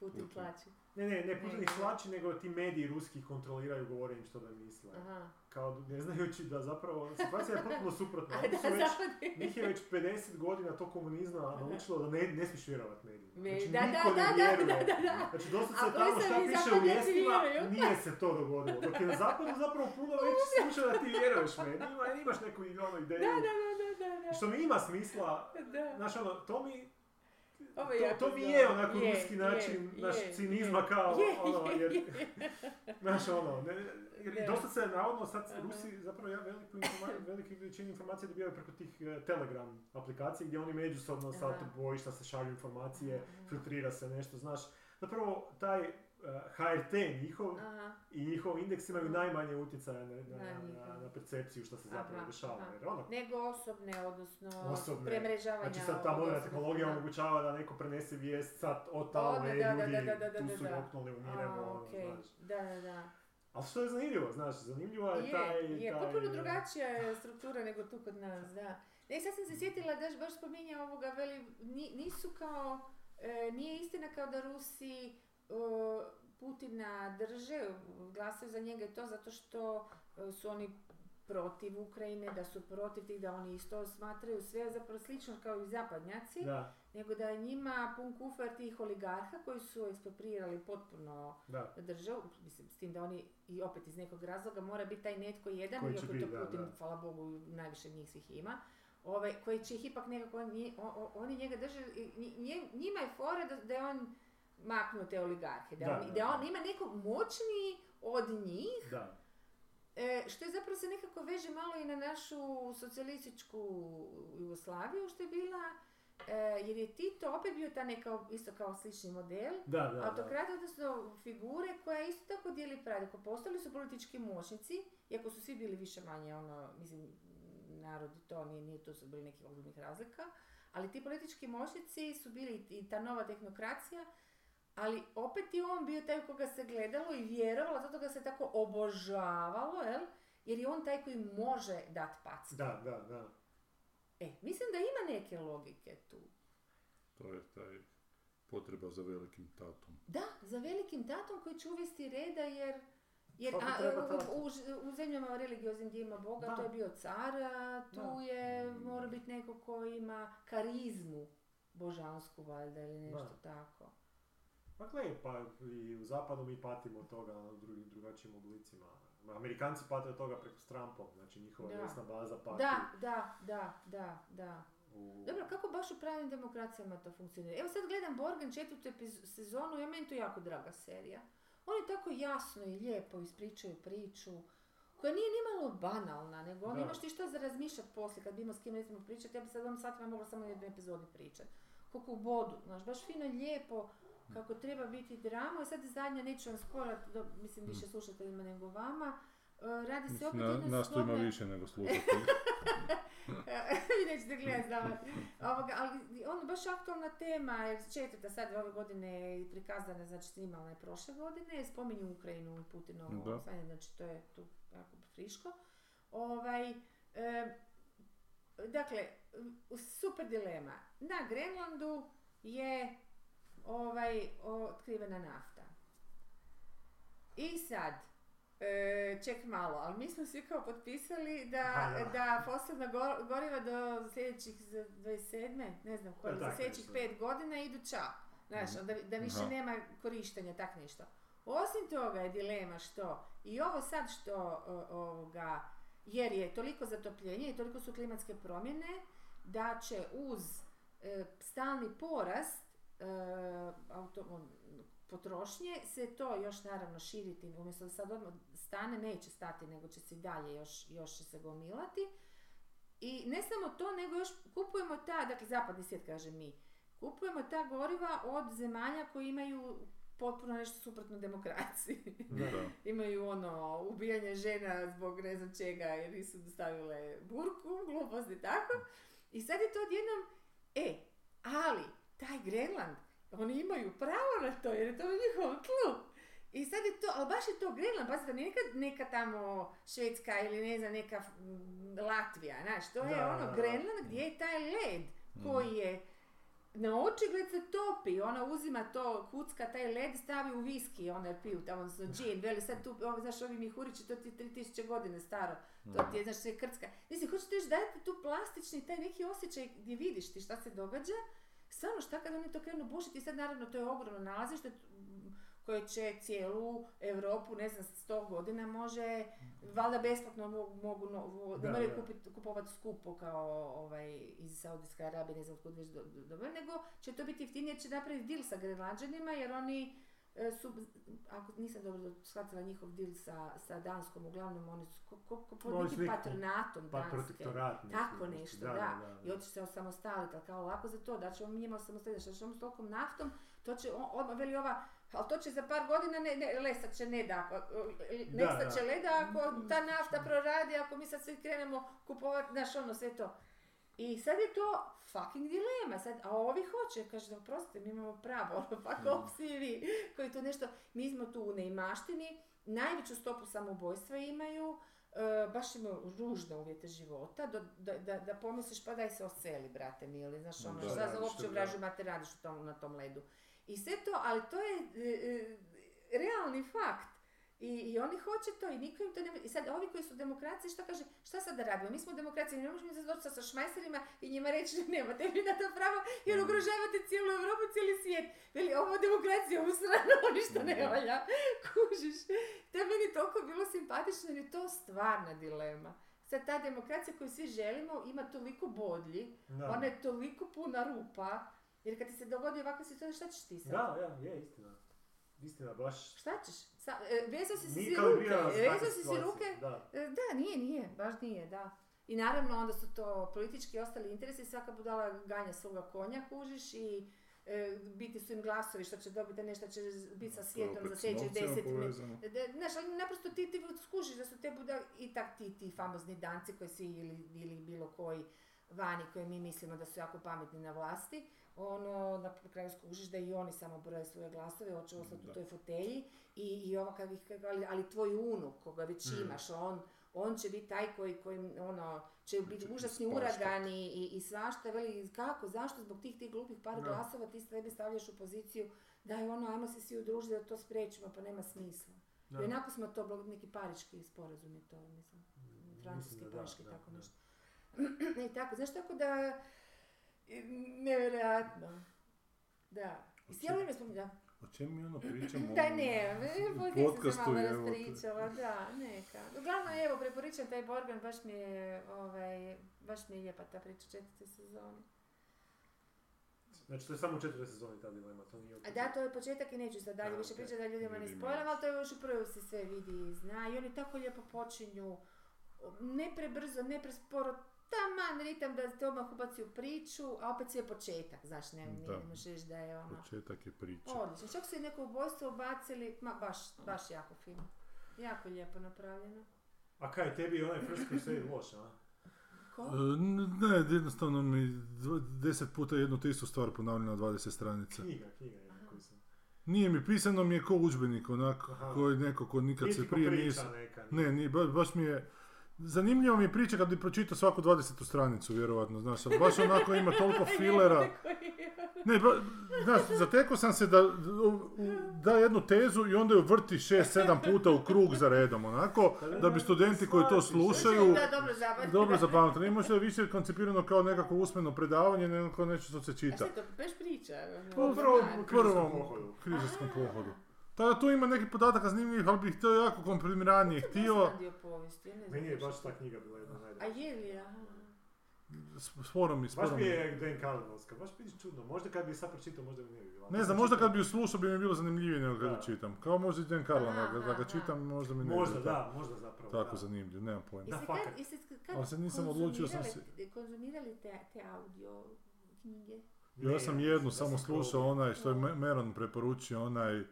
Speaker 3: Putin
Speaker 1: Putin.
Speaker 3: plaće.
Speaker 2: ne ne, ne
Speaker 3: Ne,
Speaker 2: Putin
Speaker 3: ne.
Speaker 2: ih slači, nego ti mediji ruski kontroliraju, govore im što da misle.
Speaker 3: Aha.
Speaker 2: Kao ne znajući da zapravo, situacija je potpuno suprotna.
Speaker 3: A
Speaker 2: Oni
Speaker 3: da,
Speaker 2: su već-
Speaker 3: zapad-
Speaker 2: njih je već 50 godina to komunizma naučilo da ne, ne smiješ vjerovat medijima.
Speaker 3: Me-
Speaker 2: Znači,
Speaker 3: da, da,
Speaker 2: niko
Speaker 3: da,
Speaker 2: ne
Speaker 3: da,
Speaker 2: vjeruje.
Speaker 3: da, da, da.
Speaker 2: Znači, dosta
Speaker 3: A
Speaker 2: se
Speaker 3: koji
Speaker 2: tamo
Speaker 3: se
Speaker 2: šta
Speaker 3: mi
Speaker 2: piše
Speaker 3: zapravo
Speaker 2: u
Speaker 3: ne
Speaker 2: vijestima,
Speaker 3: vjeruju.
Speaker 2: nije se to dogodilo. Dok je na zapadu zapravo puno već slučaja da ti vjeruješ medijima jer imaš neku i ono ideju.
Speaker 3: Da, da, da, da, da, da.
Speaker 2: Što mi ima smisla,
Speaker 3: Da.
Speaker 2: znaš ono, to mi,
Speaker 3: Ovo
Speaker 2: to,
Speaker 3: jako
Speaker 2: to mi
Speaker 3: dobro.
Speaker 2: je onako
Speaker 3: Je,
Speaker 2: ruski
Speaker 3: je,
Speaker 2: način, naš
Speaker 3: je,
Speaker 2: cinizma kao,
Speaker 3: je,
Speaker 2: ono,
Speaker 3: je,
Speaker 2: jer,
Speaker 3: je.
Speaker 2: znaš ono, ne, jer
Speaker 3: Da.
Speaker 2: dosta se navodno sad
Speaker 3: Aha.
Speaker 2: Rusi zapravo ja veliku, informa- veliku većinu informacija dobivaju preko tih eh, Telegram aplikacija gdje oni međusobno sad
Speaker 3: Aha.
Speaker 2: bojišta se šalju informacije,
Speaker 3: Aha.
Speaker 2: filtrira se nešto, znaš. Zapravo taj eh, HRT njihov
Speaker 3: Aha.
Speaker 2: i njihov indeks imaju
Speaker 3: Aha.
Speaker 2: najmanje utjecaja na, na,
Speaker 3: Na
Speaker 2: na,
Speaker 3: njihov.
Speaker 2: na percepciju što se zapravo
Speaker 3: Aha,
Speaker 2: dešava.
Speaker 3: aha.
Speaker 2: Jer ono,
Speaker 3: Nego osobne, odnosno
Speaker 2: Osobne.
Speaker 3: premrežavanja.
Speaker 2: znači sad ta
Speaker 3: od
Speaker 2: moderna
Speaker 3: osobnih,
Speaker 2: tehnologija
Speaker 3: da.
Speaker 2: omogućava da neko prenese vijest sad od
Speaker 3: O,
Speaker 2: tamo,
Speaker 3: da,
Speaker 2: e,
Speaker 3: da, da,
Speaker 2: ljudi,
Speaker 3: da, da, da, da,
Speaker 2: tu su
Speaker 3: da.
Speaker 2: roknuli, umiremo,
Speaker 3: A,
Speaker 2: ono,
Speaker 3: okej.
Speaker 2: znaš.
Speaker 3: Da, da, da.
Speaker 2: Ali što je zanimljivo, znaš, zanimljiva je,
Speaker 3: Je,
Speaker 2: taj...
Speaker 3: je,
Speaker 2: taj,
Speaker 3: potpuno
Speaker 2: eh,
Speaker 3: drugačija je struktura nego tu kod nas, da. Ne, sad
Speaker 2: Mm.
Speaker 3: sam se sjetila da baš spominja ovoga, veli, ni- nisu kao, e, nije istina kao da Rusi e, Putina drže, glasaju za njega i to zato što e, su oni protiv Ukrajine, da su protiv tih, da oni isto smatraju sve zapravo slično kao i zapadnjaci.
Speaker 2: Da,
Speaker 3: nego da je njima pun kufar tih oligarha koji su eksproprirali potpuno
Speaker 2: da.
Speaker 3: državu, mislim, s tim da oni i opet iz nekog razloga mora biti taj netko jedan,
Speaker 2: Koji će
Speaker 3: iako je
Speaker 2: biti,
Speaker 3: to
Speaker 2: da,
Speaker 3: Putin,
Speaker 2: da.
Speaker 3: hvala Bogu, najviše njih svih ima, ovaj, koji će ih ipak nekako, on nje- o- o- oni njega drže, i nji- nje- njima je fora da, da je on maknuo te oligarhe, da,
Speaker 2: Da,
Speaker 3: on,
Speaker 2: da,
Speaker 3: da
Speaker 2: da.
Speaker 3: on ima nekog moćniji od njih,
Speaker 2: Da,
Speaker 3: E, što je zapravo se nekako veže malo i na našu socijalističku Jugoslaviju što je bila, e, jer je Tito opet bio ta neka, isto kao slični model,
Speaker 2: da, da. da.
Speaker 3: autokrat, odnosno figure koja isto tako dijeli pravdu. Ako postali su politički moćnici, iako su svi bili više manje, ono, mislim, narod i to nije, nije tu su bili nekih ogromnih razlika, ali ti politički moćnici su bili i ta nova tehnokracija, ali opet je on bio taj u koga se gledalo i vjerovalo, zato ga se tako obožavalo, jel? Jer je on taj koji može dati packu.
Speaker 2: Da, da, da.
Speaker 3: E, mislim da ima neke logike tu.
Speaker 1: To je taj potreba za velikim tatom.
Speaker 3: Da, za velikim tatom koji će uvesti reda jer... Jer
Speaker 2: Kako
Speaker 3: a,
Speaker 2: treba
Speaker 3: u-
Speaker 2: tata?
Speaker 3: u, u, zemljama religioznim gdje ima Boga,
Speaker 2: Da.
Speaker 3: to je bio car, a tu
Speaker 2: Da.
Speaker 3: je mora biti neko ko ima karizmu božansku valjda ili nešto tako.
Speaker 2: Pa gle, pa i u zapadu mi patimo od toga u drugim drugačijim oblicima. Amerikanci pate od toga preko s Trumpom, znači njihova
Speaker 3: Da.
Speaker 2: desna baza pati.
Speaker 3: Da, da, da, da, da.
Speaker 2: U...
Speaker 3: Dobro, kako baš u pravim demokracijama to funkcionira? Evo sad gledam Borgen četvrtu epiz- sezonu, ja meni to jako draga serija. Oni tako jasno i lijepo ispričaju priču, koja nije nimalo banalna, nego ono
Speaker 2: Da.
Speaker 3: imaš ti što za razmišljati poslije, kad bi imao s kim recimo pričati, ja bi sad vam satima mogla samo jednu epizodu pričati. Koliko u bodu, znaš, baš fino lijepo, kako treba biti drama. I sad zadnja, neću vam sporat, do- mislim više slušateljima nego vama, E, radi se opet o
Speaker 1: Na,
Speaker 3: jednoj
Speaker 1: nas tu ima
Speaker 3: slovnoj-
Speaker 1: više nego slušati.
Speaker 3: vi nećete gledati znam. Ovoga, ali ono baš aktualna tema, jer četvrta sad ove godine je prikazana, znači snimala je prošle godine, spominju Ukrajinu i Putinovo
Speaker 1: Da.
Speaker 3: stanje, znači to je tu jako friško. Ovaj, e, dakle, u- super dilema. Na Grenlandu je ovaj, otkrivena nafta. I sad, e, ček malo, ali mi smo svi kao potpisali da,
Speaker 2: Ha,
Speaker 3: da fosilna go- goriva do sljedećih za 27. ne znam koje,
Speaker 2: Da,
Speaker 3: za
Speaker 2: tak
Speaker 3: sljedećih
Speaker 2: nešto.
Speaker 3: pet godina idu ča. Znaš,
Speaker 1: Mhm.
Speaker 3: da, da više
Speaker 1: Aha.
Speaker 3: nema korištenja, tak nešto. Osim toga je dilema što i ovo sad što o- ovoga, jer je toliko zatopljenje i toliko su klimatske promjene da će uz e, stalni porast e, auto- on, potrošnje se to još naravno širiti, umjesto da sad odmah stane, neće stati, nego će se i dalje još, još će se gomilati. I ne samo to, nego još kupujemo ta, dakle zapadni svijet kaže mi, kupujemo ta goriva od zemalja koji imaju potpuno nešto suprotno demokraciji.
Speaker 1: Da.
Speaker 3: imaju ono, ubijanje žena zbog ne znam čega jer nisu dostavile burku, gluposti tako. I sad je to odjednom, e, ali, taj Grenland, oni imaju pravo na to jer je to njihov tlu. I sad je to, ali baš je to Grenland, pazite, nije neka, neka tamo Švedska ili ne znam, neka mm, Latvija, znaš, to je
Speaker 4: Da, da,
Speaker 3: ono
Speaker 4: da.
Speaker 3: Grenland gdje je taj led koji je na očigled se topi, ona uzima to, kucka taj led, stavi u viski, ona je piju tamo, odnosno džin, veli sad tu, ovo, znaš, ovi mihurići, to ti je 3000 godine staro, to ti je, znaš, sve krcka. Mislim, hoću ti još dati tu plastični, taj neki osjećaj gdje vidiš ti šta se događa, stvarno šta kad oni to krenu bušiti, sad naravno to je ogromno nalazište, m, koje će cijelu Europu, ne znam, sto godina može, valjda besplatno mo- mogu, no- vo-
Speaker 4: Da,
Speaker 3: ne moraju
Speaker 4: da.
Speaker 3: kupit- kupovati skupo kao ovaj, iz Saudijske Arabije, ne znam kud već do- do- dobro, nego će to biti jeftinije, jer će napraviti deal sa Grenlandžanima, jer oni e, su, ako nisam dobro shvatila njihov deal sa, sa Danskom, uglavnom oni su ko, ko, ko pod
Speaker 4: Oni su
Speaker 3: nekim
Speaker 4: neki
Speaker 3: patronatom
Speaker 4: Pa
Speaker 3: Danske.
Speaker 4: protektorat. neki,
Speaker 3: Tako
Speaker 4: znači,
Speaker 3: nešto, da. I otići se osamostaliti, ali kao lako za to, da ćemo mi njima osamostaliti, što ćemo s tolikom naftom, to će, on- odmah veli ova, ali to će za par godina, ne, ne, lesat će ne da,
Speaker 4: Da,
Speaker 3: nestat će
Speaker 4: da.
Speaker 3: leda ako ta nafta proradi, ako mi sad svi krenemo kupovati, znaš ono, sve to. I sad je to fucking dilema, sad, a ovi hoće, kaže da oprostite, mi imamo pravo, ono,
Speaker 4: Mm.
Speaker 3: fuck off svi vi, koji to nešto, mi smo tu u neimaštini, najveću stopu samoubojstva imaju, e, baš imaju ružne uvjete života, do- da, da, da pomisliš pa daj se oseli, brate mi, ili znaš ono,
Speaker 1: Da,
Speaker 3: šta
Speaker 4: radiš,
Speaker 3: za uopće
Speaker 4: da.
Speaker 3: obražuju mater radiš u tom, na tom ledu. I sve to, ali to je e, e, realni fakt. I, I oni hoće to i niko im to ne... I sad ovi koji su demokracije, šta kaže, šta sad da radimo? Mi smo demokracije, ne možemo mi sad doći sad sa šmajserima i njima reći da nemate vi na to pravo jer ugrožavate cijelu Europu, cijeli svijet. Veli, ovo demokracija usrano, ništa ne
Speaker 1: Da.
Speaker 3: valja. Kužiš. To je meni toliko bilo simpatično jer je to stvarna dilema. Sad ta demokracija koju svi želimo ima toliko bodlji
Speaker 4: Da,
Speaker 3: ona je toliko puna rupa, jer kad ti se dogodi ovakva situacija, šta ćeš ti sad?
Speaker 4: da, ja, je, istina. Istina, baš...
Speaker 3: Šta ćeš? Sa, e, vezao si si si ruke, e,
Speaker 4: kalibrirana za takve
Speaker 3: vezao si si
Speaker 4: situacije,
Speaker 3: ruke.
Speaker 4: Da.
Speaker 3: E, Da, nije, nije, baš nije, da. I naravno onda su to politički ostali interesi, svaka budala ganja svoga konja, kužiš i e, biti su im glasovi što će dobiti, a nešto će biti sa svijetom za sljedećih deset minuta. Da, da, Znaš, ali naprosto ti, ti skužiš da su te buda i tak ti, ti famozni danci koji svi ili, ili bilo koji vani koji mi mislimo da su jako pametni na vlasti, ono, na kraju skužiš da i oni samo broje svoje glasove, hoće ostati u
Speaker 1: Da.
Speaker 3: toj fotelji i, i ovo kad ih, kad- ali, ali tvoj unuk koga već
Speaker 4: Mm.
Speaker 3: imaš, on, on će biti taj koji, koji ono, će biti
Speaker 1: će
Speaker 3: užasni
Speaker 1: ispaštat.
Speaker 3: uragan i, i, i svašta, veli, kako, zašto, zbog tih tih glupih par
Speaker 4: Da.
Speaker 3: glasova ti sebe stavljaš u poziciju da je ono, ajmo se svi udružiti da to spriječimo, pa nema smisla.
Speaker 4: Da.
Speaker 3: I onako smo to, blog- neki pariški sporazum je to, mislim,
Speaker 4: Mislim
Speaker 3: francuski,
Speaker 4: da da,
Speaker 3: pariški,
Speaker 4: da,
Speaker 3: tako
Speaker 4: da.
Speaker 3: nešto. I tako, znaš, tako da, e, nevjerojatno, da. I cijelo vrijeme smo, da,
Speaker 1: O čemu mi ono pričamo? Ono,
Speaker 3: da ne, podnik se
Speaker 1: podcastu
Speaker 3: malo
Speaker 1: je, evo, to je.
Speaker 3: raspričala, da, neka. Uglavnom, evo, preporičam taj Borgan, baš mi je, ovaj, baš mi je lijepa ta priča četvrte sezone.
Speaker 4: Znači, to je samo u četvrtoj sezoni ta dilema, to nije...
Speaker 3: A da, to je početak i neću sad dalje
Speaker 4: Da,
Speaker 3: više
Speaker 4: ok.
Speaker 3: pričati da ljudima ne
Speaker 1: Ljudima
Speaker 3: spojlam,
Speaker 1: neću.
Speaker 3: ali to još u prvoj se sve vidi i zna. I oni tako lijepo počinju, ne prebrzo, ne presporo, taman ritam da te odmah ubaci u priču, a opet sve je početak, znaš, ne, ne,
Speaker 1: Da.
Speaker 3: ne možeš reći da je ono...
Speaker 1: Početak je priče.
Speaker 3: Odlično, čak su i neko ubojstvo ubacili, ma baš, baš jako fino. Jako lijepo napravljeno.
Speaker 4: A kaj, tebi je onaj First Crusade loš, a?
Speaker 3: Ko?
Speaker 1: E, n- Ne, jednostavno mi dv- deset puta jednu te istu stvar ponavlja na 20 stranica.
Speaker 4: Knjiga, knjiga je koju sam...
Speaker 1: Nije mi pisano mi je ko udžbenik onako,
Speaker 4: Aha.
Speaker 1: koji neko ko nikad
Speaker 4: Ili
Speaker 1: se
Speaker 4: ti
Speaker 1: prije
Speaker 4: popriča
Speaker 1: nisam...
Speaker 4: neka,
Speaker 1: Ne, nije, ba- baš mi je... Zanimljiva mi je priča kad bi pročitao svaku 20. stranicu, vjerovatno, znaš, ali baš onako ima
Speaker 3: E,
Speaker 1: toliko filera. Ne, ba, znaš, zatekao sam se da, u- u- da jednu tezu i onda ju vrti 6-7 puta u krug za redom, onako, da bi studenti koji to slušaju...
Speaker 3: Da, dobro zabavno. E,
Speaker 1: Dobro zapamtili, možda je više koncipirano kao nekako usmeno predavanje, nego kao nešto što se
Speaker 3: A
Speaker 1: čita.
Speaker 3: šta je to, baš priča? ono,
Speaker 4: Pa,
Speaker 3: o
Speaker 4: upravo-
Speaker 3: zmaju.
Speaker 1: Prvom
Speaker 4: pohodu.
Speaker 1: križarskom
Speaker 3: Aha.
Speaker 1: pohodu. Tada tu ima nekih podataka zanimljivih, ali bih to jako komprimiranije
Speaker 3: To je
Speaker 1: htio.
Speaker 3: dosadan dio povijesti, ja ne znam
Speaker 4: Meni je
Speaker 3: što-
Speaker 4: baš ta knjiga bila jedna
Speaker 3: A
Speaker 4: najbolja.
Speaker 3: je li, aha.
Speaker 1: Sporo mi,
Speaker 2: Baš
Speaker 1: sporo
Speaker 2: mi
Speaker 1: mi.
Speaker 2: je Dan Karlinovska, baš mi je čudno. Možda kad bi sad pročitao, možda bi ne bi bila.
Speaker 1: Ne znam, možda kad bi ju slušao bi mi bilo zanimljivije nego kad
Speaker 2: Da.
Speaker 1: ju čitam. Kao možda i Dan Carlin,
Speaker 3: Aha,
Speaker 1: da ga- da ga
Speaker 3: aha.
Speaker 1: čitam možda mi ne bi
Speaker 2: Možda,
Speaker 1: bilo
Speaker 2: da, možda zapravo.
Speaker 1: tako
Speaker 2: da.
Speaker 1: zanimljiv, nemam pojma.
Speaker 2: Da,
Speaker 3: Jeste
Speaker 2: fakat.
Speaker 3: kad, jeste kad
Speaker 1: Ali se nisam odlučio, sam
Speaker 3: konzumirali- Konzumirali te, te audio knjige?
Speaker 1: Ja sam
Speaker 2: Ne,
Speaker 1: jednu
Speaker 2: ja
Speaker 1: samo
Speaker 2: sam probao.
Speaker 1: slušao onaj što je Me- Meron preporučio, onaj e,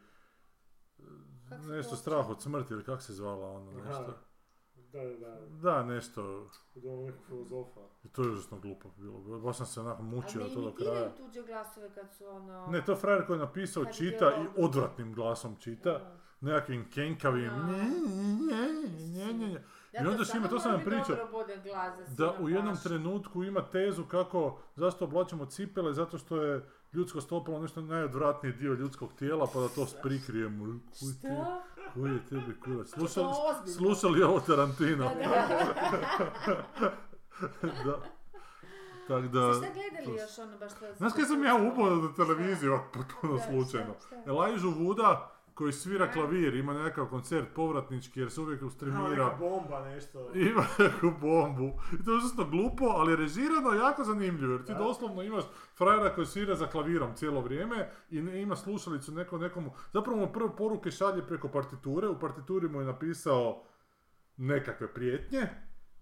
Speaker 3: Kako se
Speaker 1: nešto
Speaker 3: to-
Speaker 1: strah od smrti ili kak se zvala ono
Speaker 2: Aha.
Speaker 1: nešto.
Speaker 2: Da, da, da,
Speaker 1: Da, nešto,
Speaker 2: od onog nekog filozofa.
Speaker 1: i to je užasno glupo bilo, baš sam se onako mučio
Speaker 3: Ali ne
Speaker 1: to do
Speaker 3: imitiraju
Speaker 1: kraja.
Speaker 3: tuđe glasove kad su ono...
Speaker 1: Ne, to frajer koji je napisao
Speaker 3: Kad je
Speaker 1: čita
Speaker 3: bilo-
Speaker 1: i odvratnim glasom čita,
Speaker 3: ono,
Speaker 1: nekakvim kenkavim,
Speaker 3: Da.
Speaker 1: nje, nje, nje, nje, nje.
Speaker 3: zato
Speaker 1: onda
Speaker 3: stvarno
Speaker 1: svima, to sam vam
Speaker 3: mora biti
Speaker 1: pričao,
Speaker 3: dobro bodan glas da, si
Speaker 1: da
Speaker 3: ono
Speaker 1: u jednom
Speaker 3: paš.
Speaker 1: trenutku ima tezu kako zašto oblačimo cipele, zato što je ljudsko stopalo nešto najodvratniji dio ljudskog tijela, pa da to prikrijemo. Kuj te-
Speaker 3: Šta?
Speaker 1: Koji je tebi kurac? Slušali,
Speaker 3: To ozbiljno.
Speaker 1: slušali ovo
Speaker 3: Da,
Speaker 1: Tarantino?
Speaker 3: da, da.
Speaker 1: da. Tak da...
Speaker 3: Ste šta gledali
Speaker 1: to-
Speaker 3: još ono baš to...
Speaker 1: Znaš kaj sam ja upao na televiziju, ovak potpuno
Speaker 3: Da, šta,
Speaker 1: slučajno?
Speaker 3: šta?
Speaker 1: Elajžu Vuda koji svira
Speaker 3: Da.
Speaker 1: klavir, ima nekakav koncert povratnički jer se uvijek
Speaker 2: Ima neka
Speaker 1: ustremira.
Speaker 2: bomba, nešto.
Speaker 1: Ima neku bombu. I to je užasno glupo, ali režirano jako zanimljivo. Jer ti
Speaker 2: Da.
Speaker 1: doslovno imaš frajera koji svira za klavirom cijelo vrijeme i ne, ima slušalicu neko nekomu. Zapravo mu prve poruke šalje preko partiture. U partituri mu je napisao nekakve prijetnje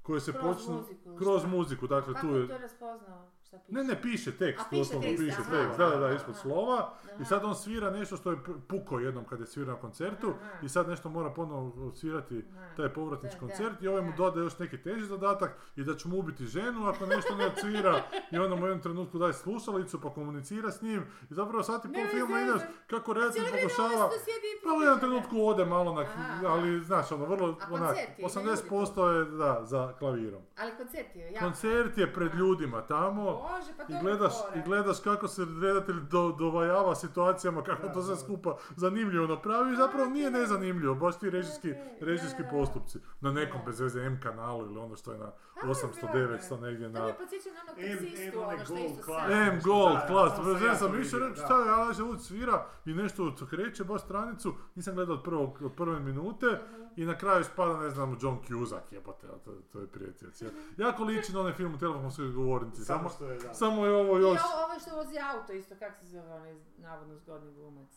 Speaker 1: koje se
Speaker 3: Kroz
Speaker 1: počnu
Speaker 3: muziku,
Speaker 1: kroz
Speaker 3: šta?
Speaker 1: muziku. Dakle,
Speaker 3: Kako
Speaker 1: tu je...
Speaker 3: to raspoznao? Šta piše?
Speaker 1: Ne, ne, piše tekst,
Speaker 3: A, piše
Speaker 1: doslovno
Speaker 3: tekst,
Speaker 1: piše
Speaker 3: aha,
Speaker 1: tekst, da, da, da,
Speaker 3: aha,
Speaker 1: ispod
Speaker 3: aha.
Speaker 1: slova.
Speaker 3: Aha.
Speaker 1: I sad on svira nešto što je pu- puko jednom kad je svirao na koncertu
Speaker 3: Aha.
Speaker 1: i sad nešto mora ponovno svirati
Speaker 3: Aha.
Speaker 1: taj povratnički
Speaker 3: Da, da,
Speaker 1: koncert i ovaj mu
Speaker 3: da.
Speaker 1: doda još neki teži zadatak i da će mu ubiti ženu ako nešto ne odsvira i onda mu u jednom trenutku daje slušalicu pa komunicira s njim i zapravo sati pol
Speaker 3: Nema
Speaker 1: filma
Speaker 3: veze.
Speaker 1: ideš kako redatelj
Speaker 3: Cijelo vrijeme
Speaker 1: pokušava
Speaker 3: ono što sjedi i
Speaker 1: pa u jednom
Speaker 3: priča, da.
Speaker 1: trenutku ode malo na,
Speaker 3: Aha,
Speaker 1: ali znaš ono, vrlo,
Speaker 3: A
Speaker 1: onak,
Speaker 3: koncerti, ne
Speaker 1: 80% je, da, za klavirom.
Speaker 3: Ali koncert je, ja.
Speaker 1: Koncert je pred ljudima tamo,
Speaker 3: Bože, pa
Speaker 1: i
Speaker 3: dobro
Speaker 1: gledaš,
Speaker 3: fora.
Speaker 1: I gledaš kako se redatelj do, dovajava situacijama, kako
Speaker 2: Da,
Speaker 1: to sve
Speaker 2: da.
Speaker 1: skupa zanimljivo napravi, zapravo nije nezanimljivo, baš ti režijski,
Speaker 3: Da,
Speaker 1: režijski
Speaker 3: da, da.
Speaker 1: postupci. Na nekom
Speaker 3: Da.
Speaker 1: bez veze M kanalu ili ono što je na
Speaker 3: A,
Speaker 1: 800-900
Speaker 3: da.
Speaker 1: negdje
Speaker 3: To
Speaker 1: na... E,
Speaker 3: me podsjeća na onog
Speaker 2: Em- em
Speaker 3: taksistu,
Speaker 2: onaj
Speaker 3: ono što
Speaker 2: Gold
Speaker 3: isto
Speaker 2: Class.
Speaker 3: sam.
Speaker 1: M,
Speaker 2: nešto,
Speaker 1: Gold,
Speaker 2: da,
Speaker 1: Class,
Speaker 2: to sam
Speaker 1: bez
Speaker 2: ja
Speaker 1: veze sam
Speaker 2: to
Speaker 1: više
Speaker 2: vidio,
Speaker 1: rekao
Speaker 2: da.
Speaker 1: šta je Alaža Vud svira i nešto od kreće baš stranicu, nisam gledao od, prvog, od prve minute
Speaker 3: Mhm.
Speaker 1: i na kraju spada, ne znam, John Cusack, jebote, a to, to je prijetioc. Jako liči na onaj film u telefonskoj govornici, samo,
Speaker 2: Samo što je, da.
Speaker 1: samo je ovo
Speaker 3: I ovo,
Speaker 1: još...
Speaker 3: ovaj što vozi auto isto, kak se zove onaj navodno zgodni glumac.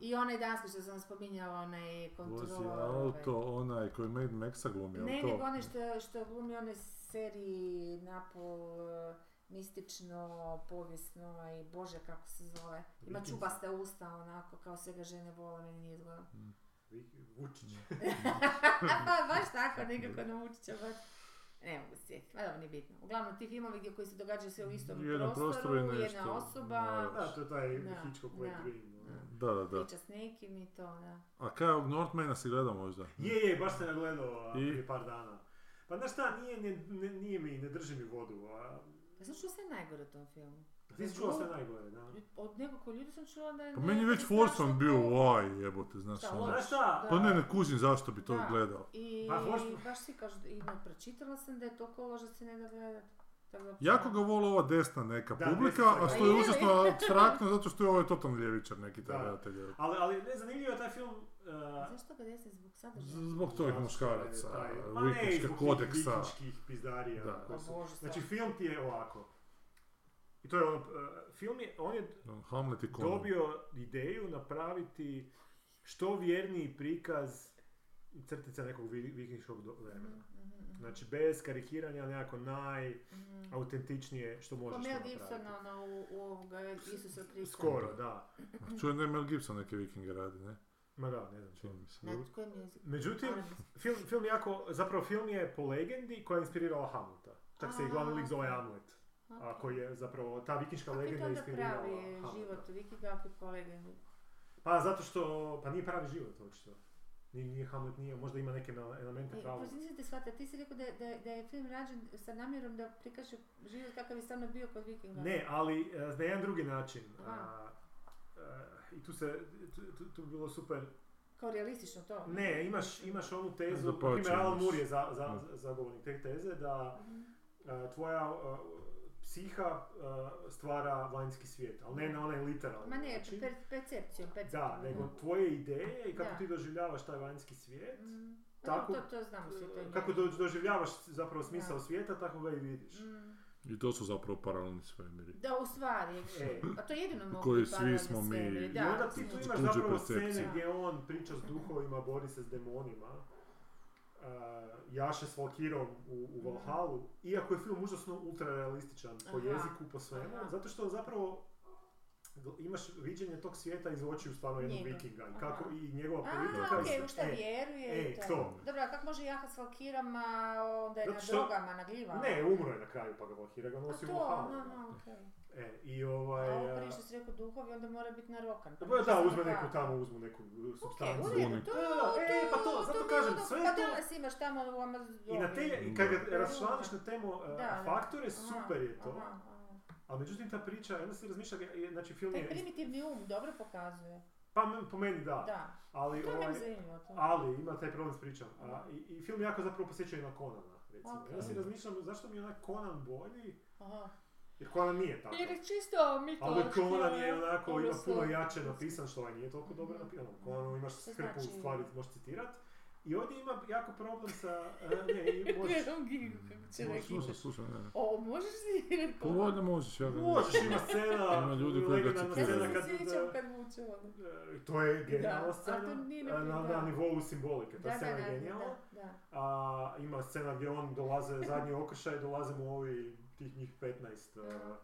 Speaker 3: I onaj danski što sam spominjala, onaj kontrolor.
Speaker 1: Vozi
Speaker 3: ovaj.
Speaker 1: auto, onaj koji Mad Maxa glumi, jel
Speaker 3: Ne,
Speaker 1: to?
Speaker 3: nego onaj što, što glumi one seriji napol e, mistično, povijesno i bože kako se zove. Ima
Speaker 2: Vidim.
Speaker 3: čubaste usta onako, kao sve ga žene vole, meni nije zgodno.
Speaker 2: Vučić.
Speaker 3: Pa, baš tako, nekako na Vučića, baš. Ne mogu se sjetiti, ma dobro, nije bitno. Uglavnom, ti filmovi gdje koji se događaju sve u istom
Speaker 1: Jedan prostor
Speaker 3: prostoru,
Speaker 1: i nešto,
Speaker 3: jedna osoba,
Speaker 1: da.
Speaker 2: Da, to je taj
Speaker 3: Da,
Speaker 2: Hitchcock koji je
Speaker 3: da.
Speaker 2: Dream. ono.
Speaker 1: Da, da, da.
Speaker 3: priča s nekim i to, da.
Speaker 1: A kaj ovog Northmana si gledao možda?
Speaker 2: Je, je, baš sam ga gledao a,
Speaker 1: I?
Speaker 2: prije par dana. Pa znaš šta, nije, ne, ne- nije mi, ne drži mi vodu. A,
Speaker 3: Pa sam čula sve najgore u tom filmu.
Speaker 2: ti si čuo sve najgore, da?
Speaker 3: Od nekoliko ljudi sam čula da je...
Speaker 1: Pa meni je već
Speaker 3: strašno
Speaker 1: Forsman
Speaker 3: to.
Speaker 1: bio, uaj jebote, znaš
Speaker 3: Šta,
Speaker 1: ono.
Speaker 3: loš?
Speaker 2: Znaš šta?
Speaker 1: Pa ne, ne kužim zašto bi to
Speaker 3: Da.
Speaker 1: gledao.
Speaker 3: I
Speaker 2: Pa, Forsman-
Speaker 3: baš svi kažu, i ne, pročitala sam da je toliko loža se ne da gledat. Tako da-
Speaker 1: Jako ga voli ova desna neka
Speaker 2: Da,
Speaker 1: publika,
Speaker 2: desna
Speaker 1: a što je
Speaker 3: publika.
Speaker 1: užasno abstraktno zato što je ovaj totalno ljevičar neki taj
Speaker 2: Da.
Speaker 1: gledatelj. jel?
Speaker 2: Ali, ali ne, zanimljivo je taj film... e, a,
Speaker 3: Zašto ga desni zbog sadržaja?
Speaker 1: Zbog tojih
Speaker 2: zašto
Speaker 1: muškaraca,
Speaker 2: je taj- Ma ne,
Speaker 1: viknička
Speaker 2: zbog tih
Speaker 1: kodeksa.
Speaker 2: Vikničkih pizdarija.
Speaker 1: Da.
Speaker 3: Pa
Speaker 2: koje su-
Speaker 3: bože,
Speaker 2: Znači
Speaker 3: znači,
Speaker 2: film ti je ovako. I to je ono, e, film je, on je
Speaker 1: Ono, Hamlet i Conan.
Speaker 2: dobio ideju napraviti što vjerniji prikaz crtica nekog vi- vikinškog do-
Speaker 3: Mhm, Mm.
Speaker 2: vremena. Znači bez karikiranja nekako najautentičnije što
Speaker 3: Pa
Speaker 2: možeš
Speaker 3: Mel
Speaker 2: to
Speaker 3: Gibson,
Speaker 2: napraviti.
Speaker 3: ono, u, u ovoga, Isusa Krista.
Speaker 2: Skoro, da.
Speaker 1: A Čujem da je Mel Gibson neke vikinge radi, ne?
Speaker 2: Ma da, ne znam
Speaker 1: Čini
Speaker 2: čini.
Speaker 1: mi se.
Speaker 3: Na koji music?
Speaker 2: Međutim,
Speaker 3: Arabic.
Speaker 2: film, film jako, zapravo film je po legendi koja je inspirirala Hamleta. Čak se i glavni lik zove
Speaker 3: A.
Speaker 2: Hamlet. A koji je zapravo, ta vikinška
Speaker 3: Kako je to
Speaker 2: legenda je
Speaker 3: onda
Speaker 2: inspirirala
Speaker 3: pravi
Speaker 2: Hamleta.
Speaker 3: život vikinga ako je po legendi?
Speaker 2: Pa zato što, pa nije pravi život očito. Nije, nije Hamlet, nije, možda ima neke na- elemente
Speaker 3: E,
Speaker 2: pravog.
Speaker 3: prosim, nisam te shvatila, ti si rekao da, da, da je film rađen sa namjerom da prikaže život kakav je stvarno bio kod vikinga.
Speaker 2: Ne, ali e, na jedan drugi način.
Speaker 3: Aha.
Speaker 2: A, e, I tu se, tu, tu, tu bi bilo super.
Speaker 3: Kao realistično to.
Speaker 2: Ne, imaš, imaš onu tezu,
Speaker 1: Za
Speaker 2: na primjer Alan
Speaker 1: počinje.
Speaker 2: Moore je za, za,
Speaker 1: Mm.
Speaker 2: za- zagovornik te teze, da
Speaker 3: Mhm.
Speaker 2: e, tvoja e, psiha e, stvara vanjski svijet, ali ne na onaj literalni
Speaker 3: Ma ne,
Speaker 2: način.
Speaker 3: per, percepcijom,
Speaker 2: Da,
Speaker 3: percepcijom. Mm.
Speaker 2: nego tvoje ideje i kako
Speaker 3: Da.
Speaker 2: ti doživljavaš taj vanjski svijet,
Speaker 3: Mm.
Speaker 2: Tako-
Speaker 3: to, to znamo svi, to je
Speaker 2: kako
Speaker 3: njeno.
Speaker 2: do- doživljavaš zapravo smisao
Speaker 3: Da.
Speaker 2: svijeta, tako ga i vidiš.
Speaker 3: Mm.
Speaker 1: I to su zapravo paralelni svemiri.
Speaker 3: Da, u stvari. A to jedino mogu
Speaker 1: Koji
Speaker 3: biti
Speaker 1: svi
Speaker 3: paralelni
Speaker 1: smo mi.
Speaker 3: svemiri,
Speaker 1: I
Speaker 3: Da,
Speaker 2: E. I onda ti tu
Speaker 3: apsolutno.
Speaker 2: imaš
Speaker 1: Tuđe
Speaker 2: zapravo
Speaker 1: percepcije.
Speaker 2: scene gdje on priča s duhovima, bori se s demonima, uh, jaše s Valkirom u,
Speaker 3: Mhm.
Speaker 2: u Valhalu, iako je film užasno ultrarealističan po
Speaker 3: Aha,
Speaker 2: jeziku, po svemu,
Speaker 3: aha.
Speaker 2: zato što zapravo gl- imaš viđenje tog svijeta iz očiju stvarno jednog
Speaker 3: Njega,
Speaker 2: vikinga i,
Speaker 3: aha.
Speaker 2: kako, i njegova politika.
Speaker 3: A,
Speaker 1: to
Speaker 2: i
Speaker 3: okej,
Speaker 2: sve.
Speaker 3: u šta
Speaker 2: E,
Speaker 3: vjeruje i
Speaker 2: e,
Speaker 3: to.
Speaker 2: to.
Speaker 3: Dobro, a kako može jahat s valkirama, onda je
Speaker 2: Zato
Speaker 3: na
Speaker 2: što-
Speaker 3: drogama, na gljivama?
Speaker 2: Ne, umro je na kraju pa ga Valkira ga
Speaker 3: A
Speaker 2: nosi u
Speaker 3: to,
Speaker 2: Valhalu.
Speaker 3: aha, okej.
Speaker 2: E, i
Speaker 3: A
Speaker 2: ovaj...
Speaker 3: ovo
Speaker 2: a, Pa
Speaker 3: prije što si rekao duhovi, onda mora biti narokan.
Speaker 2: da, da, uzme neku tamo, uzmu neku uh,
Speaker 3: Okej,
Speaker 2: supstancu.
Speaker 3: u
Speaker 1: Zvonik.
Speaker 3: redu, to,
Speaker 2: Da, da, e, pa to, zato
Speaker 3: mi
Speaker 2: kažem,
Speaker 3: ono,
Speaker 2: sve je
Speaker 3: pa
Speaker 2: to-
Speaker 3: danas imaš tamo u Amazonu.
Speaker 2: I na te, i kad ga rašlaniš na temu e,
Speaker 3: Da, da.
Speaker 2: faktore,
Speaker 3: Aha,
Speaker 2: super je to.
Speaker 3: aha, aha.
Speaker 2: Ali međutim ta priča, onda se razmišlja, je- je- znači film
Speaker 3: Taj
Speaker 2: je,
Speaker 3: primitivni um dobro pokazuje.
Speaker 2: pa m- po meni da,
Speaker 3: Da,
Speaker 2: ali,
Speaker 3: to je meni
Speaker 2: ovaj,
Speaker 3: zanimljivo. to.
Speaker 2: ali ima taj problem s pričom. A, i, I film jako zapravo posjeća i na Conana, recimo.
Speaker 3: Ok.
Speaker 2: I onda si razmišljam zašto mi je onaj Conan bolji,
Speaker 3: Aha.
Speaker 2: jer Conan nije tako.
Speaker 3: Jer je čisto mitološki.
Speaker 2: Ali ovaj Conan je
Speaker 3: ono,
Speaker 2: onako, ima
Speaker 3: odnosno-
Speaker 2: puno jače napisan, što ovaj nije toliko dobro
Speaker 3: Mhm.
Speaker 2: napisan. Conan imaš
Speaker 3: Što
Speaker 2: hrpu
Speaker 3: znači-
Speaker 2: stvari, možeš citirat. I ovdje ima jako problem sa, e, ne, i možeš,
Speaker 3: Gledam Gigu kako će
Speaker 2: Možeš
Speaker 3: reći.
Speaker 1: Slušaj, slušaj, ne.
Speaker 3: O, možeš si reći
Speaker 1: Pa valjda možeš, ja ga-
Speaker 2: možeš ima scena,
Speaker 1: Ima ljudi koji ga
Speaker 2: legendarna
Speaker 3: Ja
Speaker 1: citiraju.
Speaker 2: scena
Speaker 1: Gledam
Speaker 3: sam
Speaker 2: kad,
Speaker 3: se sjećam
Speaker 2: da-
Speaker 3: kad vuče ono.
Speaker 2: E, To je
Speaker 3: Da, a
Speaker 2: genijalna
Speaker 3: to
Speaker 2: scena,
Speaker 3: nije
Speaker 2: na,
Speaker 3: napravljeno,
Speaker 2: na
Speaker 3: da.
Speaker 2: nivou simbolike,
Speaker 3: Da,
Speaker 2: ta
Speaker 3: da,
Speaker 2: scena Pa je
Speaker 3: da,
Speaker 2: genijalna.
Speaker 3: da, da.
Speaker 2: A, ima scena gdje on dolaze, zadnji okršaj, dolaze mu ovi, tih njih 15
Speaker 3: Aha.
Speaker 2: a,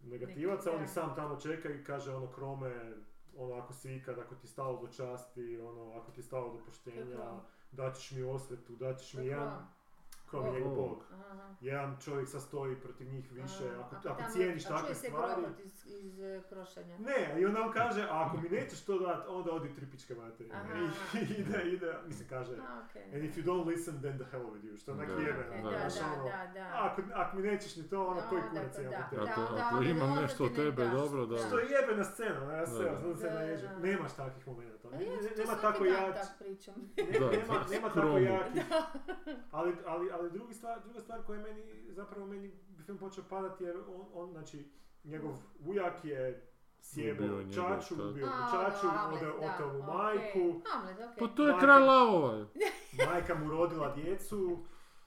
Speaker 2: negativaca,
Speaker 3: Neki,
Speaker 2: on ih
Speaker 3: da.
Speaker 2: sam tamo čeka i kaže ono krome, ono ako si ikad, ako ti je stalo do časti, ono ako ti je stalo do poštenja,
Speaker 3: Kako?
Speaker 2: daćeš mi osvetu, daćeš mi
Speaker 3: Kako?
Speaker 2: jedan, krom je
Speaker 3: Bog.
Speaker 2: njegov
Speaker 1: Bog.
Speaker 2: bog.
Speaker 3: Aha.
Speaker 2: Jedan čovjek sastoji protiv njih više,
Speaker 3: A,
Speaker 2: ako,
Speaker 3: a
Speaker 2: ako
Speaker 3: tamo-
Speaker 2: cijeniš
Speaker 3: a čuje
Speaker 2: takve
Speaker 3: se
Speaker 2: stvari. E,
Speaker 3: grobot iz, iz eh, krošanja.
Speaker 2: Ne, i onda on kaže, a ako mi nećeš to dat, onda odi tri pičke materine.
Speaker 3: Aha.
Speaker 2: I ide, ide, mislim kaže,
Speaker 3: A, okej.
Speaker 2: and if you don't listen, then the hell with you, što onak
Speaker 1: Da,
Speaker 2: jebe,
Speaker 3: Okej,
Speaker 1: da,
Speaker 2: e, znaš,
Speaker 3: da,
Speaker 2: ono,
Speaker 3: da, da.
Speaker 2: Ako, ako mi nećeš ni to, ono, koji
Speaker 3: Onda
Speaker 2: kurac
Speaker 3: to
Speaker 2: imam
Speaker 3: da.
Speaker 2: od tebe.
Speaker 1: Ako,
Speaker 3: Da, da,
Speaker 1: ako
Speaker 3: onda
Speaker 1: imam
Speaker 3: onda
Speaker 1: nešto
Speaker 3: ti
Speaker 1: od
Speaker 3: ne
Speaker 1: tebe,
Speaker 3: daš.
Speaker 1: dobro, da.
Speaker 2: Što je jebena scena, ono, ja se,
Speaker 1: Da, da.
Speaker 2: ja znam se
Speaker 3: Da, da,
Speaker 2: naježim.
Speaker 3: da.
Speaker 2: nemaš takvih momenta,
Speaker 3: A ja
Speaker 2: Ne-
Speaker 3: ću to
Speaker 2: nema
Speaker 3: svaki
Speaker 2: tako
Speaker 3: dan
Speaker 2: jač,
Speaker 3: tak pričam.
Speaker 2: ne-
Speaker 1: Da,
Speaker 2: nema,
Speaker 1: da, skromo.
Speaker 2: nema tako jakih, ali, ali, ali drugi stvar, druga stvar koja je meni, zapravo meni bi film počeo padati jer on, on znači, njegov ujak je
Speaker 1: Ubio
Speaker 2: sjebao
Speaker 1: njegov
Speaker 2: čaču,
Speaker 1: tatu.
Speaker 2: ubio mu
Speaker 3: A,
Speaker 2: čaču,
Speaker 3: ono, Hamlet,
Speaker 2: ode
Speaker 3: da,
Speaker 2: oteo mu
Speaker 3: okej.
Speaker 2: majku,
Speaker 3: Hamlet, okej.
Speaker 1: Pa to je
Speaker 2: Majka.
Speaker 1: kraj lavova. je.
Speaker 2: majka mu rodila djecu,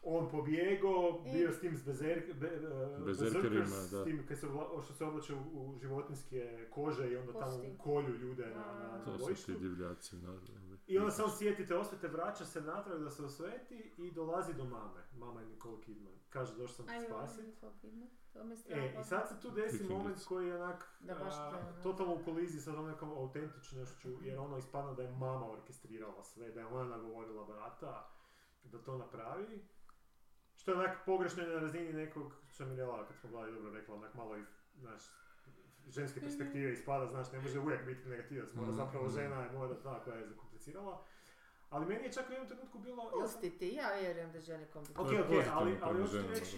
Speaker 2: on pobjegao,
Speaker 3: I-
Speaker 2: bio s tim s bezer, be, e,
Speaker 1: Bezerkerima,
Speaker 2: berserkers,
Speaker 1: da.
Speaker 2: s tim kad se vla- što se oblače u, u životinske kože i onda tamo
Speaker 3: Kosti.
Speaker 2: kolju ljude na, na,
Speaker 3: A.
Speaker 2: na
Speaker 1: To su
Speaker 2: bojištu.
Speaker 1: ti divljaci. naravno.
Speaker 2: I onda se on sjeti te osvete, vraća se natrag da se osveti i dolazi do mame. Mama je Nicole Kidman. kaže došao sam
Speaker 3: Aj,
Speaker 2: te spasit.
Speaker 3: ono, to vidno. To me
Speaker 2: E,
Speaker 3: strah.
Speaker 2: i sad se tu desi
Speaker 1: Kikingica.
Speaker 2: moment koji je onak
Speaker 3: Da, baš
Speaker 2: a,
Speaker 3: to je ono.
Speaker 2: totalno u koliziji sa tom nekom autentičnošću, jer ono ispada da je mama orkestrirala sve, da je ona nagovorila brata da to napravi. Što je onak pogrešno je na razini nekog, što mi je Mirela kad smo gledali dobro rekla, onak malo iz, znaš,
Speaker 3: Mhm.
Speaker 2: ženske perspektive ispada, znaš, ne može uvijek biti negativac, mora
Speaker 1: Mhm,
Speaker 2: zapravo
Speaker 1: mhm.
Speaker 2: žena je mora ta koja je zakomplicirala. Ali meni je čak u jednom trenutku bilo... ja sam-
Speaker 3: Pusti ti, ja vjerujem da žene komplikacije.
Speaker 2: Ok,
Speaker 1: To je
Speaker 2: ok, ali,
Speaker 1: pozitivno
Speaker 2: ali
Speaker 1: prema
Speaker 2: hoću ti
Speaker 1: ženama.
Speaker 2: reći,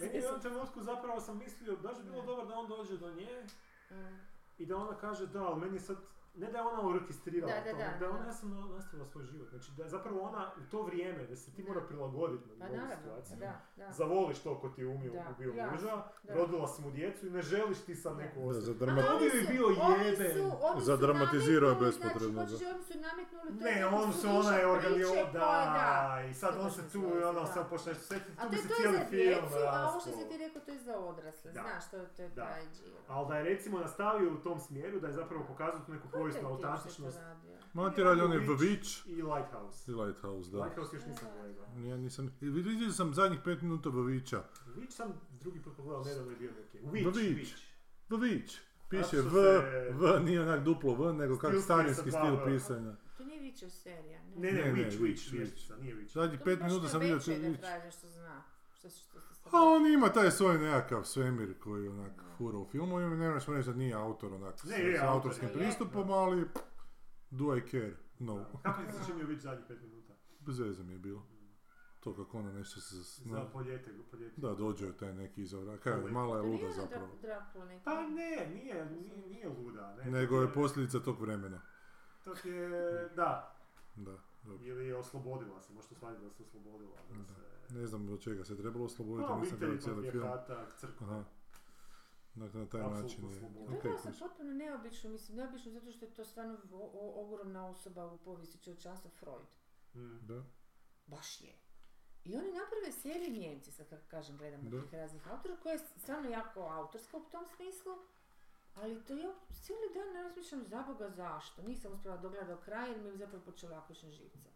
Speaker 2: meni je u jednom trenutku zapravo sam mislio, baš bi bilo dobro da on dođe do nje
Speaker 3: Mm.
Speaker 2: i da ona kaže da, ali meni je sad, ne da je ona orkestrirala
Speaker 3: Da, da,
Speaker 2: to,
Speaker 3: da,
Speaker 2: nego da je ona
Speaker 3: da.
Speaker 2: jednostavno nastavila svoj život. Znači da je zapravo ona u to vrijeme, da se ti
Speaker 3: Da.
Speaker 2: mora prilagoditi na
Speaker 3: Pa
Speaker 2: njegovu
Speaker 3: naravno,
Speaker 2: situaciju.
Speaker 3: da, da.
Speaker 2: Zavoliš to ko ti je umio,
Speaker 3: Da,
Speaker 2: ubio
Speaker 3: jasno,
Speaker 2: muža,
Speaker 3: da.
Speaker 2: rodila si mu djecu i ne želiš ti sad
Speaker 3: Da.
Speaker 2: neku
Speaker 1: Da,
Speaker 2: osobu.
Speaker 1: za
Speaker 3: Ali
Speaker 1: drma-
Speaker 2: Ovo
Speaker 3: oni
Speaker 2: bi
Speaker 3: su-
Speaker 2: bio
Speaker 3: oni
Speaker 2: jeben.
Speaker 3: su- oni su
Speaker 1: Zadramatizirao je
Speaker 3: nametnuli,
Speaker 1: bespotrebno,
Speaker 3: Znači, hoćeš,
Speaker 1: da.
Speaker 3: oni su nametnuli to.
Speaker 2: Ne,
Speaker 3: nekako
Speaker 2: on
Speaker 3: su
Speaker 2: se ona je
Speaker 3: više
Speaker 2: organio,
Speaker 3: priče koje, da.
Speaker 2: da, i sad
Speaker 3: To
Speaker 2: on
Speaker 3: baš
Speaker 2: se
Speaker 3: mi
Speaker 2: tu,
Speaker 3: slozi,
Speaker 2: i ono
Speaker 3: da.
Speaker 2: sad počne nešto sjetiti,
Speaker 3: A
Speaker 2: tu
Speaker 3: to
Speaker 2: bi
Speaker 3: je
Speaker 2: se
Speaker 3: to je
Speaker 2: cijeli
Speaker 3: za
Speaker 2: film
Speaker 3: djecu, a ovo što
Speaker 2: raspao.
Speaker 3: si ti rekao, to je za odrasle.
Speaker 2: Da.
Speaker 3: Znaš, to, to je
Speaker 2: Da.
Speaker 3: taj džir.
Speaker 2: Ali da je recimo nastavio u tom smjeru, da je zapravo pokazao tu neku
Speaker 3: Ko je
Speaker 2: povijesnu
Speaker 3: taj tip što je
Speaker 2: autentičnost
Speaker 3: to radio?
Speaker 1: Materijal je onaj Vvić
Speaker 2: i Lighthouse.
Speaker 1: i Lighthouse, da.
Speaker 2: Lighthouse još nisam gledao.
Speaker 1: Ja nisam, i vidio sam zadnjih pet minuta Vvića.
Speaker 2: Witch sam drugi put pogledao, nedavno je bio neki.
Speaker 1: Witch.
Speaker 2: Witch, Witch.
Speaker 1: Vvić. Piše
Speaker 2: Zato
Speaker 1: V,
Speaker 2: što se-
Speaker 1: V nije onak duplo V, nego kak
Speaker 2: Stilski
Speaker 1: starinski
Speaker 2: sa dva
Speaker 1: stil
Speaker 2: V.
Speaker 1: pisanja.
Speaker 3: To nije Witcher serija. Ne,
Speaker 2: Ne, ne,
Speaker 1: Ne, ne,
Speaker 2: Witch,
Speaker 1: Witch,
Speaker 2: Witch,
Speaker 1: Witch.
Speaker 2: vještica, nije Witch.
Speaker 1: Zadnjih pet minuta sam vidio
Speaker 3: To baš
Speaker 1: čovjek
Speaker 3: ne
Speaker 1: Vvić.
Speaker 3: veće da traže što zna. Što se što se
Speaker 1: A Pa on ima taj svoj nekakav svemir koji onak fura u filmovima, ne možemo reći da nije autor onak s,
Speaker 2: Ne, je
Speaker 1: s
Speaker 2: autor,
Speaker 1: autorskim
Speaker 3: je.
Speaker 1: pristupom, ali pff, do I care, no,
Speaker 2: Kako ti se činio Witch zadnjih pet minuta?
Speaker 1: bez veze mi je bilo. To kako ona nešto se...
Speaker 2: Za poljete, poljete.
Speaker 1: Da, dođe joj taj neki izavra, kaj,
Speaker 2: Luda.
Speaker 1: mala je
Speaker 3: To Pa nije
Speaker 1: luda
Speaker 3: ona Dra-
Speaker 1: zapravo.
Speaker 3: Dracula neka.
Speaker 2: Pa ne, nije, nije, Pa nije luda. Ne.
Speaker 1: Nego je posljedica tog vremena.
Speaker 2: To ti je, da,
Speaker 1: Da, dobro.
Speaker 2: ili je oslobodila se, možete shvatiti da se oslobodila.
Speaker 1: Da.
Speaker 2: Da se...
Speaker 1: Ne znam od čega se trebalo osloboditi,
Speaker 2: Pa,
Speaker 1: nisam gledao
Speaker 2: obitelj,
Speaker 1: cijeli film.
Speaker 2: patrijarhata, crkva.
Speaker 1: Aha. Dakle, na taj
Speaker 2: Apsolutno
Speaker 1: način je...
Speaker 2: sloboda.
Speaker 3: To je
Speaker 1: Ok,
Speaker 3: dao sam
Speaker 1: kužiš.
Speaker 3: potpuno neobično, mislim neobično zato što je to stvarno o- o- ogromna osoba u povijesti čovječanstva Freud.
Speaker 2: Mm.
Speaker 1: Da.
Speaker 3: Baš je. I oni naprave serije Njemci, sad kako kažem, gledamo
Speaker 1: Da.
Speaker 3: tih raznih autora, koja je stvarno jako autorska u tom smislu, ali to ja cijeli dan ne razmišljam za Boga zašto. Nisam uspjela dogledati do kraja jer mi je zapravo počela akušen živce.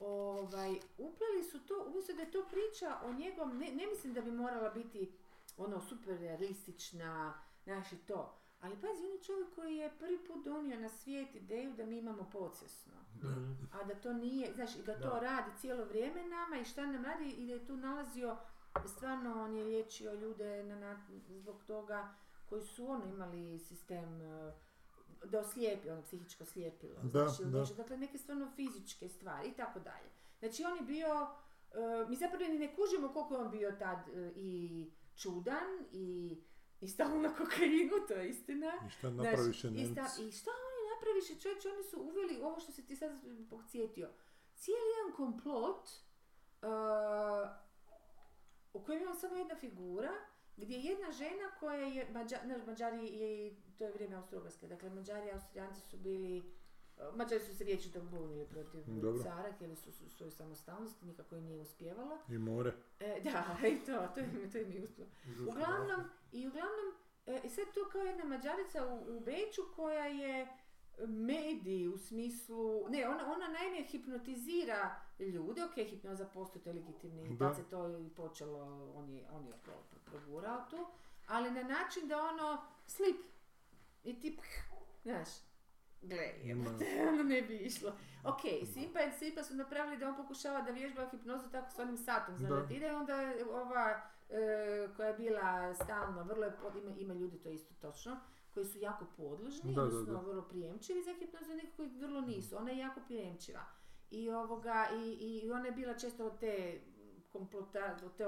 Speaker 3: Ovaj, upleli su to, umjesto da je to priča o njegovom, ne, ne mislim da bi morala biti ono super realistična, znaš i to. Ali pazi, on je čovjek koji je prvi put donio na svijet ideju da mi imamo podsvjesno a da to nije, znaš, i da to
Speaker 4: Da.
Speaker 3: radi cijelo vrijeme nama i šta nam radi i da je tu nalazio, stvarno on je liječio ljude na, na- zbog toga koji su ono imali sistem e, da oslijepi, ono psihičko slijepilo,
Speaker 1: Da,
Speaker 3: znaš, ili
Speaker 1: da.
Speaker 3: nešto, dakle neke stvarno fizičke stvari i tako dalje. Znači on je bio, e, mi zapravo ni ne kužimo koliko je on bio tad e, i čudan i, i stalno na kokainu, to je istina.
Speaker 1: I šta
Speaker 3: Znaš,
Speaker 1: napraviše
Speaker 3: i sta-
Speaker 1: Nemci?
Speaker 3: I šta oni napraviše, čovječ, oni su uveli ovo što si ti sad podsjetio. Cijeli jedan komplot uh, u kojem je on samo jedna figura, gdje jedna žena koja je, Mađa- znaš, Mađari je, to je vrijeme Austro-Ugarske, dakle Mađari i Austrijanci su bili, uh, Mađari su se vječito bunili protiv
Speaker 1: Dobro.
Speaker 3: cara, htjeli su su- svoju samostalnost, nikako im nije uspjevala.
Speaker 1: I more.
Speaker 3: E, da, i to, to im, to im je uspjelo. Uglavnom, i uglavnom, e, i sad tu kao jedna mađarica u, u Beču koja je medij u smislu, ne, ona, ona naime hipnotizira ljude, ok, hipnoza postoji, to je legitimni, i
Speaker 1: Da.
Speaker 3: tad se to i počelo, on je, on je pro- pro- progurao tu, ali na način da ono, slip, i ti, ph, znaš, gle, jebote, ono ne bi išlo. Ok, Simpa i Simpa su napravili da on pokušava da vježba hipnozu tako s onim satom, znači
Speaker 1: Da.
Speaker 3: da ti ide, onda je ova e, koja je bila stalno, vrlo je, pod- ima, ima ljudi to isto točno, koji su jako podložni,
Speaker 1: Da, da,
Speaker 3: odnosno
Speaker 1: da.
Speaker 3: vrlo prijemčivi za hipnozu, neki koji vrlo nisu, ona je jako prijemčiva. I, ovoga, i, i- i ona je bila često od te komplota, od te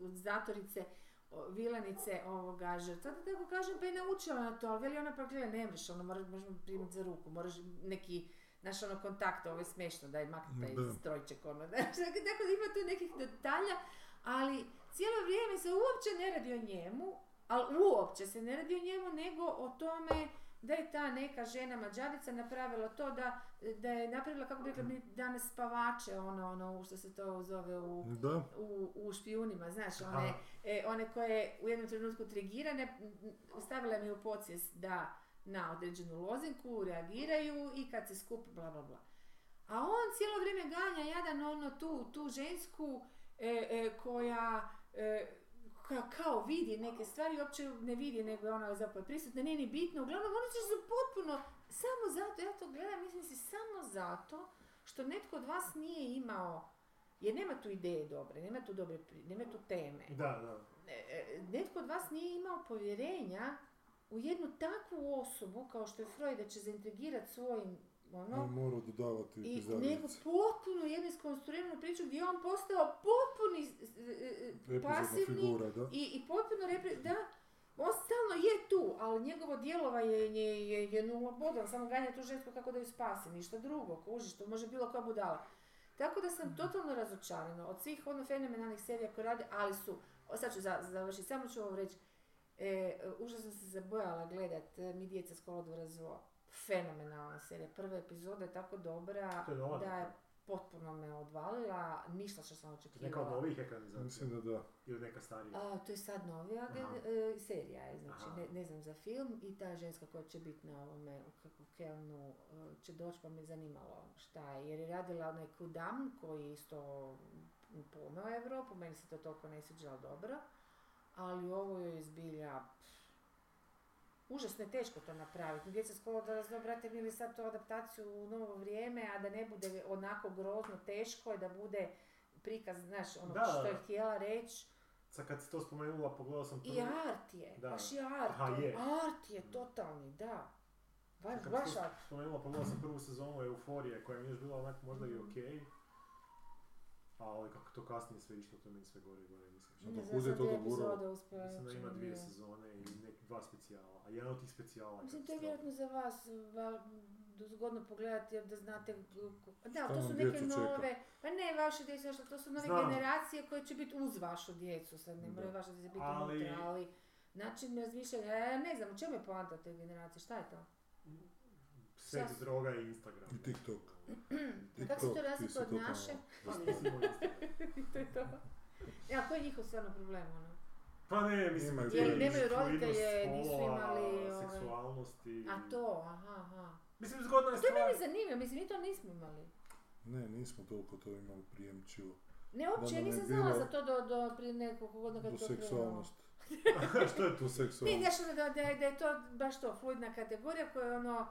Speaker 3: organizatorice o, vilanice ovoga žrtva, da tako kažem, pa je naučila na to, ali veli ona pa gle, ne možeš, ono moraš, moraš me primiti za ruku, moraš neki, naš ono kontakt, ovo je smiješno da je makne taj
Speaker 1: Da.
Speaker 3: strojček, ono, znaš, dakle tako da ima tu nekih detalja, ali cijelo vrijeme se uopće ne radi o njemu, ali uopće se ne radi o njemu, nego o tome da je ta neka žena mađarica napravila to da, da je napravila, kako bi rekla, mi danas spavače, ono, ono, što se to zove u
Speaker 1: Da.
Speaker 3: u, u špijunima, znaš,
Speaker 4: Aha.
Speaker 3: one, e, one koje u jednom trenutku trigirane, m, stavila mi u podsvijest da na određenu lozinku reagiraju i kad se skupi, bla, bla, bla. A on cijelo vrijeme ganja jadan ono tu, tu žensku e, e, koja, e, koja kao vidi neke stvari, uopće ne vidi nego je ona zapravo prisutna, nije ni bitno, uglavnom oni će se potpuno, samo zato, ja to gledam, mislim si samo zato što netko od vas nije imao, jer nema tu ideje dobre, nema tu dobre, pri- nema tu teme.
Speaker 4: Da, da.
Speaker 3: E, e, Netko od vas nije imao povjerenja u jednu takvu osobu kao što je Freud da će zaintrigirati svojim ono,
Speaker 1: I mora dodavati
Speaker 3: i nego
Speaker 1: epizodice.
Speaker 3: potpuno jednu iskonstruiranu priču gdje je on postao potpuni s- s- e, e,
Speaker 1: Epizodna
Speaker 3: pasivni
Speaker 1: figura, da.
Speaker 3: i, i potpuno repre... Da, on stalno je tu, ali njegovo djelovanje je, je, je nula bodan, samo ganja tu žensku kako da ju spasi, ništa drugo, kužiš, to može bilo koja budala. Tako da sam totalno razočarana od svih ono fenomenalnih serija koje rade, ali su, o, sad ću za, završiti, samo ću ovo reći, e, užasno sam se bojala gledat e, Mi djeca s kolodvora zlo. Fenomenalna serija, prva epizoda je tako dobra
Speaker 4: To je nova,
Speaker 3: da
Speaker 4: tako?
Speaker 3: je potpuno me odvalila, ništa što sam
Speaker 4: Neka od
Speaker 3: očekivala.
Speaker 4: novih ekranizacija.
Speaker 1: Mislim da da.
Speaker 4: Ili neka starija.
Speaker 3: A, to je sad novija
Speaker 4: Aha.
Speaker 3: gen- e, serija, je, znači
Speaker 4: Aha.
Speaker 3: ne, ne znam za film i ta ženska koja će biti na ovome u kako Kelnu e, će doći pa me zanimalo šta je, jer je radila onaj Kudam koji je isto pomeo Europu, meni se to toliko ne sviđa ali dobro, ali ovo je zbilja Užasno je teško to napraviti. Djeca skoro da razno, brate, mi li sad tu adaptaciju u novo vrijeme, a da ne bude onako grozno teško i da bude prikaz, znaš, ono
Speaker 4: Da.
Speaker 3: što je htjela reći.
Speaker 4: Sad kad si to spomenula, pogledao sam prvo.
Speaker 3: I art je,
Speaker 4: Da.
Speaker 3: baš je art.
Speaker 4: Aha, je.
Speaker 3: Art je totalni, da. Baš,
Speaker 4: Kad
Speaker 3: baš
Speaker 4: si to
Speaker 3: art.
Speaker 4: spomenula, pogledao sam prvu sezonu Euforije, koja mi je još bila onak možda i
Speaker 3: Mhm.
Speaker 4: okej. Ali kako to kasnije sve išlo, to meni sve gore i gore, mislim.
Speaker 1: Ne
Speaker 3: Ne
Speaker 1: dok
Speaker 3: znam,
Speaker 1: bude
Speaker 3: sam
Speaker 1: to
Speaker 3: dvije
Speaker 1: doguralo.
Speaker 3: epizode uspjela.
Speaker 4: Mislim da
Speaker 3: znači,
Speaker 4: ima dvije
Speaker 3: ne.
Speaker 4: sezone i nek, dva specijala, a jedan od tih specijala je
Speaker 3: Mislim, to je
Speaker 4: katastrofa.
Speaker 3: vjerojatno za vas va- zgodno pogledati jer da znate...
Speaker 4: Mm.
Speaker 3: k- Da,
Speaker 1: Šta
Speaker 3: to
Speaker 1: nam
Speaker 3: su neke
Speaker 1: djecu čeka?
Speaker 3: nove... Pa ne, vaše djecu, znaš, to su nove
Speaker 4: Znam.
Speaker 3: generacije koje će biti uz vašu djecu. Sad ne
Speaker 1: Da.
Speaker 3: moraju vaša djeca biti
Speaker 4: Ali-
Speaker 3: unutra, ali... e, Način razmišljanja, ja ne znam, u čemu je poanta te generacije, šta je to?
Speaker 2: Seks, droga i Instagram.
Speaker 1: I TikTok.
Speaker 3: A kako se to razlika od naše?
Speaker 2: Pa mislim u Instagram.
Speaker 3: to je to. Ja, koji je njihov stvarno problem, ono?
Speaker 2: Pa ne, mislim,
Speaker 1: Nemaju
Speaker 2: fluidnost
Speaker 3: nemaju roditelje, nisu
Speaker 2: spola,
Speaker 3: imali, ovaj,
Speaker 2: Seksualnosti.
Speaker 3: A to, aha, aha.
Speaker 2: Mislim, zgodna je
Speaker 3: To je
Speaker 2: stvar.
Speaker 3: meni zanimljivo, mislim, mi to nismo imali.
Speaker 1: Ne, nismo toliko to imali prijemčivo.
Speaker 3: Ne, uopće,
Speaker 1: Da nam je
Speaker 3: nisam znala
Speaker 1: bilo-
Speaker 3: za to do, do prije nekog godina kad
Speaker 1: Tu
Speaker 3: je to krenulo.
Speaker 1: seksualnost. Što je tu
Speaker 3: Ne,
Speaker 1: seksualnost?
Speaker 3: znaš ono da, da, je- da je to baš to, fluidna kategorija koja je ono,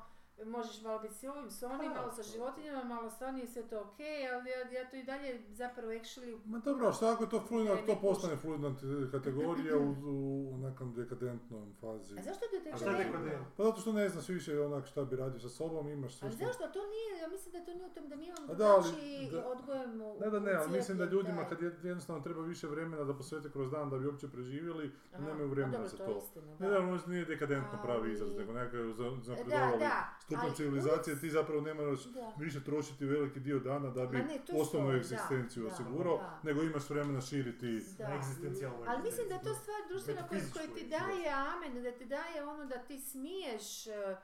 Speaker 3: možeš malo biti s ovim, s onim,
Speaker 2: Pa,
Speaker 3: malo sa
Speaker 2: to-
Speaker 3: životinjama, malo s onim, sve to okej, ali ja, ja to i dalje zapravo actually...
Speaker 1: Ma dobro, šta ako je to fluidno,
Speaker 3: Ne,
Speaker 1: ako to
Speaker 3: ne
Speaker 1: postane fluidna t- kategorija u, u, u nekom dekadentnom fazi.
Speaker 3: A zašto bi to
Speaker 2: A šta je
Speaker 3: ne-
Speaker 2: neko deo?
Speaker 1: Pa zato što ne znaš više onak šta bi radio sa sobom, imaš sve
Speaker 3: Ali
Speaker 1: što...
Speaker 3: zašto? To nije, ja mislim da to nije u tom da mi imamo
Speaker 1: A da, ali-
Speaker 3: drugačiji
Speaker 1: da-
Speaker 3: odgojem u
Speaker 1: Ne da ne, ali mislim da
Speaker 3: cijepljen
Speaker 1: ljudima
Speaker 3: taj.
Speaker 1: kad jed- jednostavno treba više vremena da posvete kroz dan da bi uopće preživjeli,
Speaker 3: Aha,
Speaker 1: nemaju
Speaker 3: a
Speaker 1: vremena
Speaker 3: dobro,
Speaker 1: za
Speaker 3: je
Speaker 1: to.
Speaker 3: istina,
Speaker 1: Ne da, možda nije dekadentno pravi
Speaker 3: Ali-
Speaker 1: izraz, nego nekakav za-
Speaker 3: da,
Speaker 1: zapredovali
Speaker 3: da,
Speaker 1: stupanj
Speaker 3: ali
Speaker 1: civilizacije,
Speaker 3: uvijek-
Speaker 1: ti zapravo ne moraš
Speaker 3: Da.
Speaker 1: više trošiti veliki dio dana da bi
Speaker 3: Ma ne, to
Speaker 1: osnovnu
Speaker 3: stoji, da,
Speaker 1: egzistenciju
Speaker 3: da,
Speaker 1: osigurao,
Speaker 3: da.
Speaker 1: nego imaš vremena širiti
Speaker 2: Na egzistencijalnoj
Speaker 3: Ali mislim da je to stvar društvena koja,
Speaker 2: Metafizičko
Speaker 3: koja ti
Speaker 2: je, da.
Speaker 3: daje amen, da ti daje ono da ti smiješ, e, e,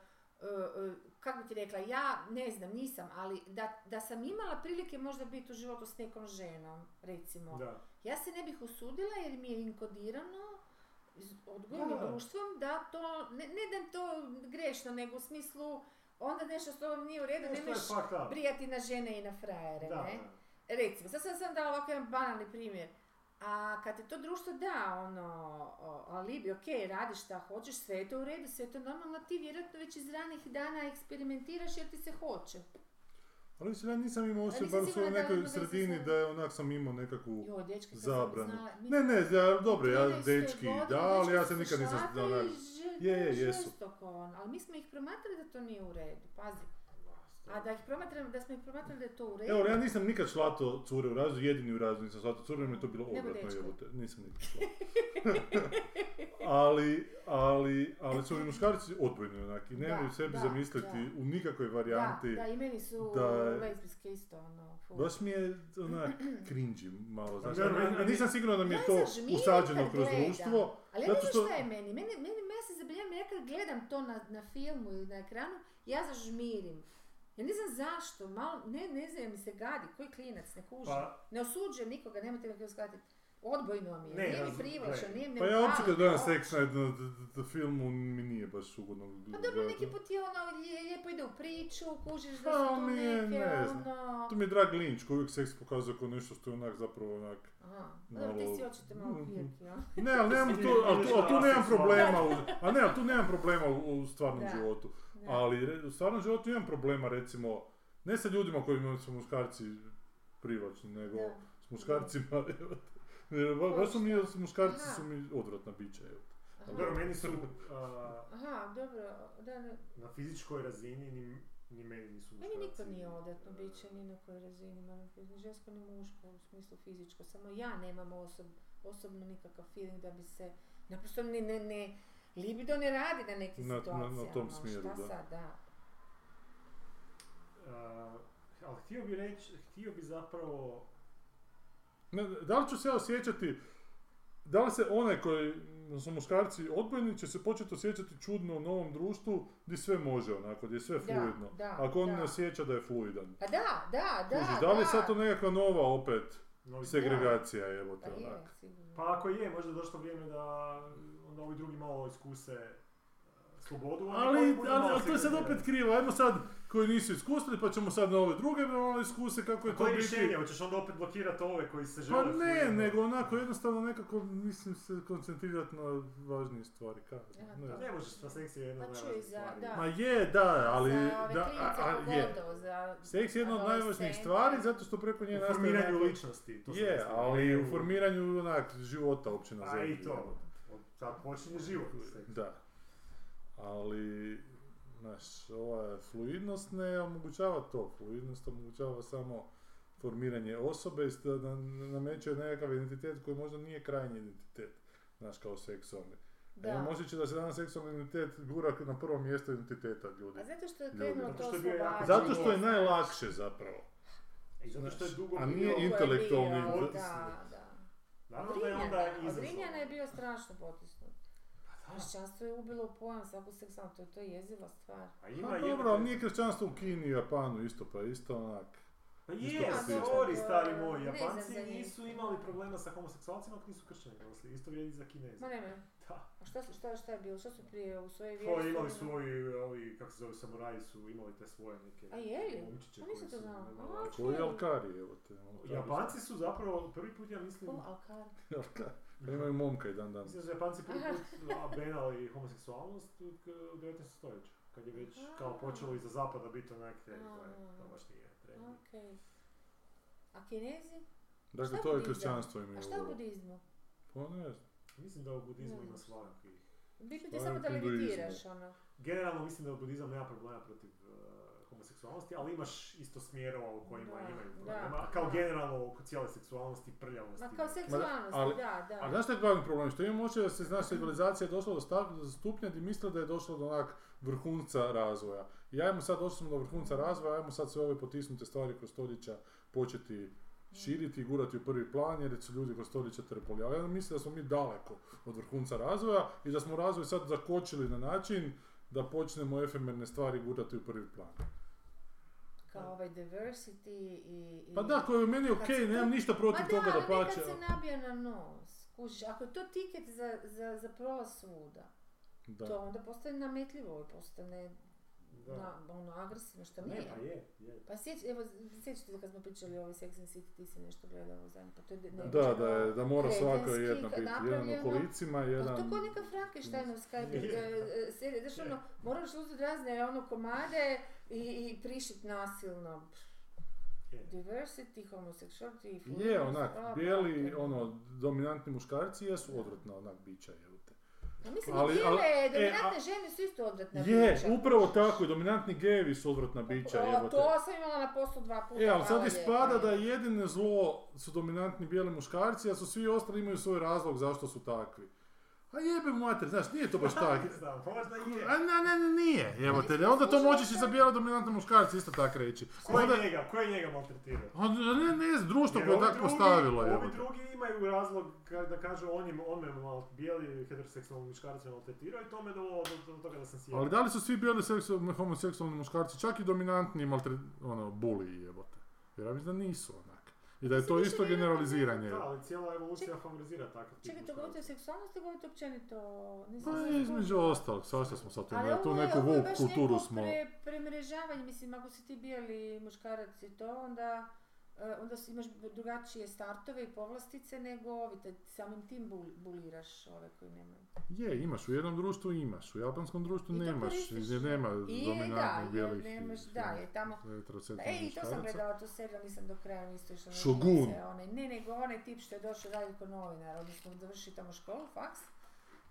Speaker 3: e, kako bi ti rekla, ja ne znam, nisam, ali da, da sam imala prilike možda biti u životu s nekom ženom, recimo.
Speaker 2: Da.
Speaker 3: Ja se ne bih usudila jer mi je inkodirano iz- odgojem
Speaker 2: Da.
Speaker 3: i društvom da to, ne, ne da je to grešno, nego u smislu onda nešto s tobom nije u redu,
Speaker 2: Nešto je
Speaker 3: nemaš
Speaker 2: fucked up.
Speaker 3: brijati na žene i na frajere,
Speaker 2: Da,
Speaker 3: ne?
Speaker 2: da.
Speaker 3: recimo, sad sam, sam dala ovako jedan banalni primjer, a kad te to društvo da, ono, o, alibi, ok, radiš šta hoćeš, sve je to u redu, sve je to normalno, ti vjerojatno već iz ranih dana eksperimentiraš jer ti se hoće.
Speaker 1: Ali mislim, ja nisam imao osjećaj,
Speaker 3: nisam
Speaker 1: bar u svojoj
Speaker 3: sigurna da li
Speaker 1: nekoj
Speaker 3: ima veze
Speaker 1: sredini,
Speaker 3: sa-
Speaker 1: da je onak sam imao nekakvu...
Speaker 3: Joj, dečki,
Speaker 1: Zabranu.
Speaker 3: Znala, mi-
Speaker 1: Ne, ne, ja, dobro, ja
Speaker 3: 13.
Speaker 1: dečki,
Speaker 3: godine,
Speaker 1: da, ali ja
Speaker 3: dečki
Speaker 1: se
Speaker 3: su
Speaker 1: nikad nisam... Da,
Speaker 3: šlapi
Speaker 1: da,
Speaker 3: i žrt-
Speaker 1: Je, je, jesu.
Speaker 3: žestoko, ono, ali mi smo ih promatrali da to nije u redu, pazi. A da ih promatramo, da smo ih promatrali da je to u redu.
Speaker 1: Evo, ja nisam nikad šlato cure u razredu, jedini u razredu nisam šlato cure, jer mi je to bilo
Speaker 3: Nego
Speaker 1: obratno
Speaker 3: dečko.
Speaker 1: jebote. Nisam nikad šlato. ali, ali, ali su i muškarci odbojni onak i ne
Speaker 3: Da,
Speaker 1: mogu sebi
Speaker 3: da,
Speaker 1: zamisliti
Speaker 3: da.
Speaker 1: u nikakvoj
Speaker 3: da,
Speaker 1: varijanti.
Speaker 3: da, i meni su
Speaker 1: da je-
Speaker 3: lezbijske isto, ono, ful.
Speaker 1: Baš mi je onak cringy malo, znaš,
Speaker 2: Ja,
Speaker 1: a- a- a
Speaker 2: meni-
Speaker 1: nisam siguran Pa da mi je to
Speaker 3: Ne znaš, mi
Speaker 1: usađeno
Speaker 3: nikad
Speaker 1: kroz
Speaker 3: gledam.
Speaker 1: društvo.
Speaker 3: Ali ja
Speaker 1: zato
Speaker 3: ne znam
Speaker 1: što-
Speaker 3: šta je meni. Meni, meni, meni se zabrinjava, ja kad gledam to na, na filmu ili na ekranu, ja zažmirim. Ja ne znam zašto, malo, ne, ne znam, mi se gadi, koji klinac, ne kužim.
Speaker 2: Pa-
Speaker 3: Ne osuđujem nikoga, nemojte me krivo shvatiti. Odbojno mi je,
Speaker 2: Ne,
Speaker 3: nije mi
Speaker 2: razum-
Speaker 3: privlačno,
Speaker 2: gledaj.
Speaker 3: nije mi
Speaker 1: Pa ja uopće
Speaker 3: fali
Speaker 1: kad gledam
Speaker 3: to.
Speaker 1: Sex Night na d- d- filmu mi nije baš ugodno
Speaker 3: Pa dobro,
Speaker 1: gledati.
Speaker 3: neki put je ono, lije- lijepo ide u priču, kužiš da
Speaker 1: Pa,
Speaker 3: su tu
Speaker 1: mi je,
Speaker 3: neke,
Speaker 1: ne znam.
Speaker 3: ono...
Speaker 1: To mi je drag Lynch koji uvijek seks pokazuje kao nešto što je onak zapravo onak...
Speaker 3: Aha, pa dobro, ti
Speaker 1: Malo-
Speaker 3: si očito malo
Speaker 1: Mhm.
Speaker 3: hirki, a?
Speaker 1: Ne, ali nemam tu, ali tu, ali tu nemam problema u... A ne, ali tu nemam problema u, u stvarnom
Speaker 3: Da.
Speaker 1: životu.
Speaker 3: Da.
Speaker 1: Ali re- u stvarnom životu imam problema recimo, ne sa ljudima kojima su muškarci privlačni, nego
Speaker 3: Da.
Speaker 1: s muškarcima, evo te. Jer ba- Baš su mi, muškarci
Speaker 3: Aha.
Speaker 1: su mi odvratna bića, evo te.
Speaker 3: Aha.
Speaker 2: Dobro, meni su a,
Speaker 3: Aha, dobro, da, da.
Speaker 2: na fizičkoj razini ni, ni meni nisu
Speaker 3: Meni
Speaker 2: muškarci.
Speaker 3: niko nije odetno biće ni na kojoj razini, moram priznat, ni žensko ni muško, u smislu fizičko, samo ja nemam osob, osobno nikakav feeling da bi se, naprosto ne, ne, ne, libido ne radi na nekim
Speaker 1: Na- na- na
Speaker 3: situacijama,
Speaker 1: tom smjeru,
Speaker 3: šta
Speaker 1: da.
Speaker 3: sad, da.
Speaker 2: A, ali htio bi reći, htio bi zapravo...
Speaker 1: Ne, da li ću se ja osjećati, da li se one koji su muškarci odbojni će se početi osjećati čudno u novom društvu gdje sve može onako, gdje je sve
Speaker 3: Da,
Speaker 1: fluidno.
Speaker 3: da,
Speaker 1: Ako on
Speaker 3: da.
Speaker 1: ne osjeća da je fluidan.
Speaker 3: Pa da, da, da,
Speaker 1: Kužiš,
Speaker 3: da.
Speaker 1: da li je sad to nekakva nova opet
Speaker 2: novi-
Speaker 1: segregacija, evo
Speaker 3: Pa
Speaker 1: te
Speaker 3: je,
Speaker 1: onak.
Speaker 3: sigurno.
Speaker 2: Pa ako je, možda je došlo vrijeme da onda ovi drugi malo iskuse a, slobodu. a
Speaker 1: Ali,
Speaker 2: neki budu
Speaker 1: ali,
Speaker 2: malo
Speaker 1: ali to je sad
Speaker 2: segregirani.
Speaker 1: opet krivo, ajmo sad koji nisu iskusili pa ćemo sad na ove druge malo iskuse kako je to
Speaker 2: Koje je
Speaker 1: biti.
Speaker 2: rješenje? Hoćeš onda opet blokirati ove koji se
Speaker 1: Pa
Speaker 2: žele... ono?
Speaker 1: ne,
Speaker 2: fluidno-
Speaker 1: nego onako jednostavno nekako mislim se koncentrirati na važnije stvari. Ka,
Speaker 3: Ja,
Speaker 1: ne
Speaker 3: da.
Speaker 1: znam.
Speaker 2: Ne možeš, pa seks je jedna
Speaker 3: Pa
Speaker 2: od
Speaker 3: čuj,
Speaker 2: najvažnijih
Speaker 3: za-
Speaker 2: stvari.
Speaker 3: da.
Speaker 1: Ma je, da, ali...
Speaker 3: za ove
Speaker 1: da,
Speaker 3: klince
Speaker 1: a- a- je.
Speaker 3: pogotovo, za
Speaker 1: Seks je jedna od najvažnijih
Speaker 3: adolescente.
Speaker 1: stvari zato što preko nje
Speaker 2: U
Speaker 1: nastaje...
Speaker 2: formiranju
Speaker 1: nekako-
Speaker 2: ličnosti. to sam
Speaker 1: E, Je,
Speaker 2: mislio.
Speaker 1: ali
Speaker 2: Ne
Speaker 1: u formiranju onak života uopće na
Speaker 2: A
Speaker 1: zemlji.
Speaker 2: i to. Od- Sad počinje život.
Speaker 1: Da. Ali, znaš, ova fluidnost ne omogućava to. Fluidnost omogućava samo formiranje osobe i sta- na- nameće nekakav identitet koji možda nije krajnji identitet, znaš, kao seksualni. Da.
Speaker 3: Da.
Speaker 1: Ja imam osjećaj da se danas seksualni identitet gura na prvo mjesto identiteta ljudi.
Speaker 3: A zato što je
Speaker 1: Ljudi.
Speaker 3: krenulo
Speaker 2: Zato
Speaker 3: to
Speaker 2: što je bio jako
Speaker 3: oslobađanje.
Speaker 1: Zato što je najlakše zapravo.
Speaker 2: I zato što je
Speaker 1: Znaš,
Speaker 2: dugo
Speaker 1: a
Speaker 2: bio-
Speaker 1: nije
Speaker 3: Dugo je
Speaker 1: intelektualni
Speaker 3: bio,
Speaker 1: inter-
Speaker 3: Da, da.
Speaker 2: Naravno da je
Speaker 3: Drinjana,
Speaker 2: onda
Speaker 3: a
Speaker 2: izazov.
Speaker 3: Drinjana je bio strašno potisnut.
Speaker 2: Pa
Speaker 3: Kršćanstvo je ubilo pojam svaku seksualnu, to, to je jeziva stvar.
Speaker 2: Pa
Speaker 1: Pa
Speaker 2: ima
Speaker 1: dobro,
Speaker 2: jebote-
Speaker 1: ali nije kršćanstvo u Kini i Japanu isto, pa isto onak.
Speaker 2: Pa
Speaker 1: Isto
Speaker 2: je,
Speaker 1: rasizam.
Speaker 2: sorry stari
Speaker 3: Ne
Speaker 2: moji,
Speaker 3: znam
Speaker 2: Japanci
Speaker 3: za njih.
Speaker 2: nisu imali problema sa homoseksualcima ako nisu kršćani, nego se isto vrijedi za Kineze.
Speaker 3: Ma Pa nema.
Speaker 2: Da.
Speaker 3: A šta, su- šta, šta je bilo? Šta su prije u svojoj vjeri?
Speaker 2: To imali
Speaker 3: su
Speaker 2: su
Speaker 3: ono-
Speaker 2: ovi, ovi, kako se zove, samuraji su imali te svoje neke
Speaker 3: A je li?
Speaker 2: momčiće
Speaker 3: Pa
Speaker 2: koji
Speaker 3: nisam to
Speaker 2: su-
Speaker 3: znala.
Speaker 2: da,
Speaker 3: A,
Speaker 2: da.
Speaker 1: Koji je Alkari, evo te. ono Alkari.
Speaker 2: Japanci su zapravo prvi put, ja
Speaker 1: Mm.
Speaker 2: mislim,
Speaker 3: Ko? Alkar.
Speaker 1: Alkari. Imaju momka i dan dan.
Speaker 2: mislim da su Japanci prvi put abenali homoseksualnost u k- u 19. stoljeću. Kad je već kao počelo iza zapada biti onak, e, gle, to baš nije trend.
Speaker 3: Okej. A kinezi?
Speaker 1: Dakle,
Speaker 3: Šta
Speaker 1: to je
Speaker 3: budizam?
Speaker 1: kršćanstvo imaju.
Speaker 3: A šta u budizmu?
Speaker 1: Pa ne znam.
Speaker 2: Mislim da u budizmu
Speaker 3: Ne.
Speaker 2: ima svakakvih
Speaker 3: Bitno ti
Speaker 1: Šta
Speaker 3: je
Speaker 1: je
Speaker 3: samo
Speaker 1: u
Speaker 3: da
Speaker 1: hinduizmu?
Speaker 3: levitiraš, ono.
Speaker 2: Generalno mislim da budizam nema problema protiv eh, homoseksualnosti, ali imaš isto smjerova u kojima
Speaker 3: Da,
Speaker 2: imaju
Speaker 3: da,
Speaker 2: problema,
Speaker 3: da.
Speaker 2: kao generalno oko cijele seksualnosti, prljavosti.
Speaker 3: Ma kao seksualnosti,
Speaker 1: ali-
Speaker 3: da, da.
Speaker 1: A znaš šta je glavni problem? Što imamo oče da se znaš civilizacija je došla do stav- stupnja gdje misle da je došla do onak vrhunca razvoja. I ajmo sad, došli smo do vrhunca razvoja, ajmo sad sve ove potisnute stvari kroz stoljeća početi širiti i gurati u prvi plan jer su ljudi kroz stoljeća trpali. Ali ja mislim da smo mi daleko od vrhunca razvoja i da smo razvoj sad zakočili na način da počnemo efemerne stvari gurati u prvi plan.
Speaker 3: Kao ovaj diversity i... i...
Speaker 1: Pa da, koje je meni
Speaker 3: Kad
Speaker 1: ok,
Speaker 3: se to-
Speaker 1: nemam ništa
Speaker 3: Ma
Speaker 1: protiv toga da
Speaker 3: ali nekad
Speaker 1: plaće.
Speaker 3: se nabija na nos. Kužiš, ako je to tiket za, za, za prolaz svuda,
Speaker 1: Da.
Speaker 3: to onda postane nametljivo i postane
Speaker 2: Da.
Speaker 3: na, ono, agresivno, što
Speaker 2: Ne,
Speaker 3: nije.
Speaker 2: pa je, je.
Speaker 3: Pa sjeć, evo, sjećate se kad smo pričali o ovoj Sex and City, ti si nešto gledao zadnje, pa to je... ne-
Speaker 1: Da, da, je, da mora svaka
Speaker 3: Kretenski,
Speaker 1: jedna biti. Jedan
Speaker 3: napravljeno.
Speaker 1: u kolicima,
Speaker 3: Pa
Speaker 1: jedan...
Speaker 3: to ko neka Frankensteinovska e, e, serija, znaš ono, moraš uzeti razne ono komade i, i prišit nasilno.
Speaker 2: Je.
Speaker 3: Diversity, homosexuality,
Speaker 1: Je,
Speaker 3: fluidnost, a,
Speaker 1: onak, bijeli,
Speaker 3: brate.
Speaker 1: ono, dominantni muškarci jesu odvratna, onak, bića, jel te.
Speaker 3: Pa mislim,
Speaker 1: ali-
Speaker 3: ali,
Speaker 1: ali- e,
Speaker 3: dominantne žene su isto odvratne
Speaker 1: Je, upravo tako, i dominantni gejevi su odvratna bića,
Speaker 3: O,
Speaker 1: jel te.
Speaker 3: to sam imala na poslu dva puta.
Speaker 1: E, ali
Speaker 3: hvala
Speaker 1: sad
Speaker 3: lijepa.
Speaker 1: ispada da jedine zlo su dominantni bijeli muškarci, a su svi ostali imaju svoj razlog zašto su takvi. A jebe mater, znaš, nije to baš tako.
Speaker 2: Znam, pa možda je.
Speaker 1: A ne, ne, ne, nije, evo te,
Speaker 3: nisam
Speaker 1: onda to
Speaker 3: slušala
Speaker 1: možeš i za
Speaker 3: sad.
Speaker 1: bijelo dominantne muškarce isto tako reći.
Speaker 2: Ko je
Speaker 1: Onda-
Speaker 2: njega, ko je njega maltretirao?
Speaker 1: a Pa ne, ne, znam, društvo
Speaker 2: Jer
Speaker 1: koje je
Speaker 2: ovi
Speaker 1: tako
Speaker 2: drugi-
Speaker 1: postavilo,
Speaker 2: Ovi
Speaker 1: jebote.
Speaker 2: drugi imaju razlog ka- da kažu on, je, on me mal, bijeli heteroseksualni muškarac me maltretirao i to me dovelo do, do toga da sam sjeo.
Speaker 1: Ali da li su svi bili seksualni, homoseksualni muškarci, čak i dominantni maltre, ono, buli jebote? Jer ja mislim da nisu onak. I da je
Speaker 3: Mislim,
Speaker 1: to
Speaker 3: više
Speaker 1: isto
Speaker 3: nije
Speaker 1: generaliziranje.
Speaker 2: Da, ali cijela evolucija favorizira takav tip
Speaker 3: Čekaj, to govorite o seksualnosti, govorite općenito... o- nisam
Speaker 1: Pa
Speaker 3: sigurna.
Speaker 1: između ostalog, svašta smo sad tu,
Speaker 3: Ali
Speaker 1: ne,
Speaker 3: ovo
Speaker 1: tu
Speaker 3: je-
Speaker 1: neku
Speaker 3: ovo je
Speaker 1: woke
Speaker 3: baš
Speaker 1: kulturu
Speaker 3: neko
Speaker 1: smo.
Speaker 3: Pre, premrežavanje, mislim, ako si ti bijeli muškarac i to, onda, e, onda si- imaš drugačije startove i povlastice nego ovi, te samim tim bul, buliraš ove koji nemaju.
Speaker 1: Je, imaš, u jednom društvu imaš, u japanskom društvu
Speaker 3: I to
Speaker 1: nemaš,
Speaker 3: koristiš.
Speaker 1: jer nema
Speaker 3: I da,
Speaker 1: dominantnih
Speaker 3: jer
Speaker 1: bijelih.
Speaker 3: nemaš,
Speaker 1: i-
Speaker 3: da, je tamo...
Speaker 1: heteroseksualnih
Speaker 3: E, i to sam
Speaker 1: muškaraca.
Speaker 3: gledala tu seriju, nisam do kraja isto išla na
Speaker 1: Shogun.
Speaker 3: živce, Onaj, ne, nego onaj tip što je došao raditi ko novinar, odnosno završio tamo školu, faks,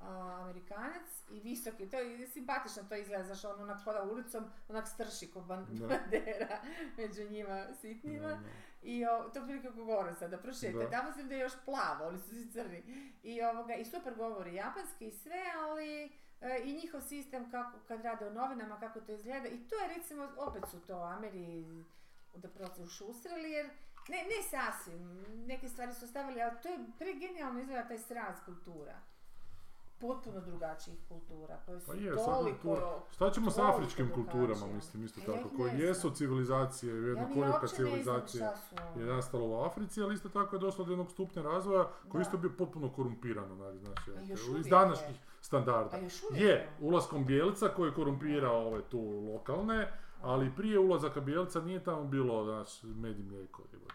Speaker 3: a, Amerikanac i visoki, to je simpatično to izgleda, znaš, on onak hoda ulicom, onak strši ko ban-
Speaker 1: Da.
Speaker 3: bandera među njima sitnima.
Speaker 1: Da, da.
Speaker 3: I o, to je prilike oko gore sada, prošete,
Speaker 1: Da.
Speaker 3: tamo mislim da je još plavo, oni su svi crni. I, ovoga, I super govori japanski i sve, ali e, i njihov sistem kako, kad rade o novinama, kako to izgleda. I to je recimo, opet su to Ameri, da prosto ušusrali, jer ne, ne sasvim, neke stvari su ostavili, ali to je pregenijalno izgleda taj sraz kultura. Potpuno drugačijih kultura, koje su
Speaker 1: Pa je, svaka
Speaker 3: toliko...
Speaker 1: kultura. Šta ćemo s
Speaker 3: toliko
Speaker 1: afričkim kulturama,
Speaker 3: drugačija.
Speaker 1: mislim, isto
Speaker 3: E, Ja
Speaker 1: tako,
Speaker 3: ih
Speaker 1: koje
Speaker 3: ne
Speaker 1: jesu
Speaker 3: znam.
Speaker 1: civilizacije, u
Speaker 3: Ja
Speaker 1: jedno
Speaker 3: ni
Speaker 1: koljevka
Speaker 3: uopće ne znam
Speaker 1: civilizacije.
Speaker 3: šta su
Speaker 1: je
Speaker 3: ono.
Speaker 1: nastalo u Africi, ali isto tako je došlo do jednog stupnja razvoja koji
Speaker 3: Da.
Speaker 1: isto bio potpuno korumpiran, onak, znači,
Speaker 3: Pa
Speaker 1: ok,
Speaker 3: još uvijek
Speaker 1: iz
Speaker 3: je.
Speaker 1: današnjih
Speaker 3: Pa
Speaker 1: standarda.
Speaker 3: još uvijek
Speaker 1: Je, ulaskom bijelca koji je korumpirao ove tu lokalne, ali prije ulazaka bijelca nije tamo bilo, znaš, med i mlijeko, jebote.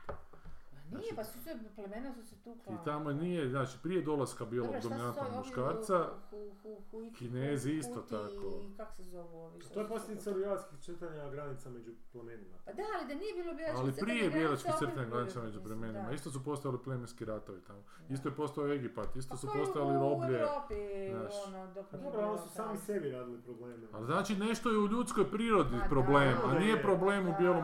Speaker 3: Ma Nije, pa su se, plemena su se tukla.
Speaker 1: I
Speaker 3: ono.
Speaker 1: Znači, tamo nije, znači, prije dolaska bijelog
Speaker 3: Dobro, šta su
Speaker 1: dominantnog
Speaker 3: ovi
Speaker 1: muškarca,
Speaker 3: hu- hu- hu-
Speaker 1: Kinezi
Speaker 3: hu-
Speaker 1: isto
Speaker 3: Huti,
Speaker 1: tako. Pa
Speaker 3: Kak se zovu ovi?
Speaker 2: Znači,
Speaker 3: šta
Speaker 2: To je
Speaker 3: su-
Speaker 2: posljedica biolatskih četanja granica među plemenima.
Speaker 3: Pa da, ali da nije bilo bjelački
Speaker 1: ali prije bijelački crtne granice među plemenima, isto su postojali plemenski ratovi tamo. Isto je postojao Egipat, isto su postojali roblje.
Speaker 3: Pa U Europi,
Speaker 1: znaš.
Speaker 3: ono, dok
Speaker 2: Pa
Speaker 3: nije
Speaker 2: dobro, ali
Speaker 3: bilo
Speaker 2: su sami
Speaker 3: tamo.
Speaker 2: sebi radili probleme.
Speaker 1: Ali znači nešto je u ljudskoj prirodi
Speaker 3: Pa
Speaker 1: problem,
Speaker 3: da.
Speaker 1: a nije problem u
Speaker 3: Da.
Speaker 1: bijelom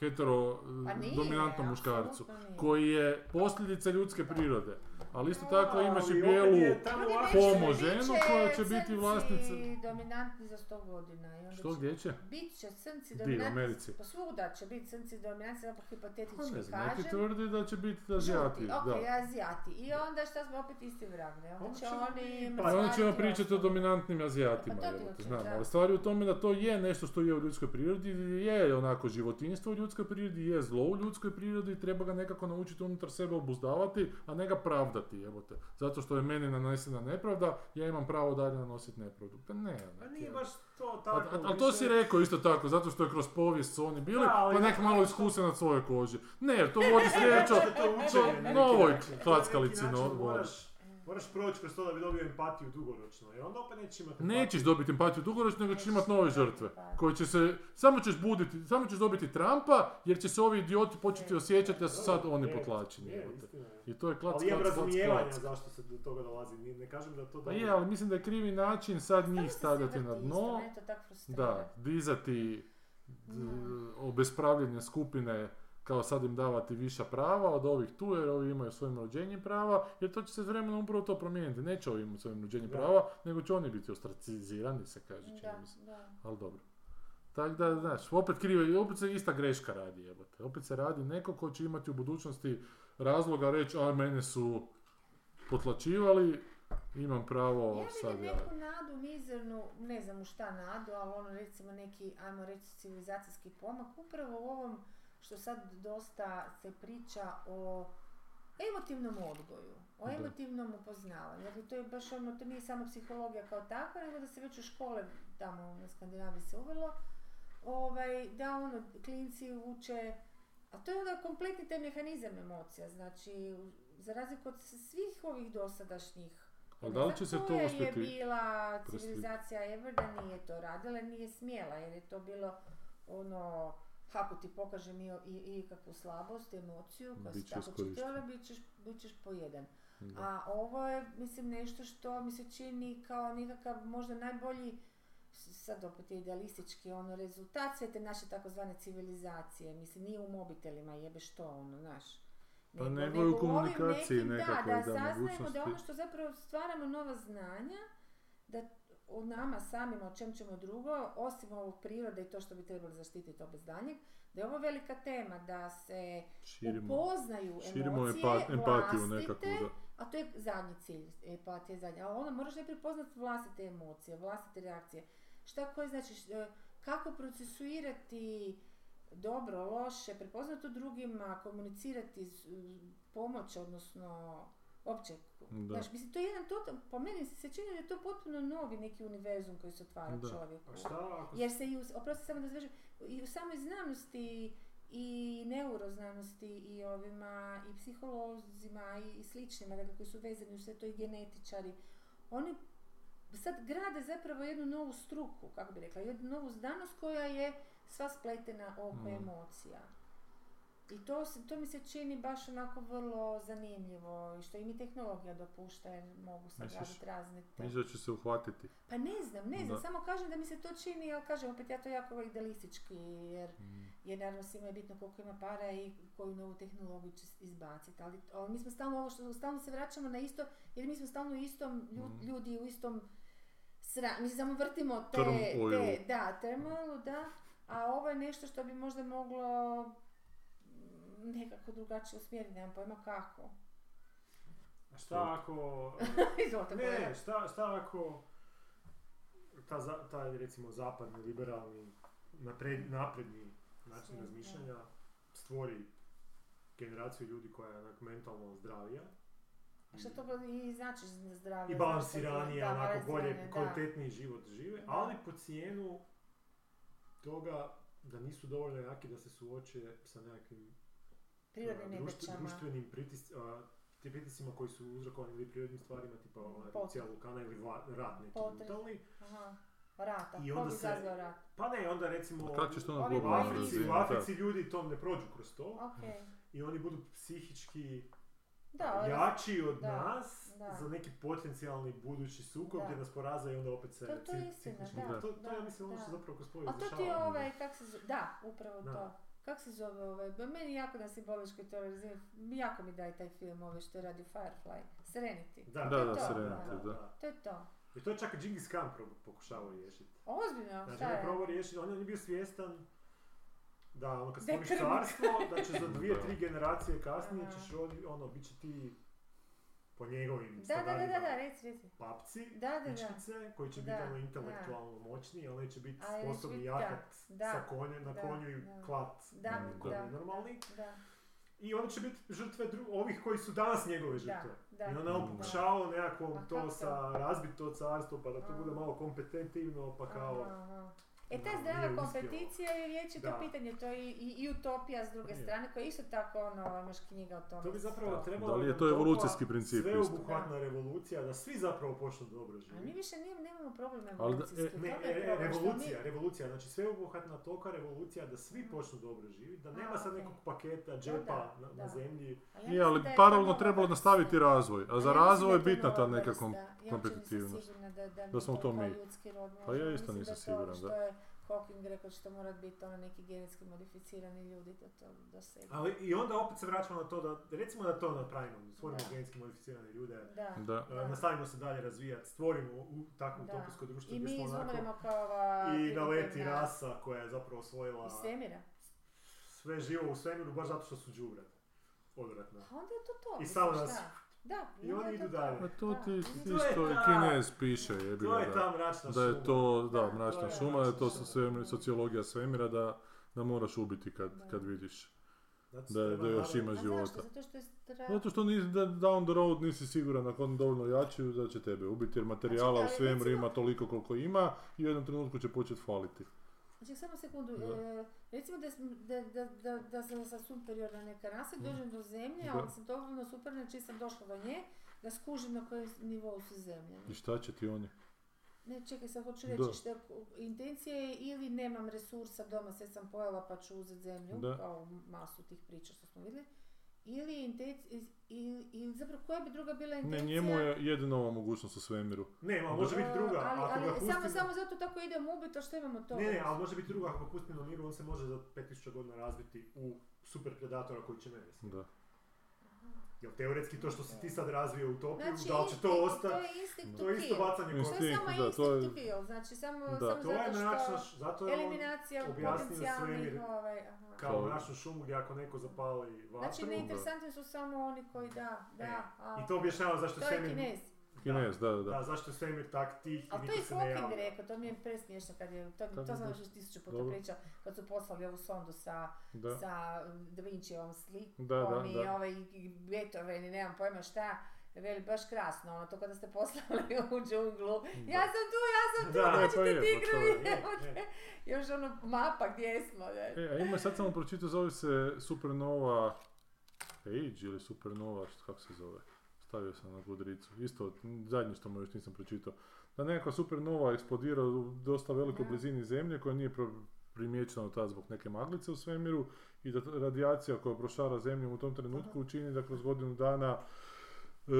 Speaker 1: hetero
Speaker 3: Pa
Speaker 1: eh,
Speaker 3: nije,
Speaker 1: dominantnom muškarcu
Speaker 3: apsolutno nije.
Speaker 1: koji je posljedica ljudske prirode. Ali isto tako imaš i
Speaker 2: Ali opet
Speaker 1: bijelu
Speaker 2: je tamo
Speaker 3: Ljudi,
Speaker 2: ovako-
Speaker 1: pomo
Speaker 3: bit će-
Speaker 1: ženu
Speaker 3: bit
Speaker 1: koja će biti
Speaker 3: crnci
Speaker 1: vlasnica-
Speaker 3: dominantni za 100 godina. I onda
Speaker 1: Što,
Speaker 3: će-
Speaker 1: gdje će?
Speaker 3: Bit će crnci
Speaker 1: Di, u
Speaker 3: dominantni.
Speaker 1: Americi?
Speaker 3: Pa svuda će biti crnci dominantni, samo hipotetički
Speaker 1: Pa ne znam, neki
Speaker 3: kažem.
Speaker 1: tvrdi da će biti
Speaker 3: Žuti,
Speaker 1: Azijati,
Speaker 3: ok,
Speaker 1: da.
Speaker 3: Azijati. I onda šta smo opet isti vrag, ne? Onda
Speaker 2: Onda
Speaker 3: će
Speaker 2: ćemo
Speaker 3: oni...
Speaker 2: mi-
Speaker 1: Pa onda ćemo
Speaker 3: mrcvariti
Speaker 1: pričati o
Speaker 3: ostalo.
Speaker 1: dominantnim Azijatima,
Speaker 3: Pa to ti
Speaker 1: jebote,
Speaker 3: hoću,
Speaker 1: znam,
Speaker 3: da.
Speaker 1: ali stvar je u tome da to je nešto što je u ljudskoj prirodi, je onako životinjstvo u ljudskoj prirodi, je zlo u ljudskoj prirodi i treba ga nekako naučiti unutar sebe obuzdavati, a ne ga pravdati, jebote. Zato što je meni nanesena nepravda, ja imam pravo dalje nanositi nepravdu. Pa ne,
Speaker 2: Pa
Speaker 1: onak,
Speaker 2: nije
Speaker 1: je.
Speaker 2: baš to
Speaker 1: A-
Speaker 2: tako.
Speaker 1: a- Ali to
Speaker 2: više-
Speaker 1: si rekao isto tako, zato što je kroz povijest su oni bili,
Speaker 2: Da, ali
Speaker 1: pa nek
Speaker 2: zato-
Speaker 1: malo iskuse na svojoj koži. Ne, jer to vodi sljedeće,
Speaker 2: E, To je učenje na neki
Speaker 1: novoj
Speaker 2: način.
Speaker 1: klackalici
Speaker 2: Na neki način
Speaker 1: no-
Speaker 2: moraš, moraš proći kroz to da bi dobio empatiju dugoročno. Jer onda opet nećeš imati
Speaker 1: Nećeš dobiti empatiju dugoročno, nego ćeš imati nove
Speaker 3: Па,
Speaker 1: žrtve.
Speaker 3: Pa.
Speaker 1: Koje će se, samo ćeš buditi, samo ćeš dobiti Trumpa, jer će se ovi idioti početi osjećati da su sad oni potlačeni.
Speaker 2: Je,
Speaker 1: jebote.
Speaker 2: E, istina je.
Speaker 1: I to je klac,
Speaker 2: Ali imam
Speaker 1: klac, klac,
Speaker 2: razumijevanja
Speaker 1: klac.
Speaker 2: zašto se do toga dolazi. Ni- Ne kažem da to
Speaker 1: Pa
Speaker 2: dobro.
Speaker 1: je, ali mislim da je krivi način sad
Speaker 3: па, да
Speaker 1: njih stavljati na dno,
Speaker 3: Mene to tako frustrira.
Speaker 1: da, dizati d-
Speaker 3: Mm.
Speaker 1: obespravljene skupine kao sad im davati viša prava od ovih tu, jer ovi imaju svojim rođenjem prava, jer to će se s vremenom upravo to promijeniti. Neće ovi imati svojim rođenjem
Speaker 2: Da.
Speaker 1: prava, nego će oni biti ostracizirani, se kaže, čini
Speaker 3: Da,
Speaker 1: mi se.
Speaker 3: da.
Speaker 1: Ali dobro. Tako da, znaš, opet krivo, opet se ista greška radi, jebote. Opet se radi neko ko će imati u budućnosti razloga reći, a mene su potlačivali, imam pravo
Speaker 3: Ja
Speaker 1: sad
Speaker 3: vidim
Speaker 1: ja.
Speaker 3: neku nadu mizernu, ne znam u šta nadu, ali ono recimo neki, ajmo reći, civilizacijski pomak, upravo u ovom što sad dosta se priča o emotivnom odgoju, o
Speaker 1: Da.
Speaker 3: emotivnom upoznavanju. Dakle, to je baš ono, to nije samo psihologija kao takva, nego da se već u škole tamo na Skandinaviji se uvelo, ovaj, da ono, klinci uče, a to je onda kompletni taj mehanizam emocija, znači, za razliku od svih ovih dosadašnjih
Speaker 1: Ali da li će se to
Speaker 3: je
Speaker 1: uspjeti?
Speaker 3: bila
Speaker 1: preslikati?
Speaker 3: civilizacija Everda, nije to radila, nije smjela jer je to bilo ono, kako ti pokažem i, i, i kakvu slabost, emociju, koja
Speaker 1: Bit će
Speaker 3: se tako
Speaker 1: iskorištena.
Speaker 3: čitala, bit ćeš, bit ćeš pojeden.
Speaker 1: Da.
Speaker 3: A ovo je, mislim, nešto što mi se čini kao nekakav možda najbolji, s- sad opet je idealistički ono rezultat sve te naše takozvane civilizacije. Mislim, nije u mobitelima, jebe što ono, znaš.
Speaker 1: Pa nego je u
Speaker 3: ovim
Speaker 1: komunikaciji
Speaker 3: nekim,
Speaker 1: nekakvoj,
Speaker 3: Da, da,
Speaker 1: da,
Speaker 3: saznajemo
Speaker 1: mogućnosti.
Speaker 3: da ono što zapravo stvaramo nova znanja, da o nama samima, o čem ćemo drugo, osim ovog prirode i to što bi trebali zaštititi to bez daljnjeg, da je ovo velika tema, da se
Speaker 1: Širimo,
Speaker 3: upoznaju
Speaker 1: širimo
Speaker 3: emocije,
Speaker 1: empa- empatiju
Speaker 3: vlastite,
Speaker 1: nekakvu, da.
Speaker 3: a to je zadnji cilj, empatija je zadnja. Ali ono, moraš najprije prepoznati vlastite emocije, vlastite reakcije. Šta koje znači, š- e, kako procesuirati dobro, loše, prepoznati u drugima, komunicirati, s- m, pomoć, odnosno opće.
Speaker 1: Da.
Speaker 3: Znaš, mislim, to je jedan total, po meni se čini da je to potpuno novi neki univerzum koji se otvara
Speaker 1: Da.
Speaker 3: čovjeku.
Speaker 2: A šta ako
Speaker 3: Jer se i u, oprosti samo da završim, i u samoj znanosti i neuroznanosti i ovima i psiholozima i, i sličnima, dakle koji su vezani u sve to i genetičari, oni sad grade zapravo jednu novu struku, kako bi rekla, jednu novu znanost koja je sva spletena oko
Speaker 1: Mm.
Speaker 3: emocija. I to, se- to mi se čini baš onako vrlo zanimljivo i što im i tehnologija dopušta jer mogu sad
Speaker 1: Misliš-
Speaker 3: raditi razne te-
Speaker 1: Mislim da će se uhvatiti.
Speaker 3: pa ne znam, ne znam,
Speaker 1: Da.
Speaker 3: samo kažem da mi se to čini, ali kažem, opet ja to jako idealistički, jer,
Speaker 1: Mm.
Speaker 3: jer naravno svima je bitno koliko ima para i koju novu tehnologiju će izbaciti, ali, ali mi smo stalno ovo što, stalno se vraćamo na isto, jer mi smo stalno u istom, lju-
Speaker 2: Mhm.
Speaker 1: Mm.
Speaker 3: ljudi u istom, sra, mi se samo vrtimo te,
Speaker 1: Turmoilu.
Speaker 3: te da, turmoilu, da, a ovo je nešto što bi možda moglo mm, nekako drugačije usmjeriti, nemam pojma kako.
Speaker 2: A šta ako...
Speaker 3: Izvolite, kolega.
Speaker 2: Ne, šta, šta ako... Ta, za- taj recimo zapadni, liberalni, napred, napredni način
Speaker 3: Svijet,
Speaker 2: razmišljanja stvori generaciju ljudi koja je onak mentalno zdravija.
Speaker 3: A Što to i znači za zdravlje?
Speaker 2: i balansiranije,
Speaker 3: Da,
Speaker 2: onako bolje,
Speaker 3: balansiranije, da.
Speaker 2: kvalitetniji život žive,
Speaker 3: Da.
Speaker 2: ali po cijenu toga da nisu dovoljno jaki da se suoče sa nekakvim
Speaker 3: prirodnim
Speaker 2: a, društ-
Speaker 3: nedaćama.
Speaker 2: društvenim pritis, a, ti pritiscima koji su uzrokovani ili prirodnim stvarima, tipa ona
Speaker 3: Potres.
Speaker 2: erupcija vulkana ili va, rat neki
Speaker 3: Potres.
Speaker 2: mentalni.
Speaker 3: Aha. Rata,
Speaker 2: I
Speaker 3: ko
Speaker 2: onda
Speaker 3: bi
Speaker 2: se-
Speaker 3: izazvao rat?
Speaker 2: Pa ne, onda recimo
Speaker 1: A kak ćeš to
Speaker 3: Oni
Speaker 1: na
Speaker 2: u
Speaker 1: globalnoj
Speaker 3: Bavili
Speaker 2: Africi,
Speaker 1: razini?
Speaker 2: u
Speaker 1: da.
Speaker 2: Africi ljudi tom ne prođu kroz to
Speaker 3: Ok,
Speaker 2: i oni budu psihički
Speaker 3: da, ono, ovo-
Speaker 2: jači od
Speaker 3: da,
Speaker 2: nas
Speaker 3: da.
Speaker 2: za neki potencijalni budući sukob
Speaker 3: Da.
Speaker 2: gdje nas poraza i onda opet se...
Speaker 3: To- to je
Speaker 2: psi-
Speaker 3: istina,
Speaker 2: psihički-
Speaker 1: da,
Speaker 2: To, to
Speaker 3: da,
Speaker 2: ja mislim ono što
Speaker 3: da.
Speaker 2: zapravo kroz povijest
Speaker 3: A to ti je ovaj, kak se zove, da, upravo
Speaker 2: Da.
Speaker 3: to. Kak se zove ovaj, ba meni jako na simboličkoj toj razini, jako mi daje taj film ovaj što je radio Firefly, Serenity.
Speaker 1: Da,
Speaker 3: to je
Speaker 1: da,
Speaker 3: to,
Speaker 1: Serenity, da.
Speaker 3: To je to.
Speaker 2: I to je čak i Genghis Khan prob- pokušavao riješiti.
Speaker 3: Ozbiljno,
Speaker 2: Znači,
Speaker 3: šta
Speaker 2: on je
Speaker 3: je?
Speaker 2: probao riješiti, on je on je bio svjestan da ono, kad
Speaker 3: Da je
Speaker 2: spomiš
Speaker 3: krvnik.
Speaker 2: carstvo, da će za dvije,
Speaker 1: Da.
Speaker 2: tri generacije kasnije
Speaker 3: Aha.
Speaker 2: ćeš rodi, ono, bit će ti po njegovim
Speaker 3: Da, da, da, da, da,
Speaker 2: standardima
Speaker 3: reci, reci.
Speaker 2: papci,
Speaker 3: Da, da, da.
Speaker 2: pičkice, koji će biti
Speaker 3: Da,
Speaker 2: ono
Speaker 3: da.
Speaker 2: intelektualno moćni, ali neće biti
Speaker 3: Ali neće
Speaker 2: sposobni
Speaker 3: biti-
Speaker 2: jahat
Speaker 3: da,
Speaker 2: sa konje, na
Speaker 3: da,
Speaker 2: konju i
Speaker 3: da.
Speaker 2: klat
Speaker 3: Da,
Speaker 1: Mm,
Speaker 2: koji
Speaker 3: da,
Speaker 2: je normalni.
Speaker 3: da,
Speaker 2: I onda će biti žrtve dru- ovih koji su danas njegove
Speaker 3: da,
Speaker 2: žrtve.
Speaker 3: da.
Speaker 2: I onda on pokušavao nekako
Speaker 3: Pa kako?
Speaker 2: to sa razbit to carstvo, pa da to
Speaker 3: Aha.
Speaker 2: bude malo kompetentivno, pa kao...
Speaker 3: Aha, aha. E ta
Speaker 2: Ono, nije
Speaker 3: zdrava
Speaker 2: uspjelo.
Speaker 3: kompeticija je vječito
Speaker 2: Da.
Speaker 3: pitanje, to je i, i, i utopija s druge
Speaker 2: Je.
Speaker 3: strane, koja je isto tako ono, imaš knjiga o tome.
Speaker 2: To bi zapravo
Speaker 1: Da.
Speaker 2: trebalo...
Speaker 1: Da li je
Speaker 2: nam
Speaker 1: to
Speaker 2: topla,
Speaker 1: evolucijski princip
Speaker 2: Sveobuhvatna revolucija, da svi zapravo počnu dobro
Speaker 3: Ali
Speaker 2: živjeti.
Speaker 3: mi više nije, nemamo problem
Speaker 1: da-
Speaker 3: evolucijski,
Speaker 1: e,
Speaker 3: to
Speaker 2: Ne,
Speaker 3: je
Speaker 2: e,
Speaker 3: problem, što
Speaker 2: revolucija,
Speaker 3: mi-
Speaker 2: revolucija, znači sveobuhvatna toka revolucija da svi počnu dobro živjeti, da nema
Speaker 3: A,
Speaker 2: sad
Speaker 3: okej.
Speaker 2: nekog paketa, džepa na, na
Speaker 3: da.
Speaker 2: zemlji.
Speaker 3: A ja
Speaker 1: Nije,
Speaker 3: mislim
Speaker 1: ali
Speaker 3: da je to
Speaker 1: paralelno
Speaker 3: nova
Speaker 1: trebalo
Speaker 3: vrsta.
Speaker 1: nastaviti razvoj, a
Speaker 3: Ali
Speaker 1: za
Speaker 3: ja mislim
Speaker 1: razvoj
Speaker 3: da
Speaker 1: je
Speaker 3: to
Speaker 1: bitna
Speaker 3: nova
Speaker 1: ta neka
Speaker 3: vrsta.
Speaker 1: kom-
Speaker 3: Ja uopće nisam
Speaker 1: kompetitivnost.
Speaker 3: sigurna da, da,
Speaker 1: Da smo
Speaker 3: je
Speaker 1: to
Speaker 3: kao
Speaker 1: mi.
Speaker 3: ljudski rod može.
Speaker 1: Pa ja isto
Speaker 3: Mislim
Speaker 1: nisam
Speaker 3: to
Speaker 1: siguran,
Speaker 3: ono
Speaker 1: da.
Speaker 3: Što je Hawking rekao da će to morat biti ono neki genetski modificirani ljudi da to dosegnu.
Speaker 2: Ali i onda opet se vraćamo na to da, recimo da to napravimo, stvorimo
Speaker 3: Da.
Speaker 2: genetski modificirane ljude,
Speaker 3: Da.
Speaker 1: Da.
Speaker 2: e, nastavimo se dalje razvijati, stvorimo u takvu
Speaker 3: Da.
Speaker 2: utopijsko društvo
Speaker 3: I
Speaker 2: gdje
Speaker 3: mi
Speaker 2: smo onako...
Speaker 3: izumremo kao ova...
Speaker 2: I naleti
Speaker 3: primitivna-
Speaker 2: rasa koja je zapravo osvojila
Speaker 3: Iz svemira.
Speaker 2: sve živo u svemiru, baš zato što su džubrat. Odvratna.
Speaker 3: Pa onda je to to.
Speaker 2: I
Speaker 3: mislim,
Speaker 2: samo nas-
Speaker 3: šta? Da.
Speaker 2: I
Speaker 3: onda
Speaker 2: oni
Speaker 3: je to
Speaker 2: idu
Speaker 3: to.
Speaker 2: dalje.
Speaker 1: Pa to ti
Speaker 3: Da.
Speaker 1: isto
Speaker 2: ta-
Speaker 1: Kinez piše, jebi
Speaker 2: To
Speaker 1: ga,
Speaker 2: je
Speaker 1: da.
Speaker 2: ta mračna
Speaker 1: Da je
Speaker 2: šuma.
Speaker 1: to, da,
Speaker 3: Da,
Speaker 1: mračna
Speaker 2: to je
Speaker 1: šuma, da je to
Speaker 2: mračna
Speaker 1: su
Speaker 2: šuma.
Speaker 1: svemir, sociologija svemira da, da moraš ubiti
Speaker 3: Da.
Speaker 1: kad, kad vidiš.
Speaker 2: Zato se
Speaker 1: Da, je-
Speaker 2: treba
Speaker 1: da još
Speaker 2: naravno-
Speaker 1: ima
Speaker 3: A
Speaker 1: života.
Speaker 3: zašto? Zato što je stra...
Speaker 1: Zato što nisi, da, down the road nisi siguran nakon dovoljno jači da će tebe ubiti jer materijala u
Speaker 3: Znači, ali
Speaker 1: svemiru
Speaker 3: recimo-
Speaker 1: ima toliko koliko ima i u jednom trenutku će početi faliti.
Speaker 3: Znači, samo sekundu,
Speaker 1: Da.
Speaker 3: e, recimo da, sam- da, da, da, da sam sa superiorna neka
Speaker 2: Mm.
Speaker 3: rasa, dođem do zemlje,
Speaker 1: Da.
Speaker 3: ali sam dovoljno superna čim sam došla do nje, da skužim na kojem nivou su zemlje.
Speaker 1: I šta će ti oni?
Speaker 3: Ne, čekaj, sad hoću
Speaker 1: Da.
Speaker 3: reći što intencija je ili nemam resursa doma, sve sam pojela pa ću uzeti zemlju,
Speaker 1: Da.
Speaker 3: kao masu tih priča što smo vidjeli, ili intencija, ili, ili zapravo koja bi druga bila
Speaker 1: Ne,
Speaker 3: intencija?
Speaker 1: njemu je jedina ova mogućnost u svemiru.
Speaker 2: Ne, ma može biti druga.
Speaker 3: Ali,
Speaker 2: ako
Speaker 3: ali
Speaker 2: ga pustimo...
Speaker 3: samo, samo zato tako idemo ubiti, a što imamo to? Znači,
Speaker 2: Ne, ne, ali može biti druga ako ga pustimo na miru, on se može za 5000 godina razviti u super predatora koji će mene sjesti.
Speaker 1: Da.
Speaker 2: Jel teoretski to što si ti sad razvio utopiju,
Speaker 3: Znači,
Speaker 2: da li će
Speaker 3: instinkt-
Speaker 2: to
Speaker 3: To
Speaker 2: ostati,
Speaker 3: je instinct
Speaker 2: to je isto bacanje
Speaker 1: Mislim,
Speaker 2: kosa.
Speaker 3: To je samo
Speaker 1: Instinkt, da,
Speaker 3: instinct
Speaker 1: to je-
Speaker 3: to kill, znači samo,
Speaker 1: Da.
Speaker 3: samo
Speaker 2: To je mračna,
Speaker 3: zato
Speaker 2: š- zato
Speaker 3: što
Speaker 2: je on
Speaker 3: eliminacija
Speaker 2: objasnio
Speaker 3: potencijalnih
Speaker 2: svemir.
Speaker 3: ovaj, aha.
Speaker 2: kao mračnu šumu gdje ako neko zapali vatru,
Speaker 3: Znači neinteresantni su samo oni koji da, da,
Speaker 2: E,
Speaker 3: a,
Speaker 2: i to objašnjava zašto
Speaker 3: to je
Speaker 2: svemir...
Speaker 3: kinez.
Speaker 1: Kinez, da, da, da.
Speaker 2: Da, zašto je svemir tak tih i
Speaker 3: Ali to
Speaker 2: niko
Speaker 3: je
Speaker 2: se ne
Speaker 3: Hawking
Speaker 2: javlja.
Speaker 3: rekao, to mi je presmiješno kad je, to,
Speaker 1: Da,
Speaker 3: to
Speaker 1: da,
Speaker 3: sam
Speaker 1: da.
Speaker 3: još još tisuću puta
Speaker 1: Dobro.
Speaker 3: pričao, kad su poslali ovu sondu sa,
Speaker 1: da.
Speaker 3: sa um, Da Vincijevom slikom
Speaker 1: Da, da,
Speaker 3: i
Speaker 1: da.
Speaker 3: ovaj, i Beethoven i nemam pojma šta, veli baš krasno, ono, to kada ste poslali u džunglu, ja sam tu, ja sam tu,
Speaker 1: Da,
Speaker 3: da,
Speaker 1: e,
Speaker 3: hoćete
Speaker 1: pa je,
Speaker 3: ti
Speaker 1: pa to je,
Speaker 3: igrovi,
Speaker 2: je,
Speaker 3: nemojte.
Speaker 2: je.
Speaker 3: još ono mapa gdje smo, da.
Speaker 1: E, a ima sad sam pročitao, zove se Supernova Age ili Supernova, št- kako se zove. Stavio sam na gudricu. Isto, m, zadnje što mu još nisam pročitao. Da nekakva supernova eksplodira u dosta velikoj
Speaker 3: Da.
Speaker 1: blizini zemlje koja nije pro- primijećena tad zbog neke maglice u svemiru i da t- radijacija koja prošara zemlju u tom trenutku učini da kroz godinu dana e,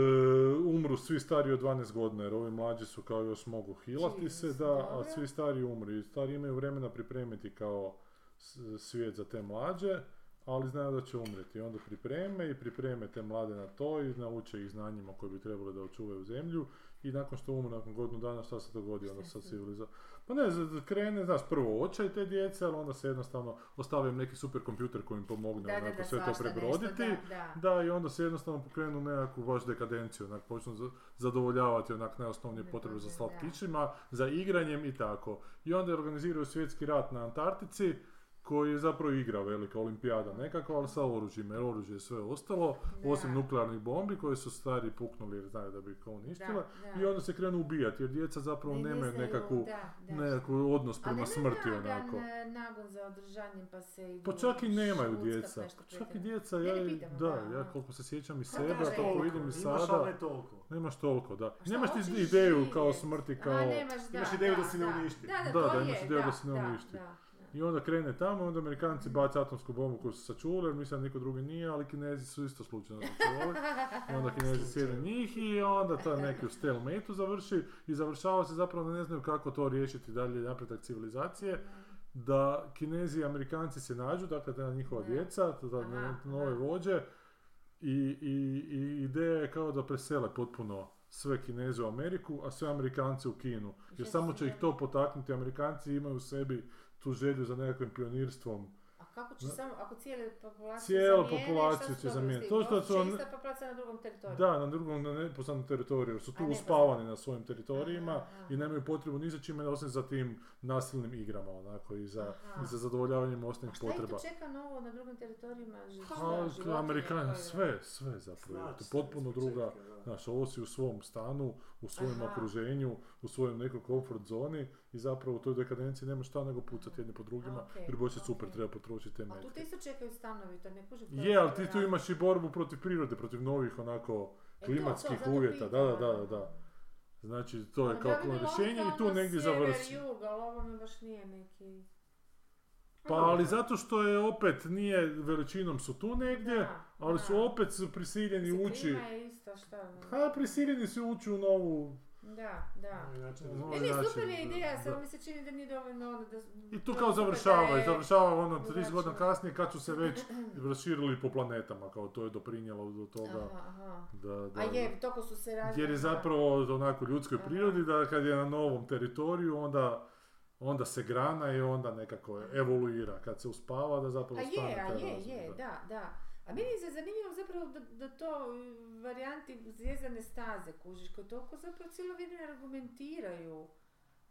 Speaker 1: umru svi stariji od 12 godina jer ovi mlađi su kao još mogu hilati se
Speaker 3: Jesus,
Speaker 1: da, a
Speaker 3: dobro.
Speaker 1: svi stariji umru i stariji imaju vremena pripremiti kao s- svijet za te mlađe, ali znaju da će umreti. I onda pripreme i pripreme te mlade na to i nauče ih znanjima koje bi trebali da očuvaju zemlju i nakon što umru, nakon godinu dana, šta se dogodi onda
Speaker 3: Šta
Speaker 1: sa
Speaker 3: se-
Speaker 1: civiliza... Pa ne, z- z- krene, znaš, prvo očaj te djece, ali onda se jednostavno ostave im neki superkompjuter koji im pomogne onako sve to
Speaker 3: svašta nešto,
Speaker 1: prebroditi.
Speaker 3: da,
Speaker 1: Da, i onda se jednostavno pokrenu nekakvu baš dekadenciju, onak počnu za- zadovoljavati onak najosnovnije
Speaker 3: Ne
Speaker 1: potrebe za
Speaker 3: može,
Speaker 1: slatkićima, za igranjem i tako. I onda organiziraju svjetski rat na Antarktici, koji je zapravo igra velika olimpijada nekakva, ali sa oružjima, jer oružje je sve ostalo,
Speaker 3: Da.
Speaker 1: osim nuklearnih bombi koje su stari puknuli jer znaju da bi ih uništile.
Speaker 3: Da, da.
Speaker 1: I onda se krenu ubijati, jer djeca zapravo
Speaker 3: Ne, ne
Speaker 1: nemaju
Speaker 3: znaju,
Speaker 1: nekakvu,
Speaker 3: da, da.
Speaker 1: nekakvu odnos
Speaker 3: Ali
Speaker 1: prema
Speaker 3: nemaju
Speaker 1: smrti
Speaker 3: nagan,
Speaker 1: onako.
Speaker 3: e, nagon za održanjem pa se idu
Speaker 1: Pa čak i nemaju
Speaker 3: šuckat
Speaker 1: djeca.
Speaker 3: nešto
Speaker 1: Pa čak i
Speaker 3: pretjerano.
Speaker 1: djeca,
Speaker 3: Ne, ne
Speaker 1: ja, i-
Speaker 3: pitamo,
Speaker 1: da,
Speaker 3: da,
Speaker 1: ja
Speaker 3: aha.
Speaker 1: koliko se sjećam i
Speaker 3: Pa
Speaker 1: sebe,
Speaker 3: da,
Speaker 1: koliko
Speaker 3: toliko,
Speaker 1: vidim i
Speaker 2: Imaš, ali
Speaker 1: sada,
Speaker 2: ne toliko.
Speaker 1: nemaš toliko, da.
Speaker 3: Pa Šta
Speaker 1: Nemaš ti
Speaker 3: hoćeš
Speaker 1: ideju kao
Speaker 3: živjet?
Speaker 1: smrti,
Speaker 3: A,
Speaker 1: kao...
Speaker 3: nemaš, da,
Speaker 2: Imaš ideju da
Speaker 3: da
Speaker 2: se ne
Speaker 3: da.
Speaker 2: uništi.
Speaker 3: Da, da,
Speaker 1: Da,
Speaker 3: to
Speaker 1: da,
Speaker 3: je,
Speaker 1: imaš ideju da
Speaker 3: da,
Speaker 1: se ne
Speaker 3: da,
Speaker 1: uništi.
Speaker 3: da, da.
Speaker 1: I onda krene tamo, onda Amerikanci bace atomsku bombu koju su sačuvali, jer mislim da niko drugi nije, ali Kinezi su isto slučajno sačuvali. I onda Kinezi sjede njih i onda to neki u stalemate završi i završava se zapravo da ne znaju kako to riješiti dalje napredak civilizacije. da Kinezi i Amerikanci se nađu, dakle ta njihova
Speaker 3: Da.
Speaker 1: djeca, ta- ta
Speaker 3: Aha,
Speaker 1: nove
Speaker 3: aha.
Speaker 1: vođe i, i, i ideja je kao da presele potpuno sve Kineze u Ameriku, a sve Amerikance u Kinu.
Speaker 3: I
Speaker 1: Jer
Speaker 3: šta
Speaker 1: samo
Speaker 3: se
Speaker 1: će ih
Speaker 3: događa?
Speaker 1: to potaknuti, Amerikanci imaju u sebi tu želju za nekakvim pionirstvom.
Speaker 3: A kako će
Speaker 1: Da.
Speaker 3: samo, ako cijele populacije
Speaker 1: Cijelu
Speaker 3: zamijene,
Speaker 1: populaciju
Speaker 3: šta su
Speaker 1: će
Speaker 3: dobili s
Speaker 1: zamijeniti.
Speaker 3: tim?
Speaker 1: To što su
Speaker 3: Opće
Speaker 1: oni-
Speaker 3: ista populacija na drugom teritoriju.
Speaker 1: Da, na drugom, na neposrednom teritoriju, jer su tu
Speaker 3: A, neposredno.
Speaker 1: uspavani na svojim teritorijima
Speaker 3: Aha.
Speaker 1: i nemaju potrebu ni za čime osim za tim nasilnim igrama, onako, i za,
Speaker 3: Aha.
Speaker 1: i za zadovoljavanjem osnovnih
Speaker 3: Šta ih
Speaker 1: potreba.
Speaker 3: tu čeka novo na drugim teritorijima?
Speaker 1: A,
Speaker 3: Životinje, Pa, životinje
Speaker 1: Amerikan,
Speaker 3: koje-
Speaker 1: Pa, sve, sve zapravo. je Dakle, to
Speaker 2: Znači,
Speaker 1: potpuno
Speaker 2: ispočetka,
Speaker 1: druga,
Speaker 2: da.
Speaker 1: znaš, ovo si u svom stanu, u svojem
Speaker 3: Aha.
Speaker 1: okruženju, u svojem nekoj comfort zoni i zapravo u toj dekadenciji nema šta nego pucati jedni po drugima,
Speaker 3: Okej,
Speaker 1: jer boje se super,
Speaker 3: okej.
Speaker 1: treba potrošiti te
Speaker 3: A Pa tu
Speaker 1: metke.
Speaker 3: te isto čekaju stanovi, to ne kužim.
Speaker 1: Je, ali ti tu
Speaker 3: E,
Speaker 1: imaš i borbu protiv prirode, protiv novih onako klimatskih uvjeta, da,
Speaker 3: ono.
Speaker 1: da, da, da, da. Znači, to je kao puno rješenje i tu negdje završi.
Speaker 3: ono Jug, ali ovo mi baš nije neki... Ono,
Speaker 1: Pa ali zato što je opet nije veličinom su tu negdje,
Speaker 3: Da,
Speaker 1: ali
Speaker 3: da.
Speaker 1: su opet su prisiljeni
Speaker 3: Mislim,
Speaker 1: ući.
Speaker 3: Klima je isto, šta ono.
Speaker 1: Pa prisiljeni su ući u novu.
Speaker 3: Da, da.
Speaker 2: Znači,
Speaker 1: na ovaj
Speaker 3: Ne, ne, super
Speaker 1: način,
Speaker 3: je
Speaker 1: da,
Speaker 3: ideja,
Speaker 1: da.
Speaker 3: samo mi se čini da nije dovoljno ono da...
Speaker 1: I tu
Speaker 3: da
Speaker 1: kao
Speaker 3: super da
Speaker 1: završava, i
Speaker 3: je-
Speaker 1: završava ono 30
Speaker 3: drugačije.
Speaker 1: godina kasnije kad su se već raširili po planetama, kao to je doprinjelo do toga.
Speaker 3: Aha, aha.
Speaker 1: Da, da,
Speaker 3: A je, toko su se
Speaker 1: da.
Speaker 3: razvili.
Speaker 1: Jer je zapravo onako ljudskoj
Speaker 3: Aha.
Speaker 1: prirodi da kad je na novom teritoriju onda onda se grana i onda nekako evoluira. Kad se uspava da zapravo
Speaker 3: A
Speaker 1: stane
Speaker 3: je, a
Speaker 1: taj
Speaker 3: je,
Speaker 1: razvoj,
Speaker 3: je,
Speaker 1: da.
Speaker 3: da, da. A meni je zanimljivo zapravo da, da to mm, varijanti zvijezdane staze kužiš, koje toliko zapravo cijelo vrijeme argumentiraju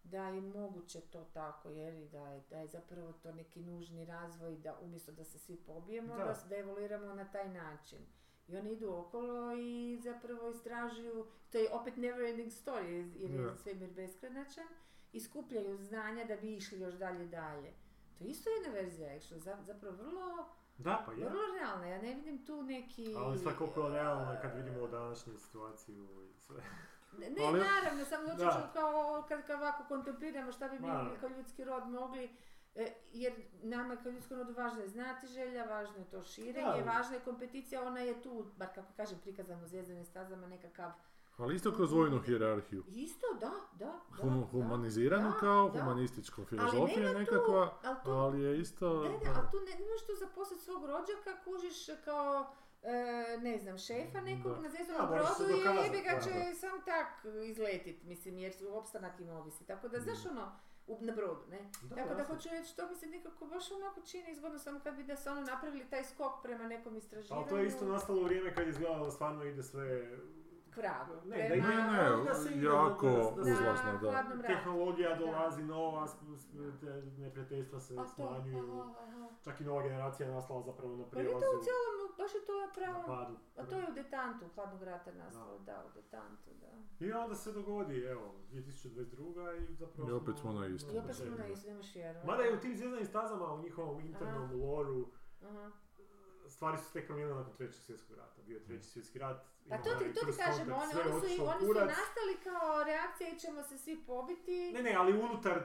Speaker 3: da je moguće to tako, jer i da je, da je zapravo to neki nužni razvoj, da umjesto da se svi pobijemo, da,
Speaker 2: Da.
Speaker 3: s- da evoluiramo na taj način. I oni idu okolo i zapravo istražuju, to je opet never ending story, jer je
Speaker 1: Da.
Speaker 3: svemir beskranačan, i skupljaju znanja da bi išli još dalje dalje. To je isto jedna verzija actually, za- zapravo vrlo,
Speaker 2: Da, pa je.
Speaker 3: vrlo realna, ja ne vidim tu neki...
Speaker 2: Ali sad koliko je realno kad vidimo današnju situaciju i sve.
Speaker 3: Ne, ne,
Speaker 1: Ali-
Speaker 3: naravno, samo zato
Speaker 2: Da.
Speaker 3: što kao kad kad ovako kontempliramo šta bi mi
Speaker 2: Ma.
Speaker 3: kao ljudski rod mogli, e, jer nama kao ljudskom rodu važno je znati želja, važno je to širenje,
Speaker 2: Da.
Speaker 3: važna je kompeticija, ona je tu, bar kako kažem, prikazano u zvijezdanim stazama nekakav...
Speaker 1: Ali isto kroz vojnu hijerarhiju.
Speaker 3: Isto, da, da, da,
Speaker 1: Hum-
Speaker 3: da.
Speaker 1: humaniziranu
Speaker 3: da,
Speaker 1: kao
Speaker 3: da.
Speaker 1: humanističku
Speaker 3: Ali
Speaker 1: filozofiju
Speaker 3: nema tu-
Speaker 1: nekakva,
Speaker 3: ali tu
Speaker 1: ali je isto...
Speaker 3: Da, da,
Speaker 1: da.
Speaker 3: ali tu ne, ne možeš tu zaposliti svog rođaka, kužiš kao, e, ne znam, šefa nekog
Speaker 1: Da.
Speaker 3: na
Speaker 2: Da,
Speaker 3: zvezdanom
Speaker 2: moraš se
Speaker 3: brodu i
Speaker 2: dokazat,
Speaker 3: jebe ga
Speaker 2: da,
Speaker 3: će sam tak izletit, mislim, jer su opstanak im ovisi. Tako da, znaš ono, u, na brodu, ne?
Speaker 2: Da,
Speaker 3: Tako da
Speaker 2: Mm. jasno.
Speaker 3: hoću reći, to mi se nekako baš onako čini izgodno samo kad bi da su ono napravili taj skok prema nekom istraživanju.
Speaker 2: Ali to je isto nastalo u vrijeme kad je izgledalo da stvarno ide sve...
Speaker 3: Pragu.
Speaker 2: Ne,
Speaker 3: prema-
Speaker 2: da ima-
Speaker 1: Ne,
Speaker 2: Ma,
Speaker 1: ne,
Speaker 2: da se ide
Speaker 1: jako
Speaker 2: na-
Speaker 3: na
Speaker 1: uzlazno, da.
Speaker 3: hladnom ratu.
Speaker 2: Tehnologija
Speaker 3: Da.
Speaker 2: dolazi nova, s- s- te neprijateljstva se
Speaker 3: A to,
Speaker 2: smanjuju.
Speaker 3: aha, aha.
Speaker 2: Čak i nova generacija je nastala zapravo na
Speaker 3: Pa je to
Speaker 2: prijelazu.
Speaker 3: u cijelom, baš je to na
Speaker 2: na
Speaker 3: pravom,
Speaker 2: padu.
Speaker 3: a to je u detantu hladnog rata nastalo, da, u detantu, da.
Speaker 2: I onda se dogodi, evo, 2022. i zapravo...
Speaker 1: I opet smo na istom.
Speaker 3: I opet smo na istu, nemaš vjerovati.
Speaker 2: Mada je u tim zvijezdanim stazama, u njihovom internom
Speaker 3: Aha.
Speaker 2: loru,
Speaker 3: Aha.
Speaker 2: stvari su se tek promijenile nakon trećeg svjetskog rata. Bio je treći svjetski rat.
Speaker 3: Pa
Speaker 2: imamo
Speaker 3: to ti,
Speaker 2: onaj
Speaker 3: to ti
Speaker 2: first
Speaker 3: kažem,
Speaker 2: contact,
Speaker 3: oni,
Speaker 2: sve
Speaker 3: oni, su,
Speaker 2: otišlo u
Speaker 3: oni su
Speaker 2: kurac.
Speaker 3: nastali kao reakcija i ćemo se svi pobiti.
Speaker 2: Ne, ne, ali unutar e,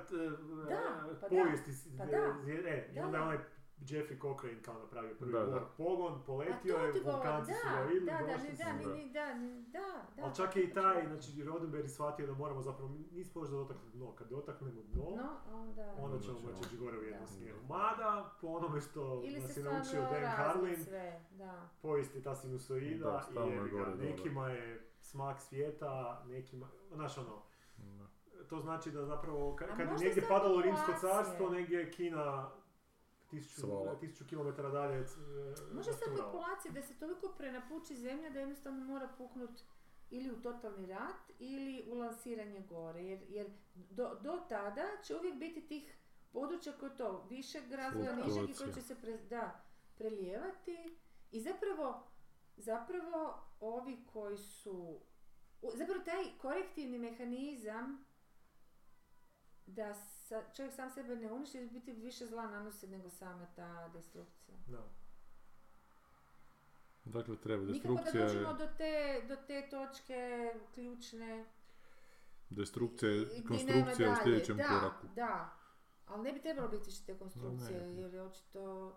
Speaker 3: Da, pa da,
Speaker 2: povijesti, s-
Speaker 3: pa
Speaker 2: e,
Speaker 3: da,
Speaker 2: e, i
Speaker 3: da.
Speaker 2: onda je onaj Jeffrey Cochran kao napravio prvi
Speaker 1: Da,
Speaker 2: da,
Speaker 1: da.
Speaker 2: pogon,
Speaker 3: A
Speaker 2: poletio
Speaker 3: Pa to ti
Speaker 2: je,
Speaker 3: govorim,
Speaker 2: vulkanci su ga vidjeli,
Speaker 3: da, da, da,
Speaker 2: došli
Speaker 3: ni,
Speaker 2: su.
Speaker 3: da, ni,
Speaker 1: da.
Speaker 3: ni, da, ni, da, da.
Speaker 2: Ali čak je i taj, znači Rodenberg shvatio da moramo zapravo, mi nismo još da dotakli dno, kad dotaknemo dno,
Speaker 3: No,
Speaker 2: onda
Speaker 3: onda...
Speaker 2: ćemo
Speaker 1: Onda ćemo.
Speaker 2: moći ići gore u jednom
Speaker 3: Da.
Speaker 2: smjeru. Mada, po onome što
Speaker 3: Ili se
Speaker 2: nas je
Speaker 3: stvarno
Speaker 2: naučio Dan
Speaker 3: razvod
Speaker 2: Carlin,
Speaker 3: sve, da.
Speaker 2: povijest je ta
Speaker 1: Da,
Speaker 2: sinusoida i
Speaker 1: stalno je
Speaker 2: jebi ga,
Speaker 1: gore, dole.
Speaker 2: nekima je smak svijeta, nekima, znaš ono, to znači da zapravo ka-
Speaker 3: A
Speaker 2: kad je
Speaker 3: možda
Speaker 2: negdje
Speaker 3: samo
Speaker 2: padalo rimsko
Speaker 3: populacije.
Speaker 2: carstvo, negdje je Kina tisuću,
Speaker 1: Svala.
Speaker 2: tisuću kilometara dalje c- e,
Speaker 3: Može sad
Speaker 2: rasturala.
Speaker 3: populacija da se toliko prenapuči zemlja da jednostavno mora puknut ili u totalni rat ili u lansiranje gore. Jer, jer do, do tada će uvijek biti tih područja koje to višeg razvoja, nižeg i koji
Speaker 1: Fluktuacija.
Speaker 3: će se pre, da, prelijevati. I zapravo, zapravo ovi koji su... u- Zapravo taj korektivni mehanizam da sa, čovjek sam sebe ne uništi, u biti više zla nanosi nego sama ta destrukcija.
Speaker 2: Da.
Speaker 1: Dakle, treba
Speaker 3: Nikako da
Speaker 1: destrukcija, je-
Speaker 3: dođemo do te, do te točke ključne.
Speaker 1: destrukcija, je
Speaker 3: gdje
Speaker 1: konstrukcija
Speaker 3: nema
Speaker 1: u
Speaker 3: dalje.
Speaker 1: sljedećem
Speaker 3: da,
Speaker 1: koraku.
Speaker 3: Da, ali ne bi trebalo biti više te konstrukcije,
Speaker 1: No, ne bi.
Speaker 3: jer je očito...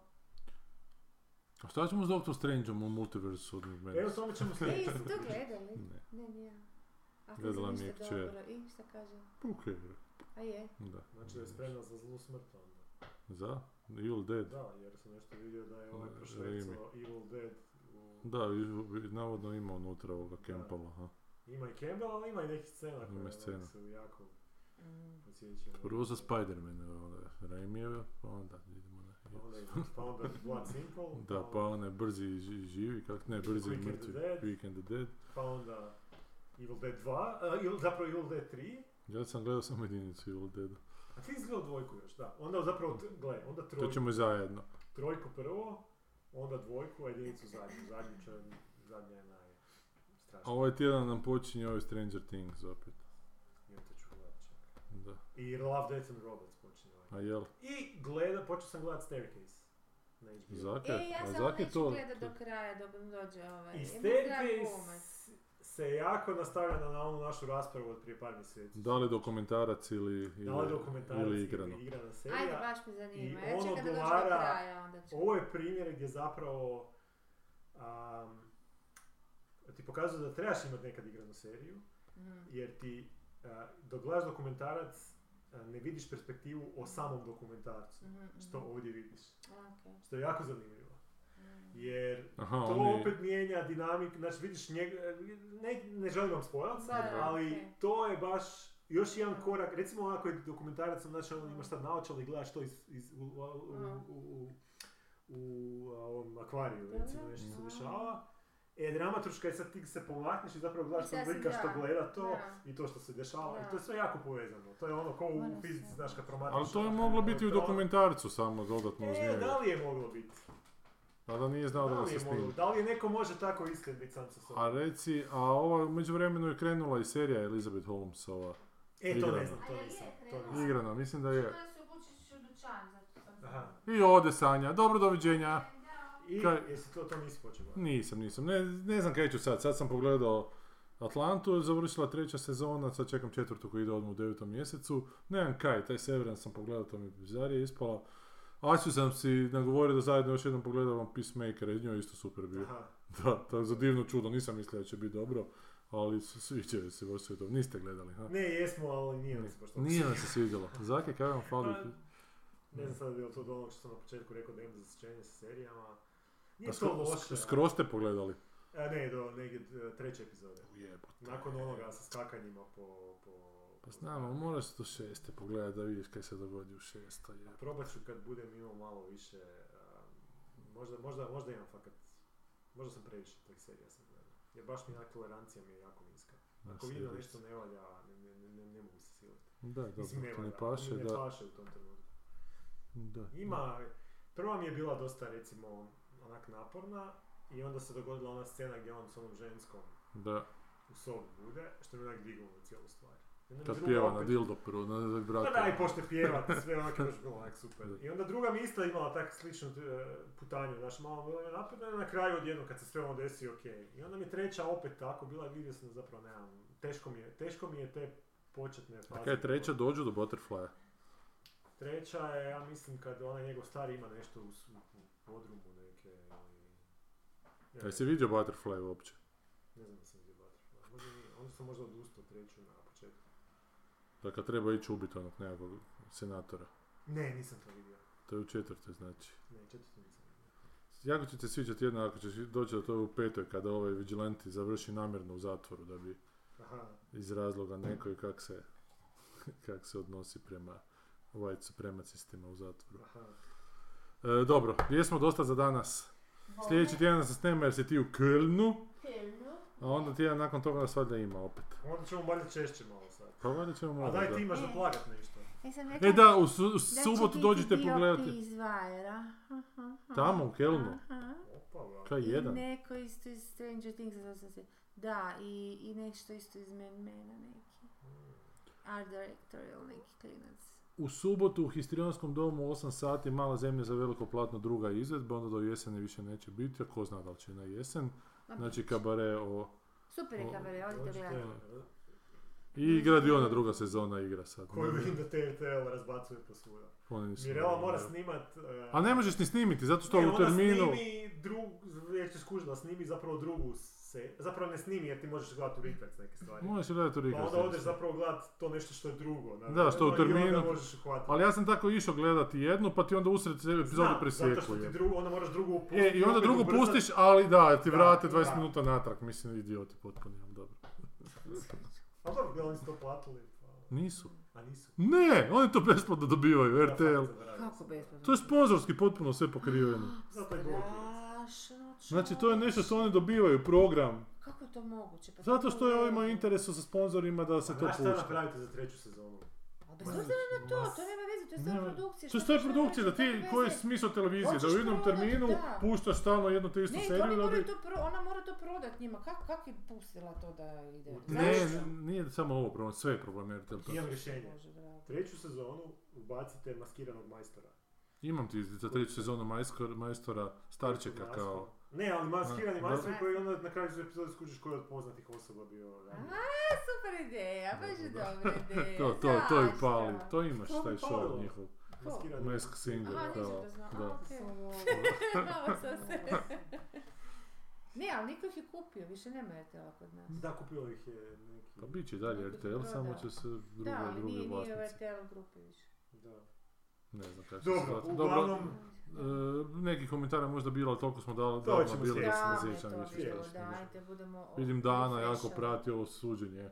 Speaker 1: A šta ćemo s Doctor Strangeom u multiversu od
Speaker 2: Evo tome ćemo
Speaker 3: E,
Speaker 2: sljedeći.
Speaker 3: jesi to gledali?
Speaker 1: Ne.
Speaker 3: Ne, nije. A ti
Speaker 1: Gledala
Speaker 3: ništa
Speaker 1: mi je
Speaker 3: dobro.
Speaker 1: kćer.
Speaker 3: I šta kaže?
Speaker 1: Okej,
Speaker 3: A je.
Speaker 1: da.
Speaker 2: Znači da je spremna za zlu smrt onda.
Speaker 1: Za? Evil Dead.
Speaker 2: Da, jer sam nešto vidio da je ovaj
Speaker 1: E,
Speaker 2: prošvercao Evil Dead u...
Speaker 1: Da, i- i- navodno ima unutra ovoga Campbella, aha.
Speaker 2: Ima i Campbell, ali ima i nekih scena koje
Speaker 1: Ima
Speaker 2: onako
Speaker 1: scena.
Speaker 2: su jako
Speaker 3: Mm.
Speaker 2: podsjećaju.
Speaker 1: Prvo za Spider-Man, onda Raimijeve, pa onda idemo na...
Speaker 2: Pa onda, pa onda Blood Simple,
Speaker 1: Da, pa onaj brzi i ži- živi, kak ne, brzi i
Speaker 2: Quick and the
Speaker 1: mrtvi,
Speaker 2: Dead.
Speaker 1: Quick and the Dead.
Speaker 2: pa onda Evil Dead 2, uh, ili zapravo Evil Dead 3,
Speaker 1: Ja sam gledao samo jedinicu Evil Deada.
Speaker 2: a ti izgledao dvojku još, da. Onda zapravo, t- gle, onda
Speaker 1: To
Speaker 2: trojku,
Speaker 1: ćemo zajedno.
Speaker 2: trojku prvo, onda dvojku, a jedinicu zadnju, zadnju će, zadnja je
Speaker 1: A
Speaker 2: najstrašnija.
Speaker 1: ovaj tjedan nam počinje ovaj Stranger Things opet.
Speaker 2: Nju te ću gledat čak.
Speaker 1: Da.
Speaker 2: I Love, Death and Robots počinje ovaj.
Speaker 1: A jel?
Speaker 2: I gleda, počeo sam gledat Staircase. Na HBO.
Speaker 1: Zake?
Speaker 3: E, ja
Speaker 1: A
Speaker 3: samo
Speaker 1: zake
Speaker 3: neću
Speaker 1: to...
Speaker 3: gledat do kraja dok mi dođe ovaj.
Speaker 2: I
Speaker 3: Ima zdrav
Speaker 2: Staircase
Speaker 3: pomak.
Speaker 2: se jako nastavlja na onu našu raspravu od prije par mjeseci.
Speaker 1: Da li dokumentarac ili, ili,
Speaker 2: Da li dokumentarac
Speaker 1: ili
Speaker 2: ili
Speaker 1: igrano?
Speaker 2: igrana
Speaker 3: Ajde,
Speaker 2: serija?
Speaker 3: baš me zanima.
Speaker 2: I
Speaker 3: Ja
Speaker 2: on
Speaker 3: čekam da dođe do
Speaker 2: odgovara-
Speaker 3: kraja, onda ću.
Speaker 2: Ovo je primjer gdje zapravo am, ti pokazuje da trebaš imati nekad igranu seriju,
Speaker 3: Mm.
Speaker 2: jer ti a, dok gledaš dokumentarac a, ne vidiš perspektivu o samom dokumentarcu,
Speaker 3: Mhm, mhm.
Speaker 2: što ovdje vidiš,
Speaker 3: Okej.
Speaker 2: što je jako zanimljivo.
Speaker 3: Mm.
Speaker 2: Jer
Speaker 1: Aha,
Speaker 2: to
Speaker 1: oni...
Speaker 2: Pa opet mijenja dinamik, znači vidiš njeg, ne, ne želim vam spojilat sad,
Speaker 3: Da, da,
Speaker 2: ali
Speaker 3: ok.
Speaker 2: to je baš još jedan korak, recimo onako je dokumentarac, znači on imaš sad naočale i gledaš to iz, iz, u, u,
Speaker 3: Mhm.
Speaker 2: u, u, u, a, ovom akvariju,
Speaker 3: Dobro.
Speaker 2: recimo nešto se
Speaker 3: Mhm.
Speaker 2: dešava. E, dramaturška je sad ti se pomakneš i zapravo gledaš
Speaker 3: Sad
Speaker 2: tog
Speaker 3: si,
Speaker 2: lika
Speaker 3: da,
Speaker 2: što gleda to
Speaker 3: da.
Speaker 2: i to što se dešava
Speaker 3: Da.
Speaker 2: i to je sve jako povezano. To je ono kao
Speaker 3: Moram
Speaker 2: u
Speaker 3: se-
Speaker 2: fizici, znaš, kad promatraš. ono.
Speaker 1: Ali to je moglo biti u
Speaker 2: to-
Speaker 1: dokumentarcu samo dodatno uz
Speaker 2: E,
Speaker 1: njega.
Speaker 2: da li je moglo biti?
Speaker 1: A da nije
Speaker 2: Da
Speaker 1: znao da ga
Speaker 2: li
Speaker 1: se
Speaker 2: je moglo?
Speaker 1: snimi.
Speaker 2: Da li je neko može tako iskren biti sam sa sobom?
Speaker 1: A reci, a ova, među vremenu je krenula i serija Elizabeth Holmes, ova
Speaker 2: E, to
Speaker 1: Igrana.
Speaker 2: ne znam, to
Speaker 5: A je
Speaker 2: nisam.
Speaker 5: li je
Speaker 2: To
Speaker 5: krenula?
Speaker 2: nisam.
Speaker 1: igrana, mislim da je.
Speaker 5: Morala se obučeš u dućan, zato sam
Speaker 2: Aha.
Speaker 1: I ode Sanja, dobro doviđenja.
Speaker 5: Da,
Speaker 2: I,
Speaker 1: Kaj-
Speaker 2: jesi to, to nisi počeo gledati?
Speaker 1: Nisam, nisam, ne, ne znam kaj ću sad, sad sam pogledao Atlantu, završila treća sezona, sad čekam četvrtu koji ide odmah u devetom mjesecu. Nemam kaj, taj Severan sam pogledao, to mi je bizarije ispala. Aću sam si nagovorio da zajedno još jednom pogledamo Peacemaker, i njoj je isto super bio.
Speaker 2: Aha.
Speaker 1: Da, to je za divno čudo, nisam mislio da će biti dobro, ali s- sviđa joj se baš sve to. Niste gledali, ha?
Speaker 2: Ne, jesmo, ali nije nam se baš toliko
Speaker 1: Nije vam se svidjelo. Zaki, kaj vam fali?
Speaker 2: Pa, Ne znam sad je li to od onog što sam na početku rekao da imam zasićenje sa serijama. Nije
Speaker 1: Pa
Speaker 2: to
Speaker 1: skro-
Speaker 2: loše.
Speaker 1: sk- skroz ste pogledali.
Speaker 2: A, ne, do negdje e, treće epizode.
Speaker 1: Jebote.
Speaker 2: Nakon onoga sa skakanjima po... po
Speaker 1: Pa
Speaker 2: po-
Speaker 1: znam, ali moraš do šeste pogledati da vidiš kaj se dogodi u šestoj. je.
Speaker 2: Probat ću kad budem imao malo više... um, možda, možda, možda imam fakat... Možda sam previše tih serija sam gledao. Jer baš mi onak tolerancija mi je jako niska. Ako vidim da nešto ne valja, ne, ne, ne, ne, ne mogu se siliti.
Speaker 1: Da, dobro,
Speaker 2: Mislim, ne
Speaker 1: to ne
Speaker 2: valja.
Speaker 1: paše,
Speaker 2: mi ne
Speaker 1: da.
Speaker 2: paše u tom trenutku.
Speaker 1: da.
Speaker 2: Ima, prva mi je bila dosta recimo onak naporna i onda se dogodila ona scena gdje on s onom ženskom
Speaker 1: Da,
Speaker 2: u sobi bude, što mi je onak dignulo cijelu stvar. I onda mi
Speaker 1: kad
Speaker 2: druga
Speaker 1: pjeva na
Speaker 2: opet-
Speaker 1: dildo prvo, na
Speaker 2: Pa
Speaker 1: vibrator.
Speaker 2: da, i pošte pjeva, sve onak je baš bilo onak super.
Speaker 1: Da.
Speaker 2: I onda druga mi isto imala tak sličnu e, putanju, znaš, malo bilo je naporno i na kraju odjedno kad se sve ono desi, ok. I onda mi je treća opet tako bila, vidio sam da zapravo nemam, teško mi je, teško mi je te početne faze.
Speaker 1: A Pa kaj treća, dođu do Butterflya.
Speaker 2: Treća je, ja mislim, kad onaj njegov stari ima nešto u, s- u podrumu neke... ili- Ja,
Speaker 1: Kaj si vidio Butterfly uopće?
Speaker 2: Ne znam da sam vidio Butterfly. Možda nije. Onda sam možda odustao treću na početku.
Speaker 1: Da kad treba ići ubiti onog nekog senatora.
Speaker 2: Ne, nisam to vidio.
Speaker 1: To je u četvrtoj znači.
Speaker 2: Ne, četvrtu nisam vidio.
Speaker 1: Jako će te sviđati jedno ako ćeš doći do toga u petoj kada ovaj vigilanti završi namjerno u zatvoru da bi
Speaker 2: Aha,
Speaker 1: iz razloga nekoj kak se, kak se odnosi prema white supremacistima u zatvoru.
Speaker 2: aha.
Speaker 1: E, dobro, jesmo dosta za danas. Sljedeći tjedan se snema jer si ti u Kölnu,
Speaker 5: Filmu.
Speaker 1: a onda tjedan nakon toga nas valjda ima opet.
Speaker 2: Onda ćemo valjda češće malo sad.
Speaker 1: Pa valjda ćemo
Speaker 2: A
Speaker 1: možda
Speaker 2: daj ti
Speaker 1: da.
Speaker 2: imaš
Speaker 3: E.
Speaker 2: za plagat nešto.
Speaker 3: Nisam rekla
Speaker 1: E da, u, su- u
Speaker 3: da će
Speaker 1: subotu
Speaker 3: biti
Speaker 1: dođite
Speaker 3: dio
Speaker 1: pogledati
Speaker 3: Pis Vajera. Aha, aha,
Speaker 1: tamo u Kölnu.
Speaker 3: aha.
Speaker 2: Opa, brate.
Speaker 1: Kaj jedan?
Speaker 3: I neko isto iz Stranger Things, sad sam se... Da, i, i nešto isto iz Men Mena neki. Art director ili neki klinac.
Speaker 1: U subotu u Histrionskom domu u 8 sati mala zemlja za veliko platno druga izvedba, onda do jeseni više neće biti, a ko zna da li će na jesen.
Speaker 3: Ma,
Speaker 1: Znači kabare o...
Speaker 3: Super je
Speaker 1: o-
Speaker 3: kabare, odite
Speaker 2: Dođite,
Speaker 3: gledati.
Speaker 2: eh,
Speaker 1: I gradiona druga sezona igra sad.
Speaker 2: Koju vidim da TRTL razbacuje posvuda.
Speaker 1: Oni nisu-
Speaker 2: Mirela mora E, snimat... eh,
Speaker 1: A ne možeš ni snimiti, zato što
Speaker 2: ne,
Speaker 1: u
Speaker 2: ona
Speaker 1: terminu...
Speaker 2: snimi drug, već je skužila, snimi zapravo drugu se, zapravo ne snimi jer ti možeš gledati u replays neke stvari.
Speaker 1: Možeš gledati u
Speaker 2: Pa
Speaker 1: Rikers.
Speaker 2: onda odeš zapravo gledat to nešto što je drugo. na- pa
Speaker 1: Da, što u
Speaker 2: i onda
Speaker 1: terminu.
Speaker 2: možeš uhvatiti.
Speaker 1: Ali ja sam tako išao gledati jednu, pa ti onda usred
Speaker 2: Znam,
Speaker 1: epizode
Speaker 2: Zato što
Speaker 1: presjeku.
Speaker 2: ti
Speaker 1: je.
Speaker 2: drugo, onda moraš drugu upu-
Speaker 1: E, i onda
Speaker 2: opet
Speaker 1: drugu
Speaker 2: ubrzat.
Speaker 1: pustiš, ali da, ti
Speaker 2: Da,
Speaker 1: vrate 20
Speaker 2: da.
Speaker 1: minuta natrag, mislim, idioti potpuno, ali dobro.
Speaker 2: Ali Pa dobro, bili oni su to platili, pa-
Speaker 1: Nisu.
Speaker 2: a nisu.
Speaker 1: Ne, oni to besplatno dobivaju,
Speaker 2: Ja,
Speaker 1: RTL.
Speaker 2: fakt zaboravio
Speaker 3: Kako
Speaker 2: sam.
Speaker 3: besplatno?
Speaker 1: To je sponzorski potpuno sve pokriveno.
Speaker 2: Zato je Bog kriv.
Speaker 3: Strašno
Speaker 1: Znači, to je nešto što oni dobivaju, program.
Speaker 3: Kako je to moguće? Pa
Speaker 1: Zato
Speaker 3: tako
Speaker 1: što je
Speaker 3: je-
Speaker 1: ovima u interesu sa sponzorima da se
Speaker 2: A
Speaker 1: to
Speaker 2: znaš šta
Speaker 1: pušta.
Speaker 2: napravite za treću sezonu?
Speaker 3: A bez obzira na to, to nema veze, to je
Speaker 1: Nema-
Speaker 3: sve produkcija.
Speaker 1: To je
Speaker 3: što
Speaker 1: stvar
Speaker 3: hoćeš da
Speaker 1: produkcije, da
Speaker 3: kažem,
Speaker 1: ti,
Speaker 3: nema
Speaker 1: koji je
Speaker 3: veze.
Speaker 1: smisao televizije, da u
Speaker 3: Hoćeš
Speaker 1: jednom
Speaker 3: prodat,
Speaker 1: terminu
Speaker 3: da.
Speaker 1: puštaš stalno jednu te istu
Speaker 3: Ne, to oni
Speaker 1: seriju da
Speaker 3: moraju
Speaker 1: bi...
Speaker 3: to pro- ona mora to prodat njima. Kako kak je pustila to da ide?
Speaker 1: Ne,
Speaker 3: Zašto?
Speaker 1: nije samo ovo problem, sve je problem RTL. to.
Speaker 2: Imam rješenje.
Speaker 3: Bože dragi.
Speaker 2: Treću sezonu ubacite maskiranog majstora.
Speaker 1: Imam ti za treću sezonu majskor- majstora Starčeka
Speaker 2: Majstora.
Speaker 1: kao...
Speaker 2: Ne, ali maskirani
Speaker 1: A, da.
Speaker 2: majstor koji onda na kraju epizode skužiš koji je od poznatih osoba bio.
Speaker 3: A, super ideja, baš je dobra ideja.
Speaker 1: To, to, to je
Speaker 3: E, zašto?
Speaker 1: pali, to imaš
Speaker 2: To bi
Speaker 1: taj
Speaker 2: palilo.
Speaker 1: show njihov.
Speaker 3: Ko?
Speaker 2: Maskirani.
Speaker 1: Mask Singer,
Speaker 3: Aha, nisam
Speaker 1: kao,
Speaker 3: to znala.
Speaker 1: da.
Speaker 3: A, okej. Malo sam se. Ne, ali niko ih je kupio, više nema RTL-a kod nas.
Speaker 2: Da, kupio ih je neki.
Speaker 1: Pa bit će i dalje
Speaker 3: Neko
Speaker 1: RTL,
Speaker 3: da,
Speaker 1: samo
Speaker 3: da.
Speaker 1: će se druge,
Speaker 3: Da, ali
Speaker 1: druge
Speaker 3: nije, nije u
Speaker 1: vlasnici.
Speaker 3: RTL grupi više.
Speaker 2: Da.
Speaker 1: Ne znam kako će se
Speaker 2: Dobro,
Speaker 1: zvati. Dobro,
Speaker 2: uglavnom,
Speaker 1: e, nekih komentara je možda bilo, ali toliko smo dali,
Speaker 2: To
Speaker 1: davno
Speaker 2: ćemo
Speaker 1: bili da se
Speaker 3: Da,
Speaker 1: ne
Speaker 3: me
Speaker 1: sjećam
Speaker 3: to
Speaker 1: više
Speaker 2: sljedeće,
Speaker 3: bilo,
Speaker 1: šta smo
Speaker 3: da,
Speaker 1: mislili.
Speaker 3: ajde, budemo... o-
Speaker 1: Vidim Dana jako
Speaker 3: refreshali.
Speaker 1: prati ovo suđenje.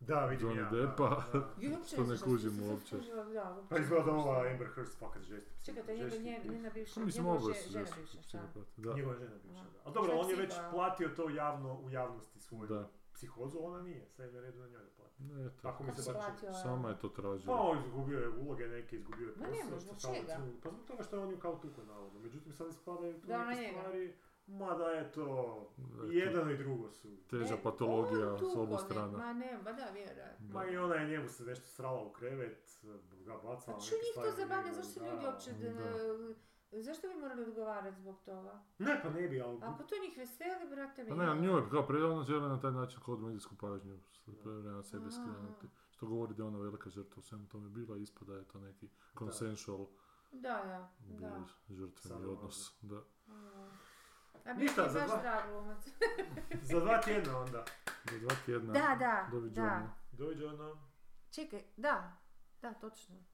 Speaker 2: da, vidim
Speaker 1: Johnny
Speaker 2: ja.
Speaker 1: Deppa.
Speaker 2: da, da.
Speaker 3: I uopće
Speaker 1: što ne
Speaker 3: znam što
Speaker 1: kužim
Speaker 3: sam se
Speaker 1: uopće.
Speaker 3: skužila, da, uopće
Speaker 2: Pa izgleda
Speaker 3: ne znam
Speaker 2: ova
Speaker 3: što-
Speaker 2: Amber Heards fakat žesti.
Speaker 3: Čekajte, njega
Speaker 2: žesti
Speaker 3: nje-
Speaker 2: tip.
Speaker 3: njena bivša,
Speaker 1: Pa mislim,
Speaker 3: njegova
Speaker 1: ovo je
Speaker 3: že- žena
Speaker 1: sve
Speaker 3: bivša, šta?
Speaker 1: psihopat. Da,
Speaker 2: Njegova žena bivša,
Speaker 3: Aha.
Speaker 2: da. Ali dobro,
Speaker 3: Šta
Speaker 2: on je
Speaker 3: psiha?
Speaker 2: već platio to javno u javnosti svoju
Speaker 1: da.
Speaker 2: psihozu, ona nije. Sad je na redu na njoj da plati.
Speaker 1: Ne, eto.
Speaker 2: Tako mi
Speaker 3: Kako
Speaker 2: se
Speaker 3: se E,
Speaker 2: baš
Speaker 3: platio?
Speaker 1: Sama je to
Speaker 2: Pa
Speaker 1: tražila.
Speaker 2: on izgubio je uloge neke, izgubio je
Speaker 3: Ma ne
Speaker 2: posao.
Speaker 3: može, zbog
Speaker 2: stalno
Speaker 3: čega?
Speaker 2: tu- Pa zbog toga što je on ju kao tuko navodno. Međutim, sad ispadaju tu
Speaker 3: Da, na
Speaker 2: neke
Speaker 3: njega.
Speaker 2: stvari. Mada je to...
Speaker 1: Da,
Speaker 2: I jedano i drugo su.
Speaker 1: Teža
Speaker 3: Ne,
Speaker 1: patologija
Speaker 3: on tu
Speaker 1: s obu
Speaker 3: kod ne-
Speaker 1: strana.
Speaker 3: Ma ne, ma da, vjerojatno.
Speaker 2: Ma i ona je njemu se nešto srala u krevet, ga
Speaker 3: Pa
Speaker 2: bacala.
Speaker 3: ču
Speaker 2: neke
Speaker 3: njih to
Speaker 2: stvari na
Speaker 3: zabavlja,
Speaker 2: njega,
Speaker 3: zašto se
Speaker 2: da.
Speaker 3: ljudi uopće... d-
Speaker 1: Da.
Speaker 3: n- Zašto bi morali odgovarati zbog toga?
Speaker 2: Ne, pa ne bi, ali...
Speaker 3: Ako to njih veseli, brate mi...
Speaker 1: Pa ne, ali nju je kao pre, ona žele na taj način kod medijsku pažnju s-
Speaker 2: Da.
Speaker 1: prema sebi
Speaker 3: A.
Speaker 1: skrenuti. Što govori da je ona velika žrtva u svemu tome bila, ispada je to neki consensual
Speaker 3: Da, da, da.
Speaker 1: bi- žrtveni
Speaker 2: Samo
Speaker 1: odnos. Da.
Speaker 3: Mm. A bi
Speaker 2: Ništa,
Speaker 3: ti
Speaker 2: za
Speaker 3: baš
Speaker 2: dva-
Speaker 3: drag glumac.
Speaker 2: Za dva tjedna onda.
Speaker 1: Do dva tjedna.
Speaker 3: Da, da, da.
Speaker 1: Doviđenja.
Speaker 2: Dođe ono...
Speaker 3: Čekaj, da, da, točno.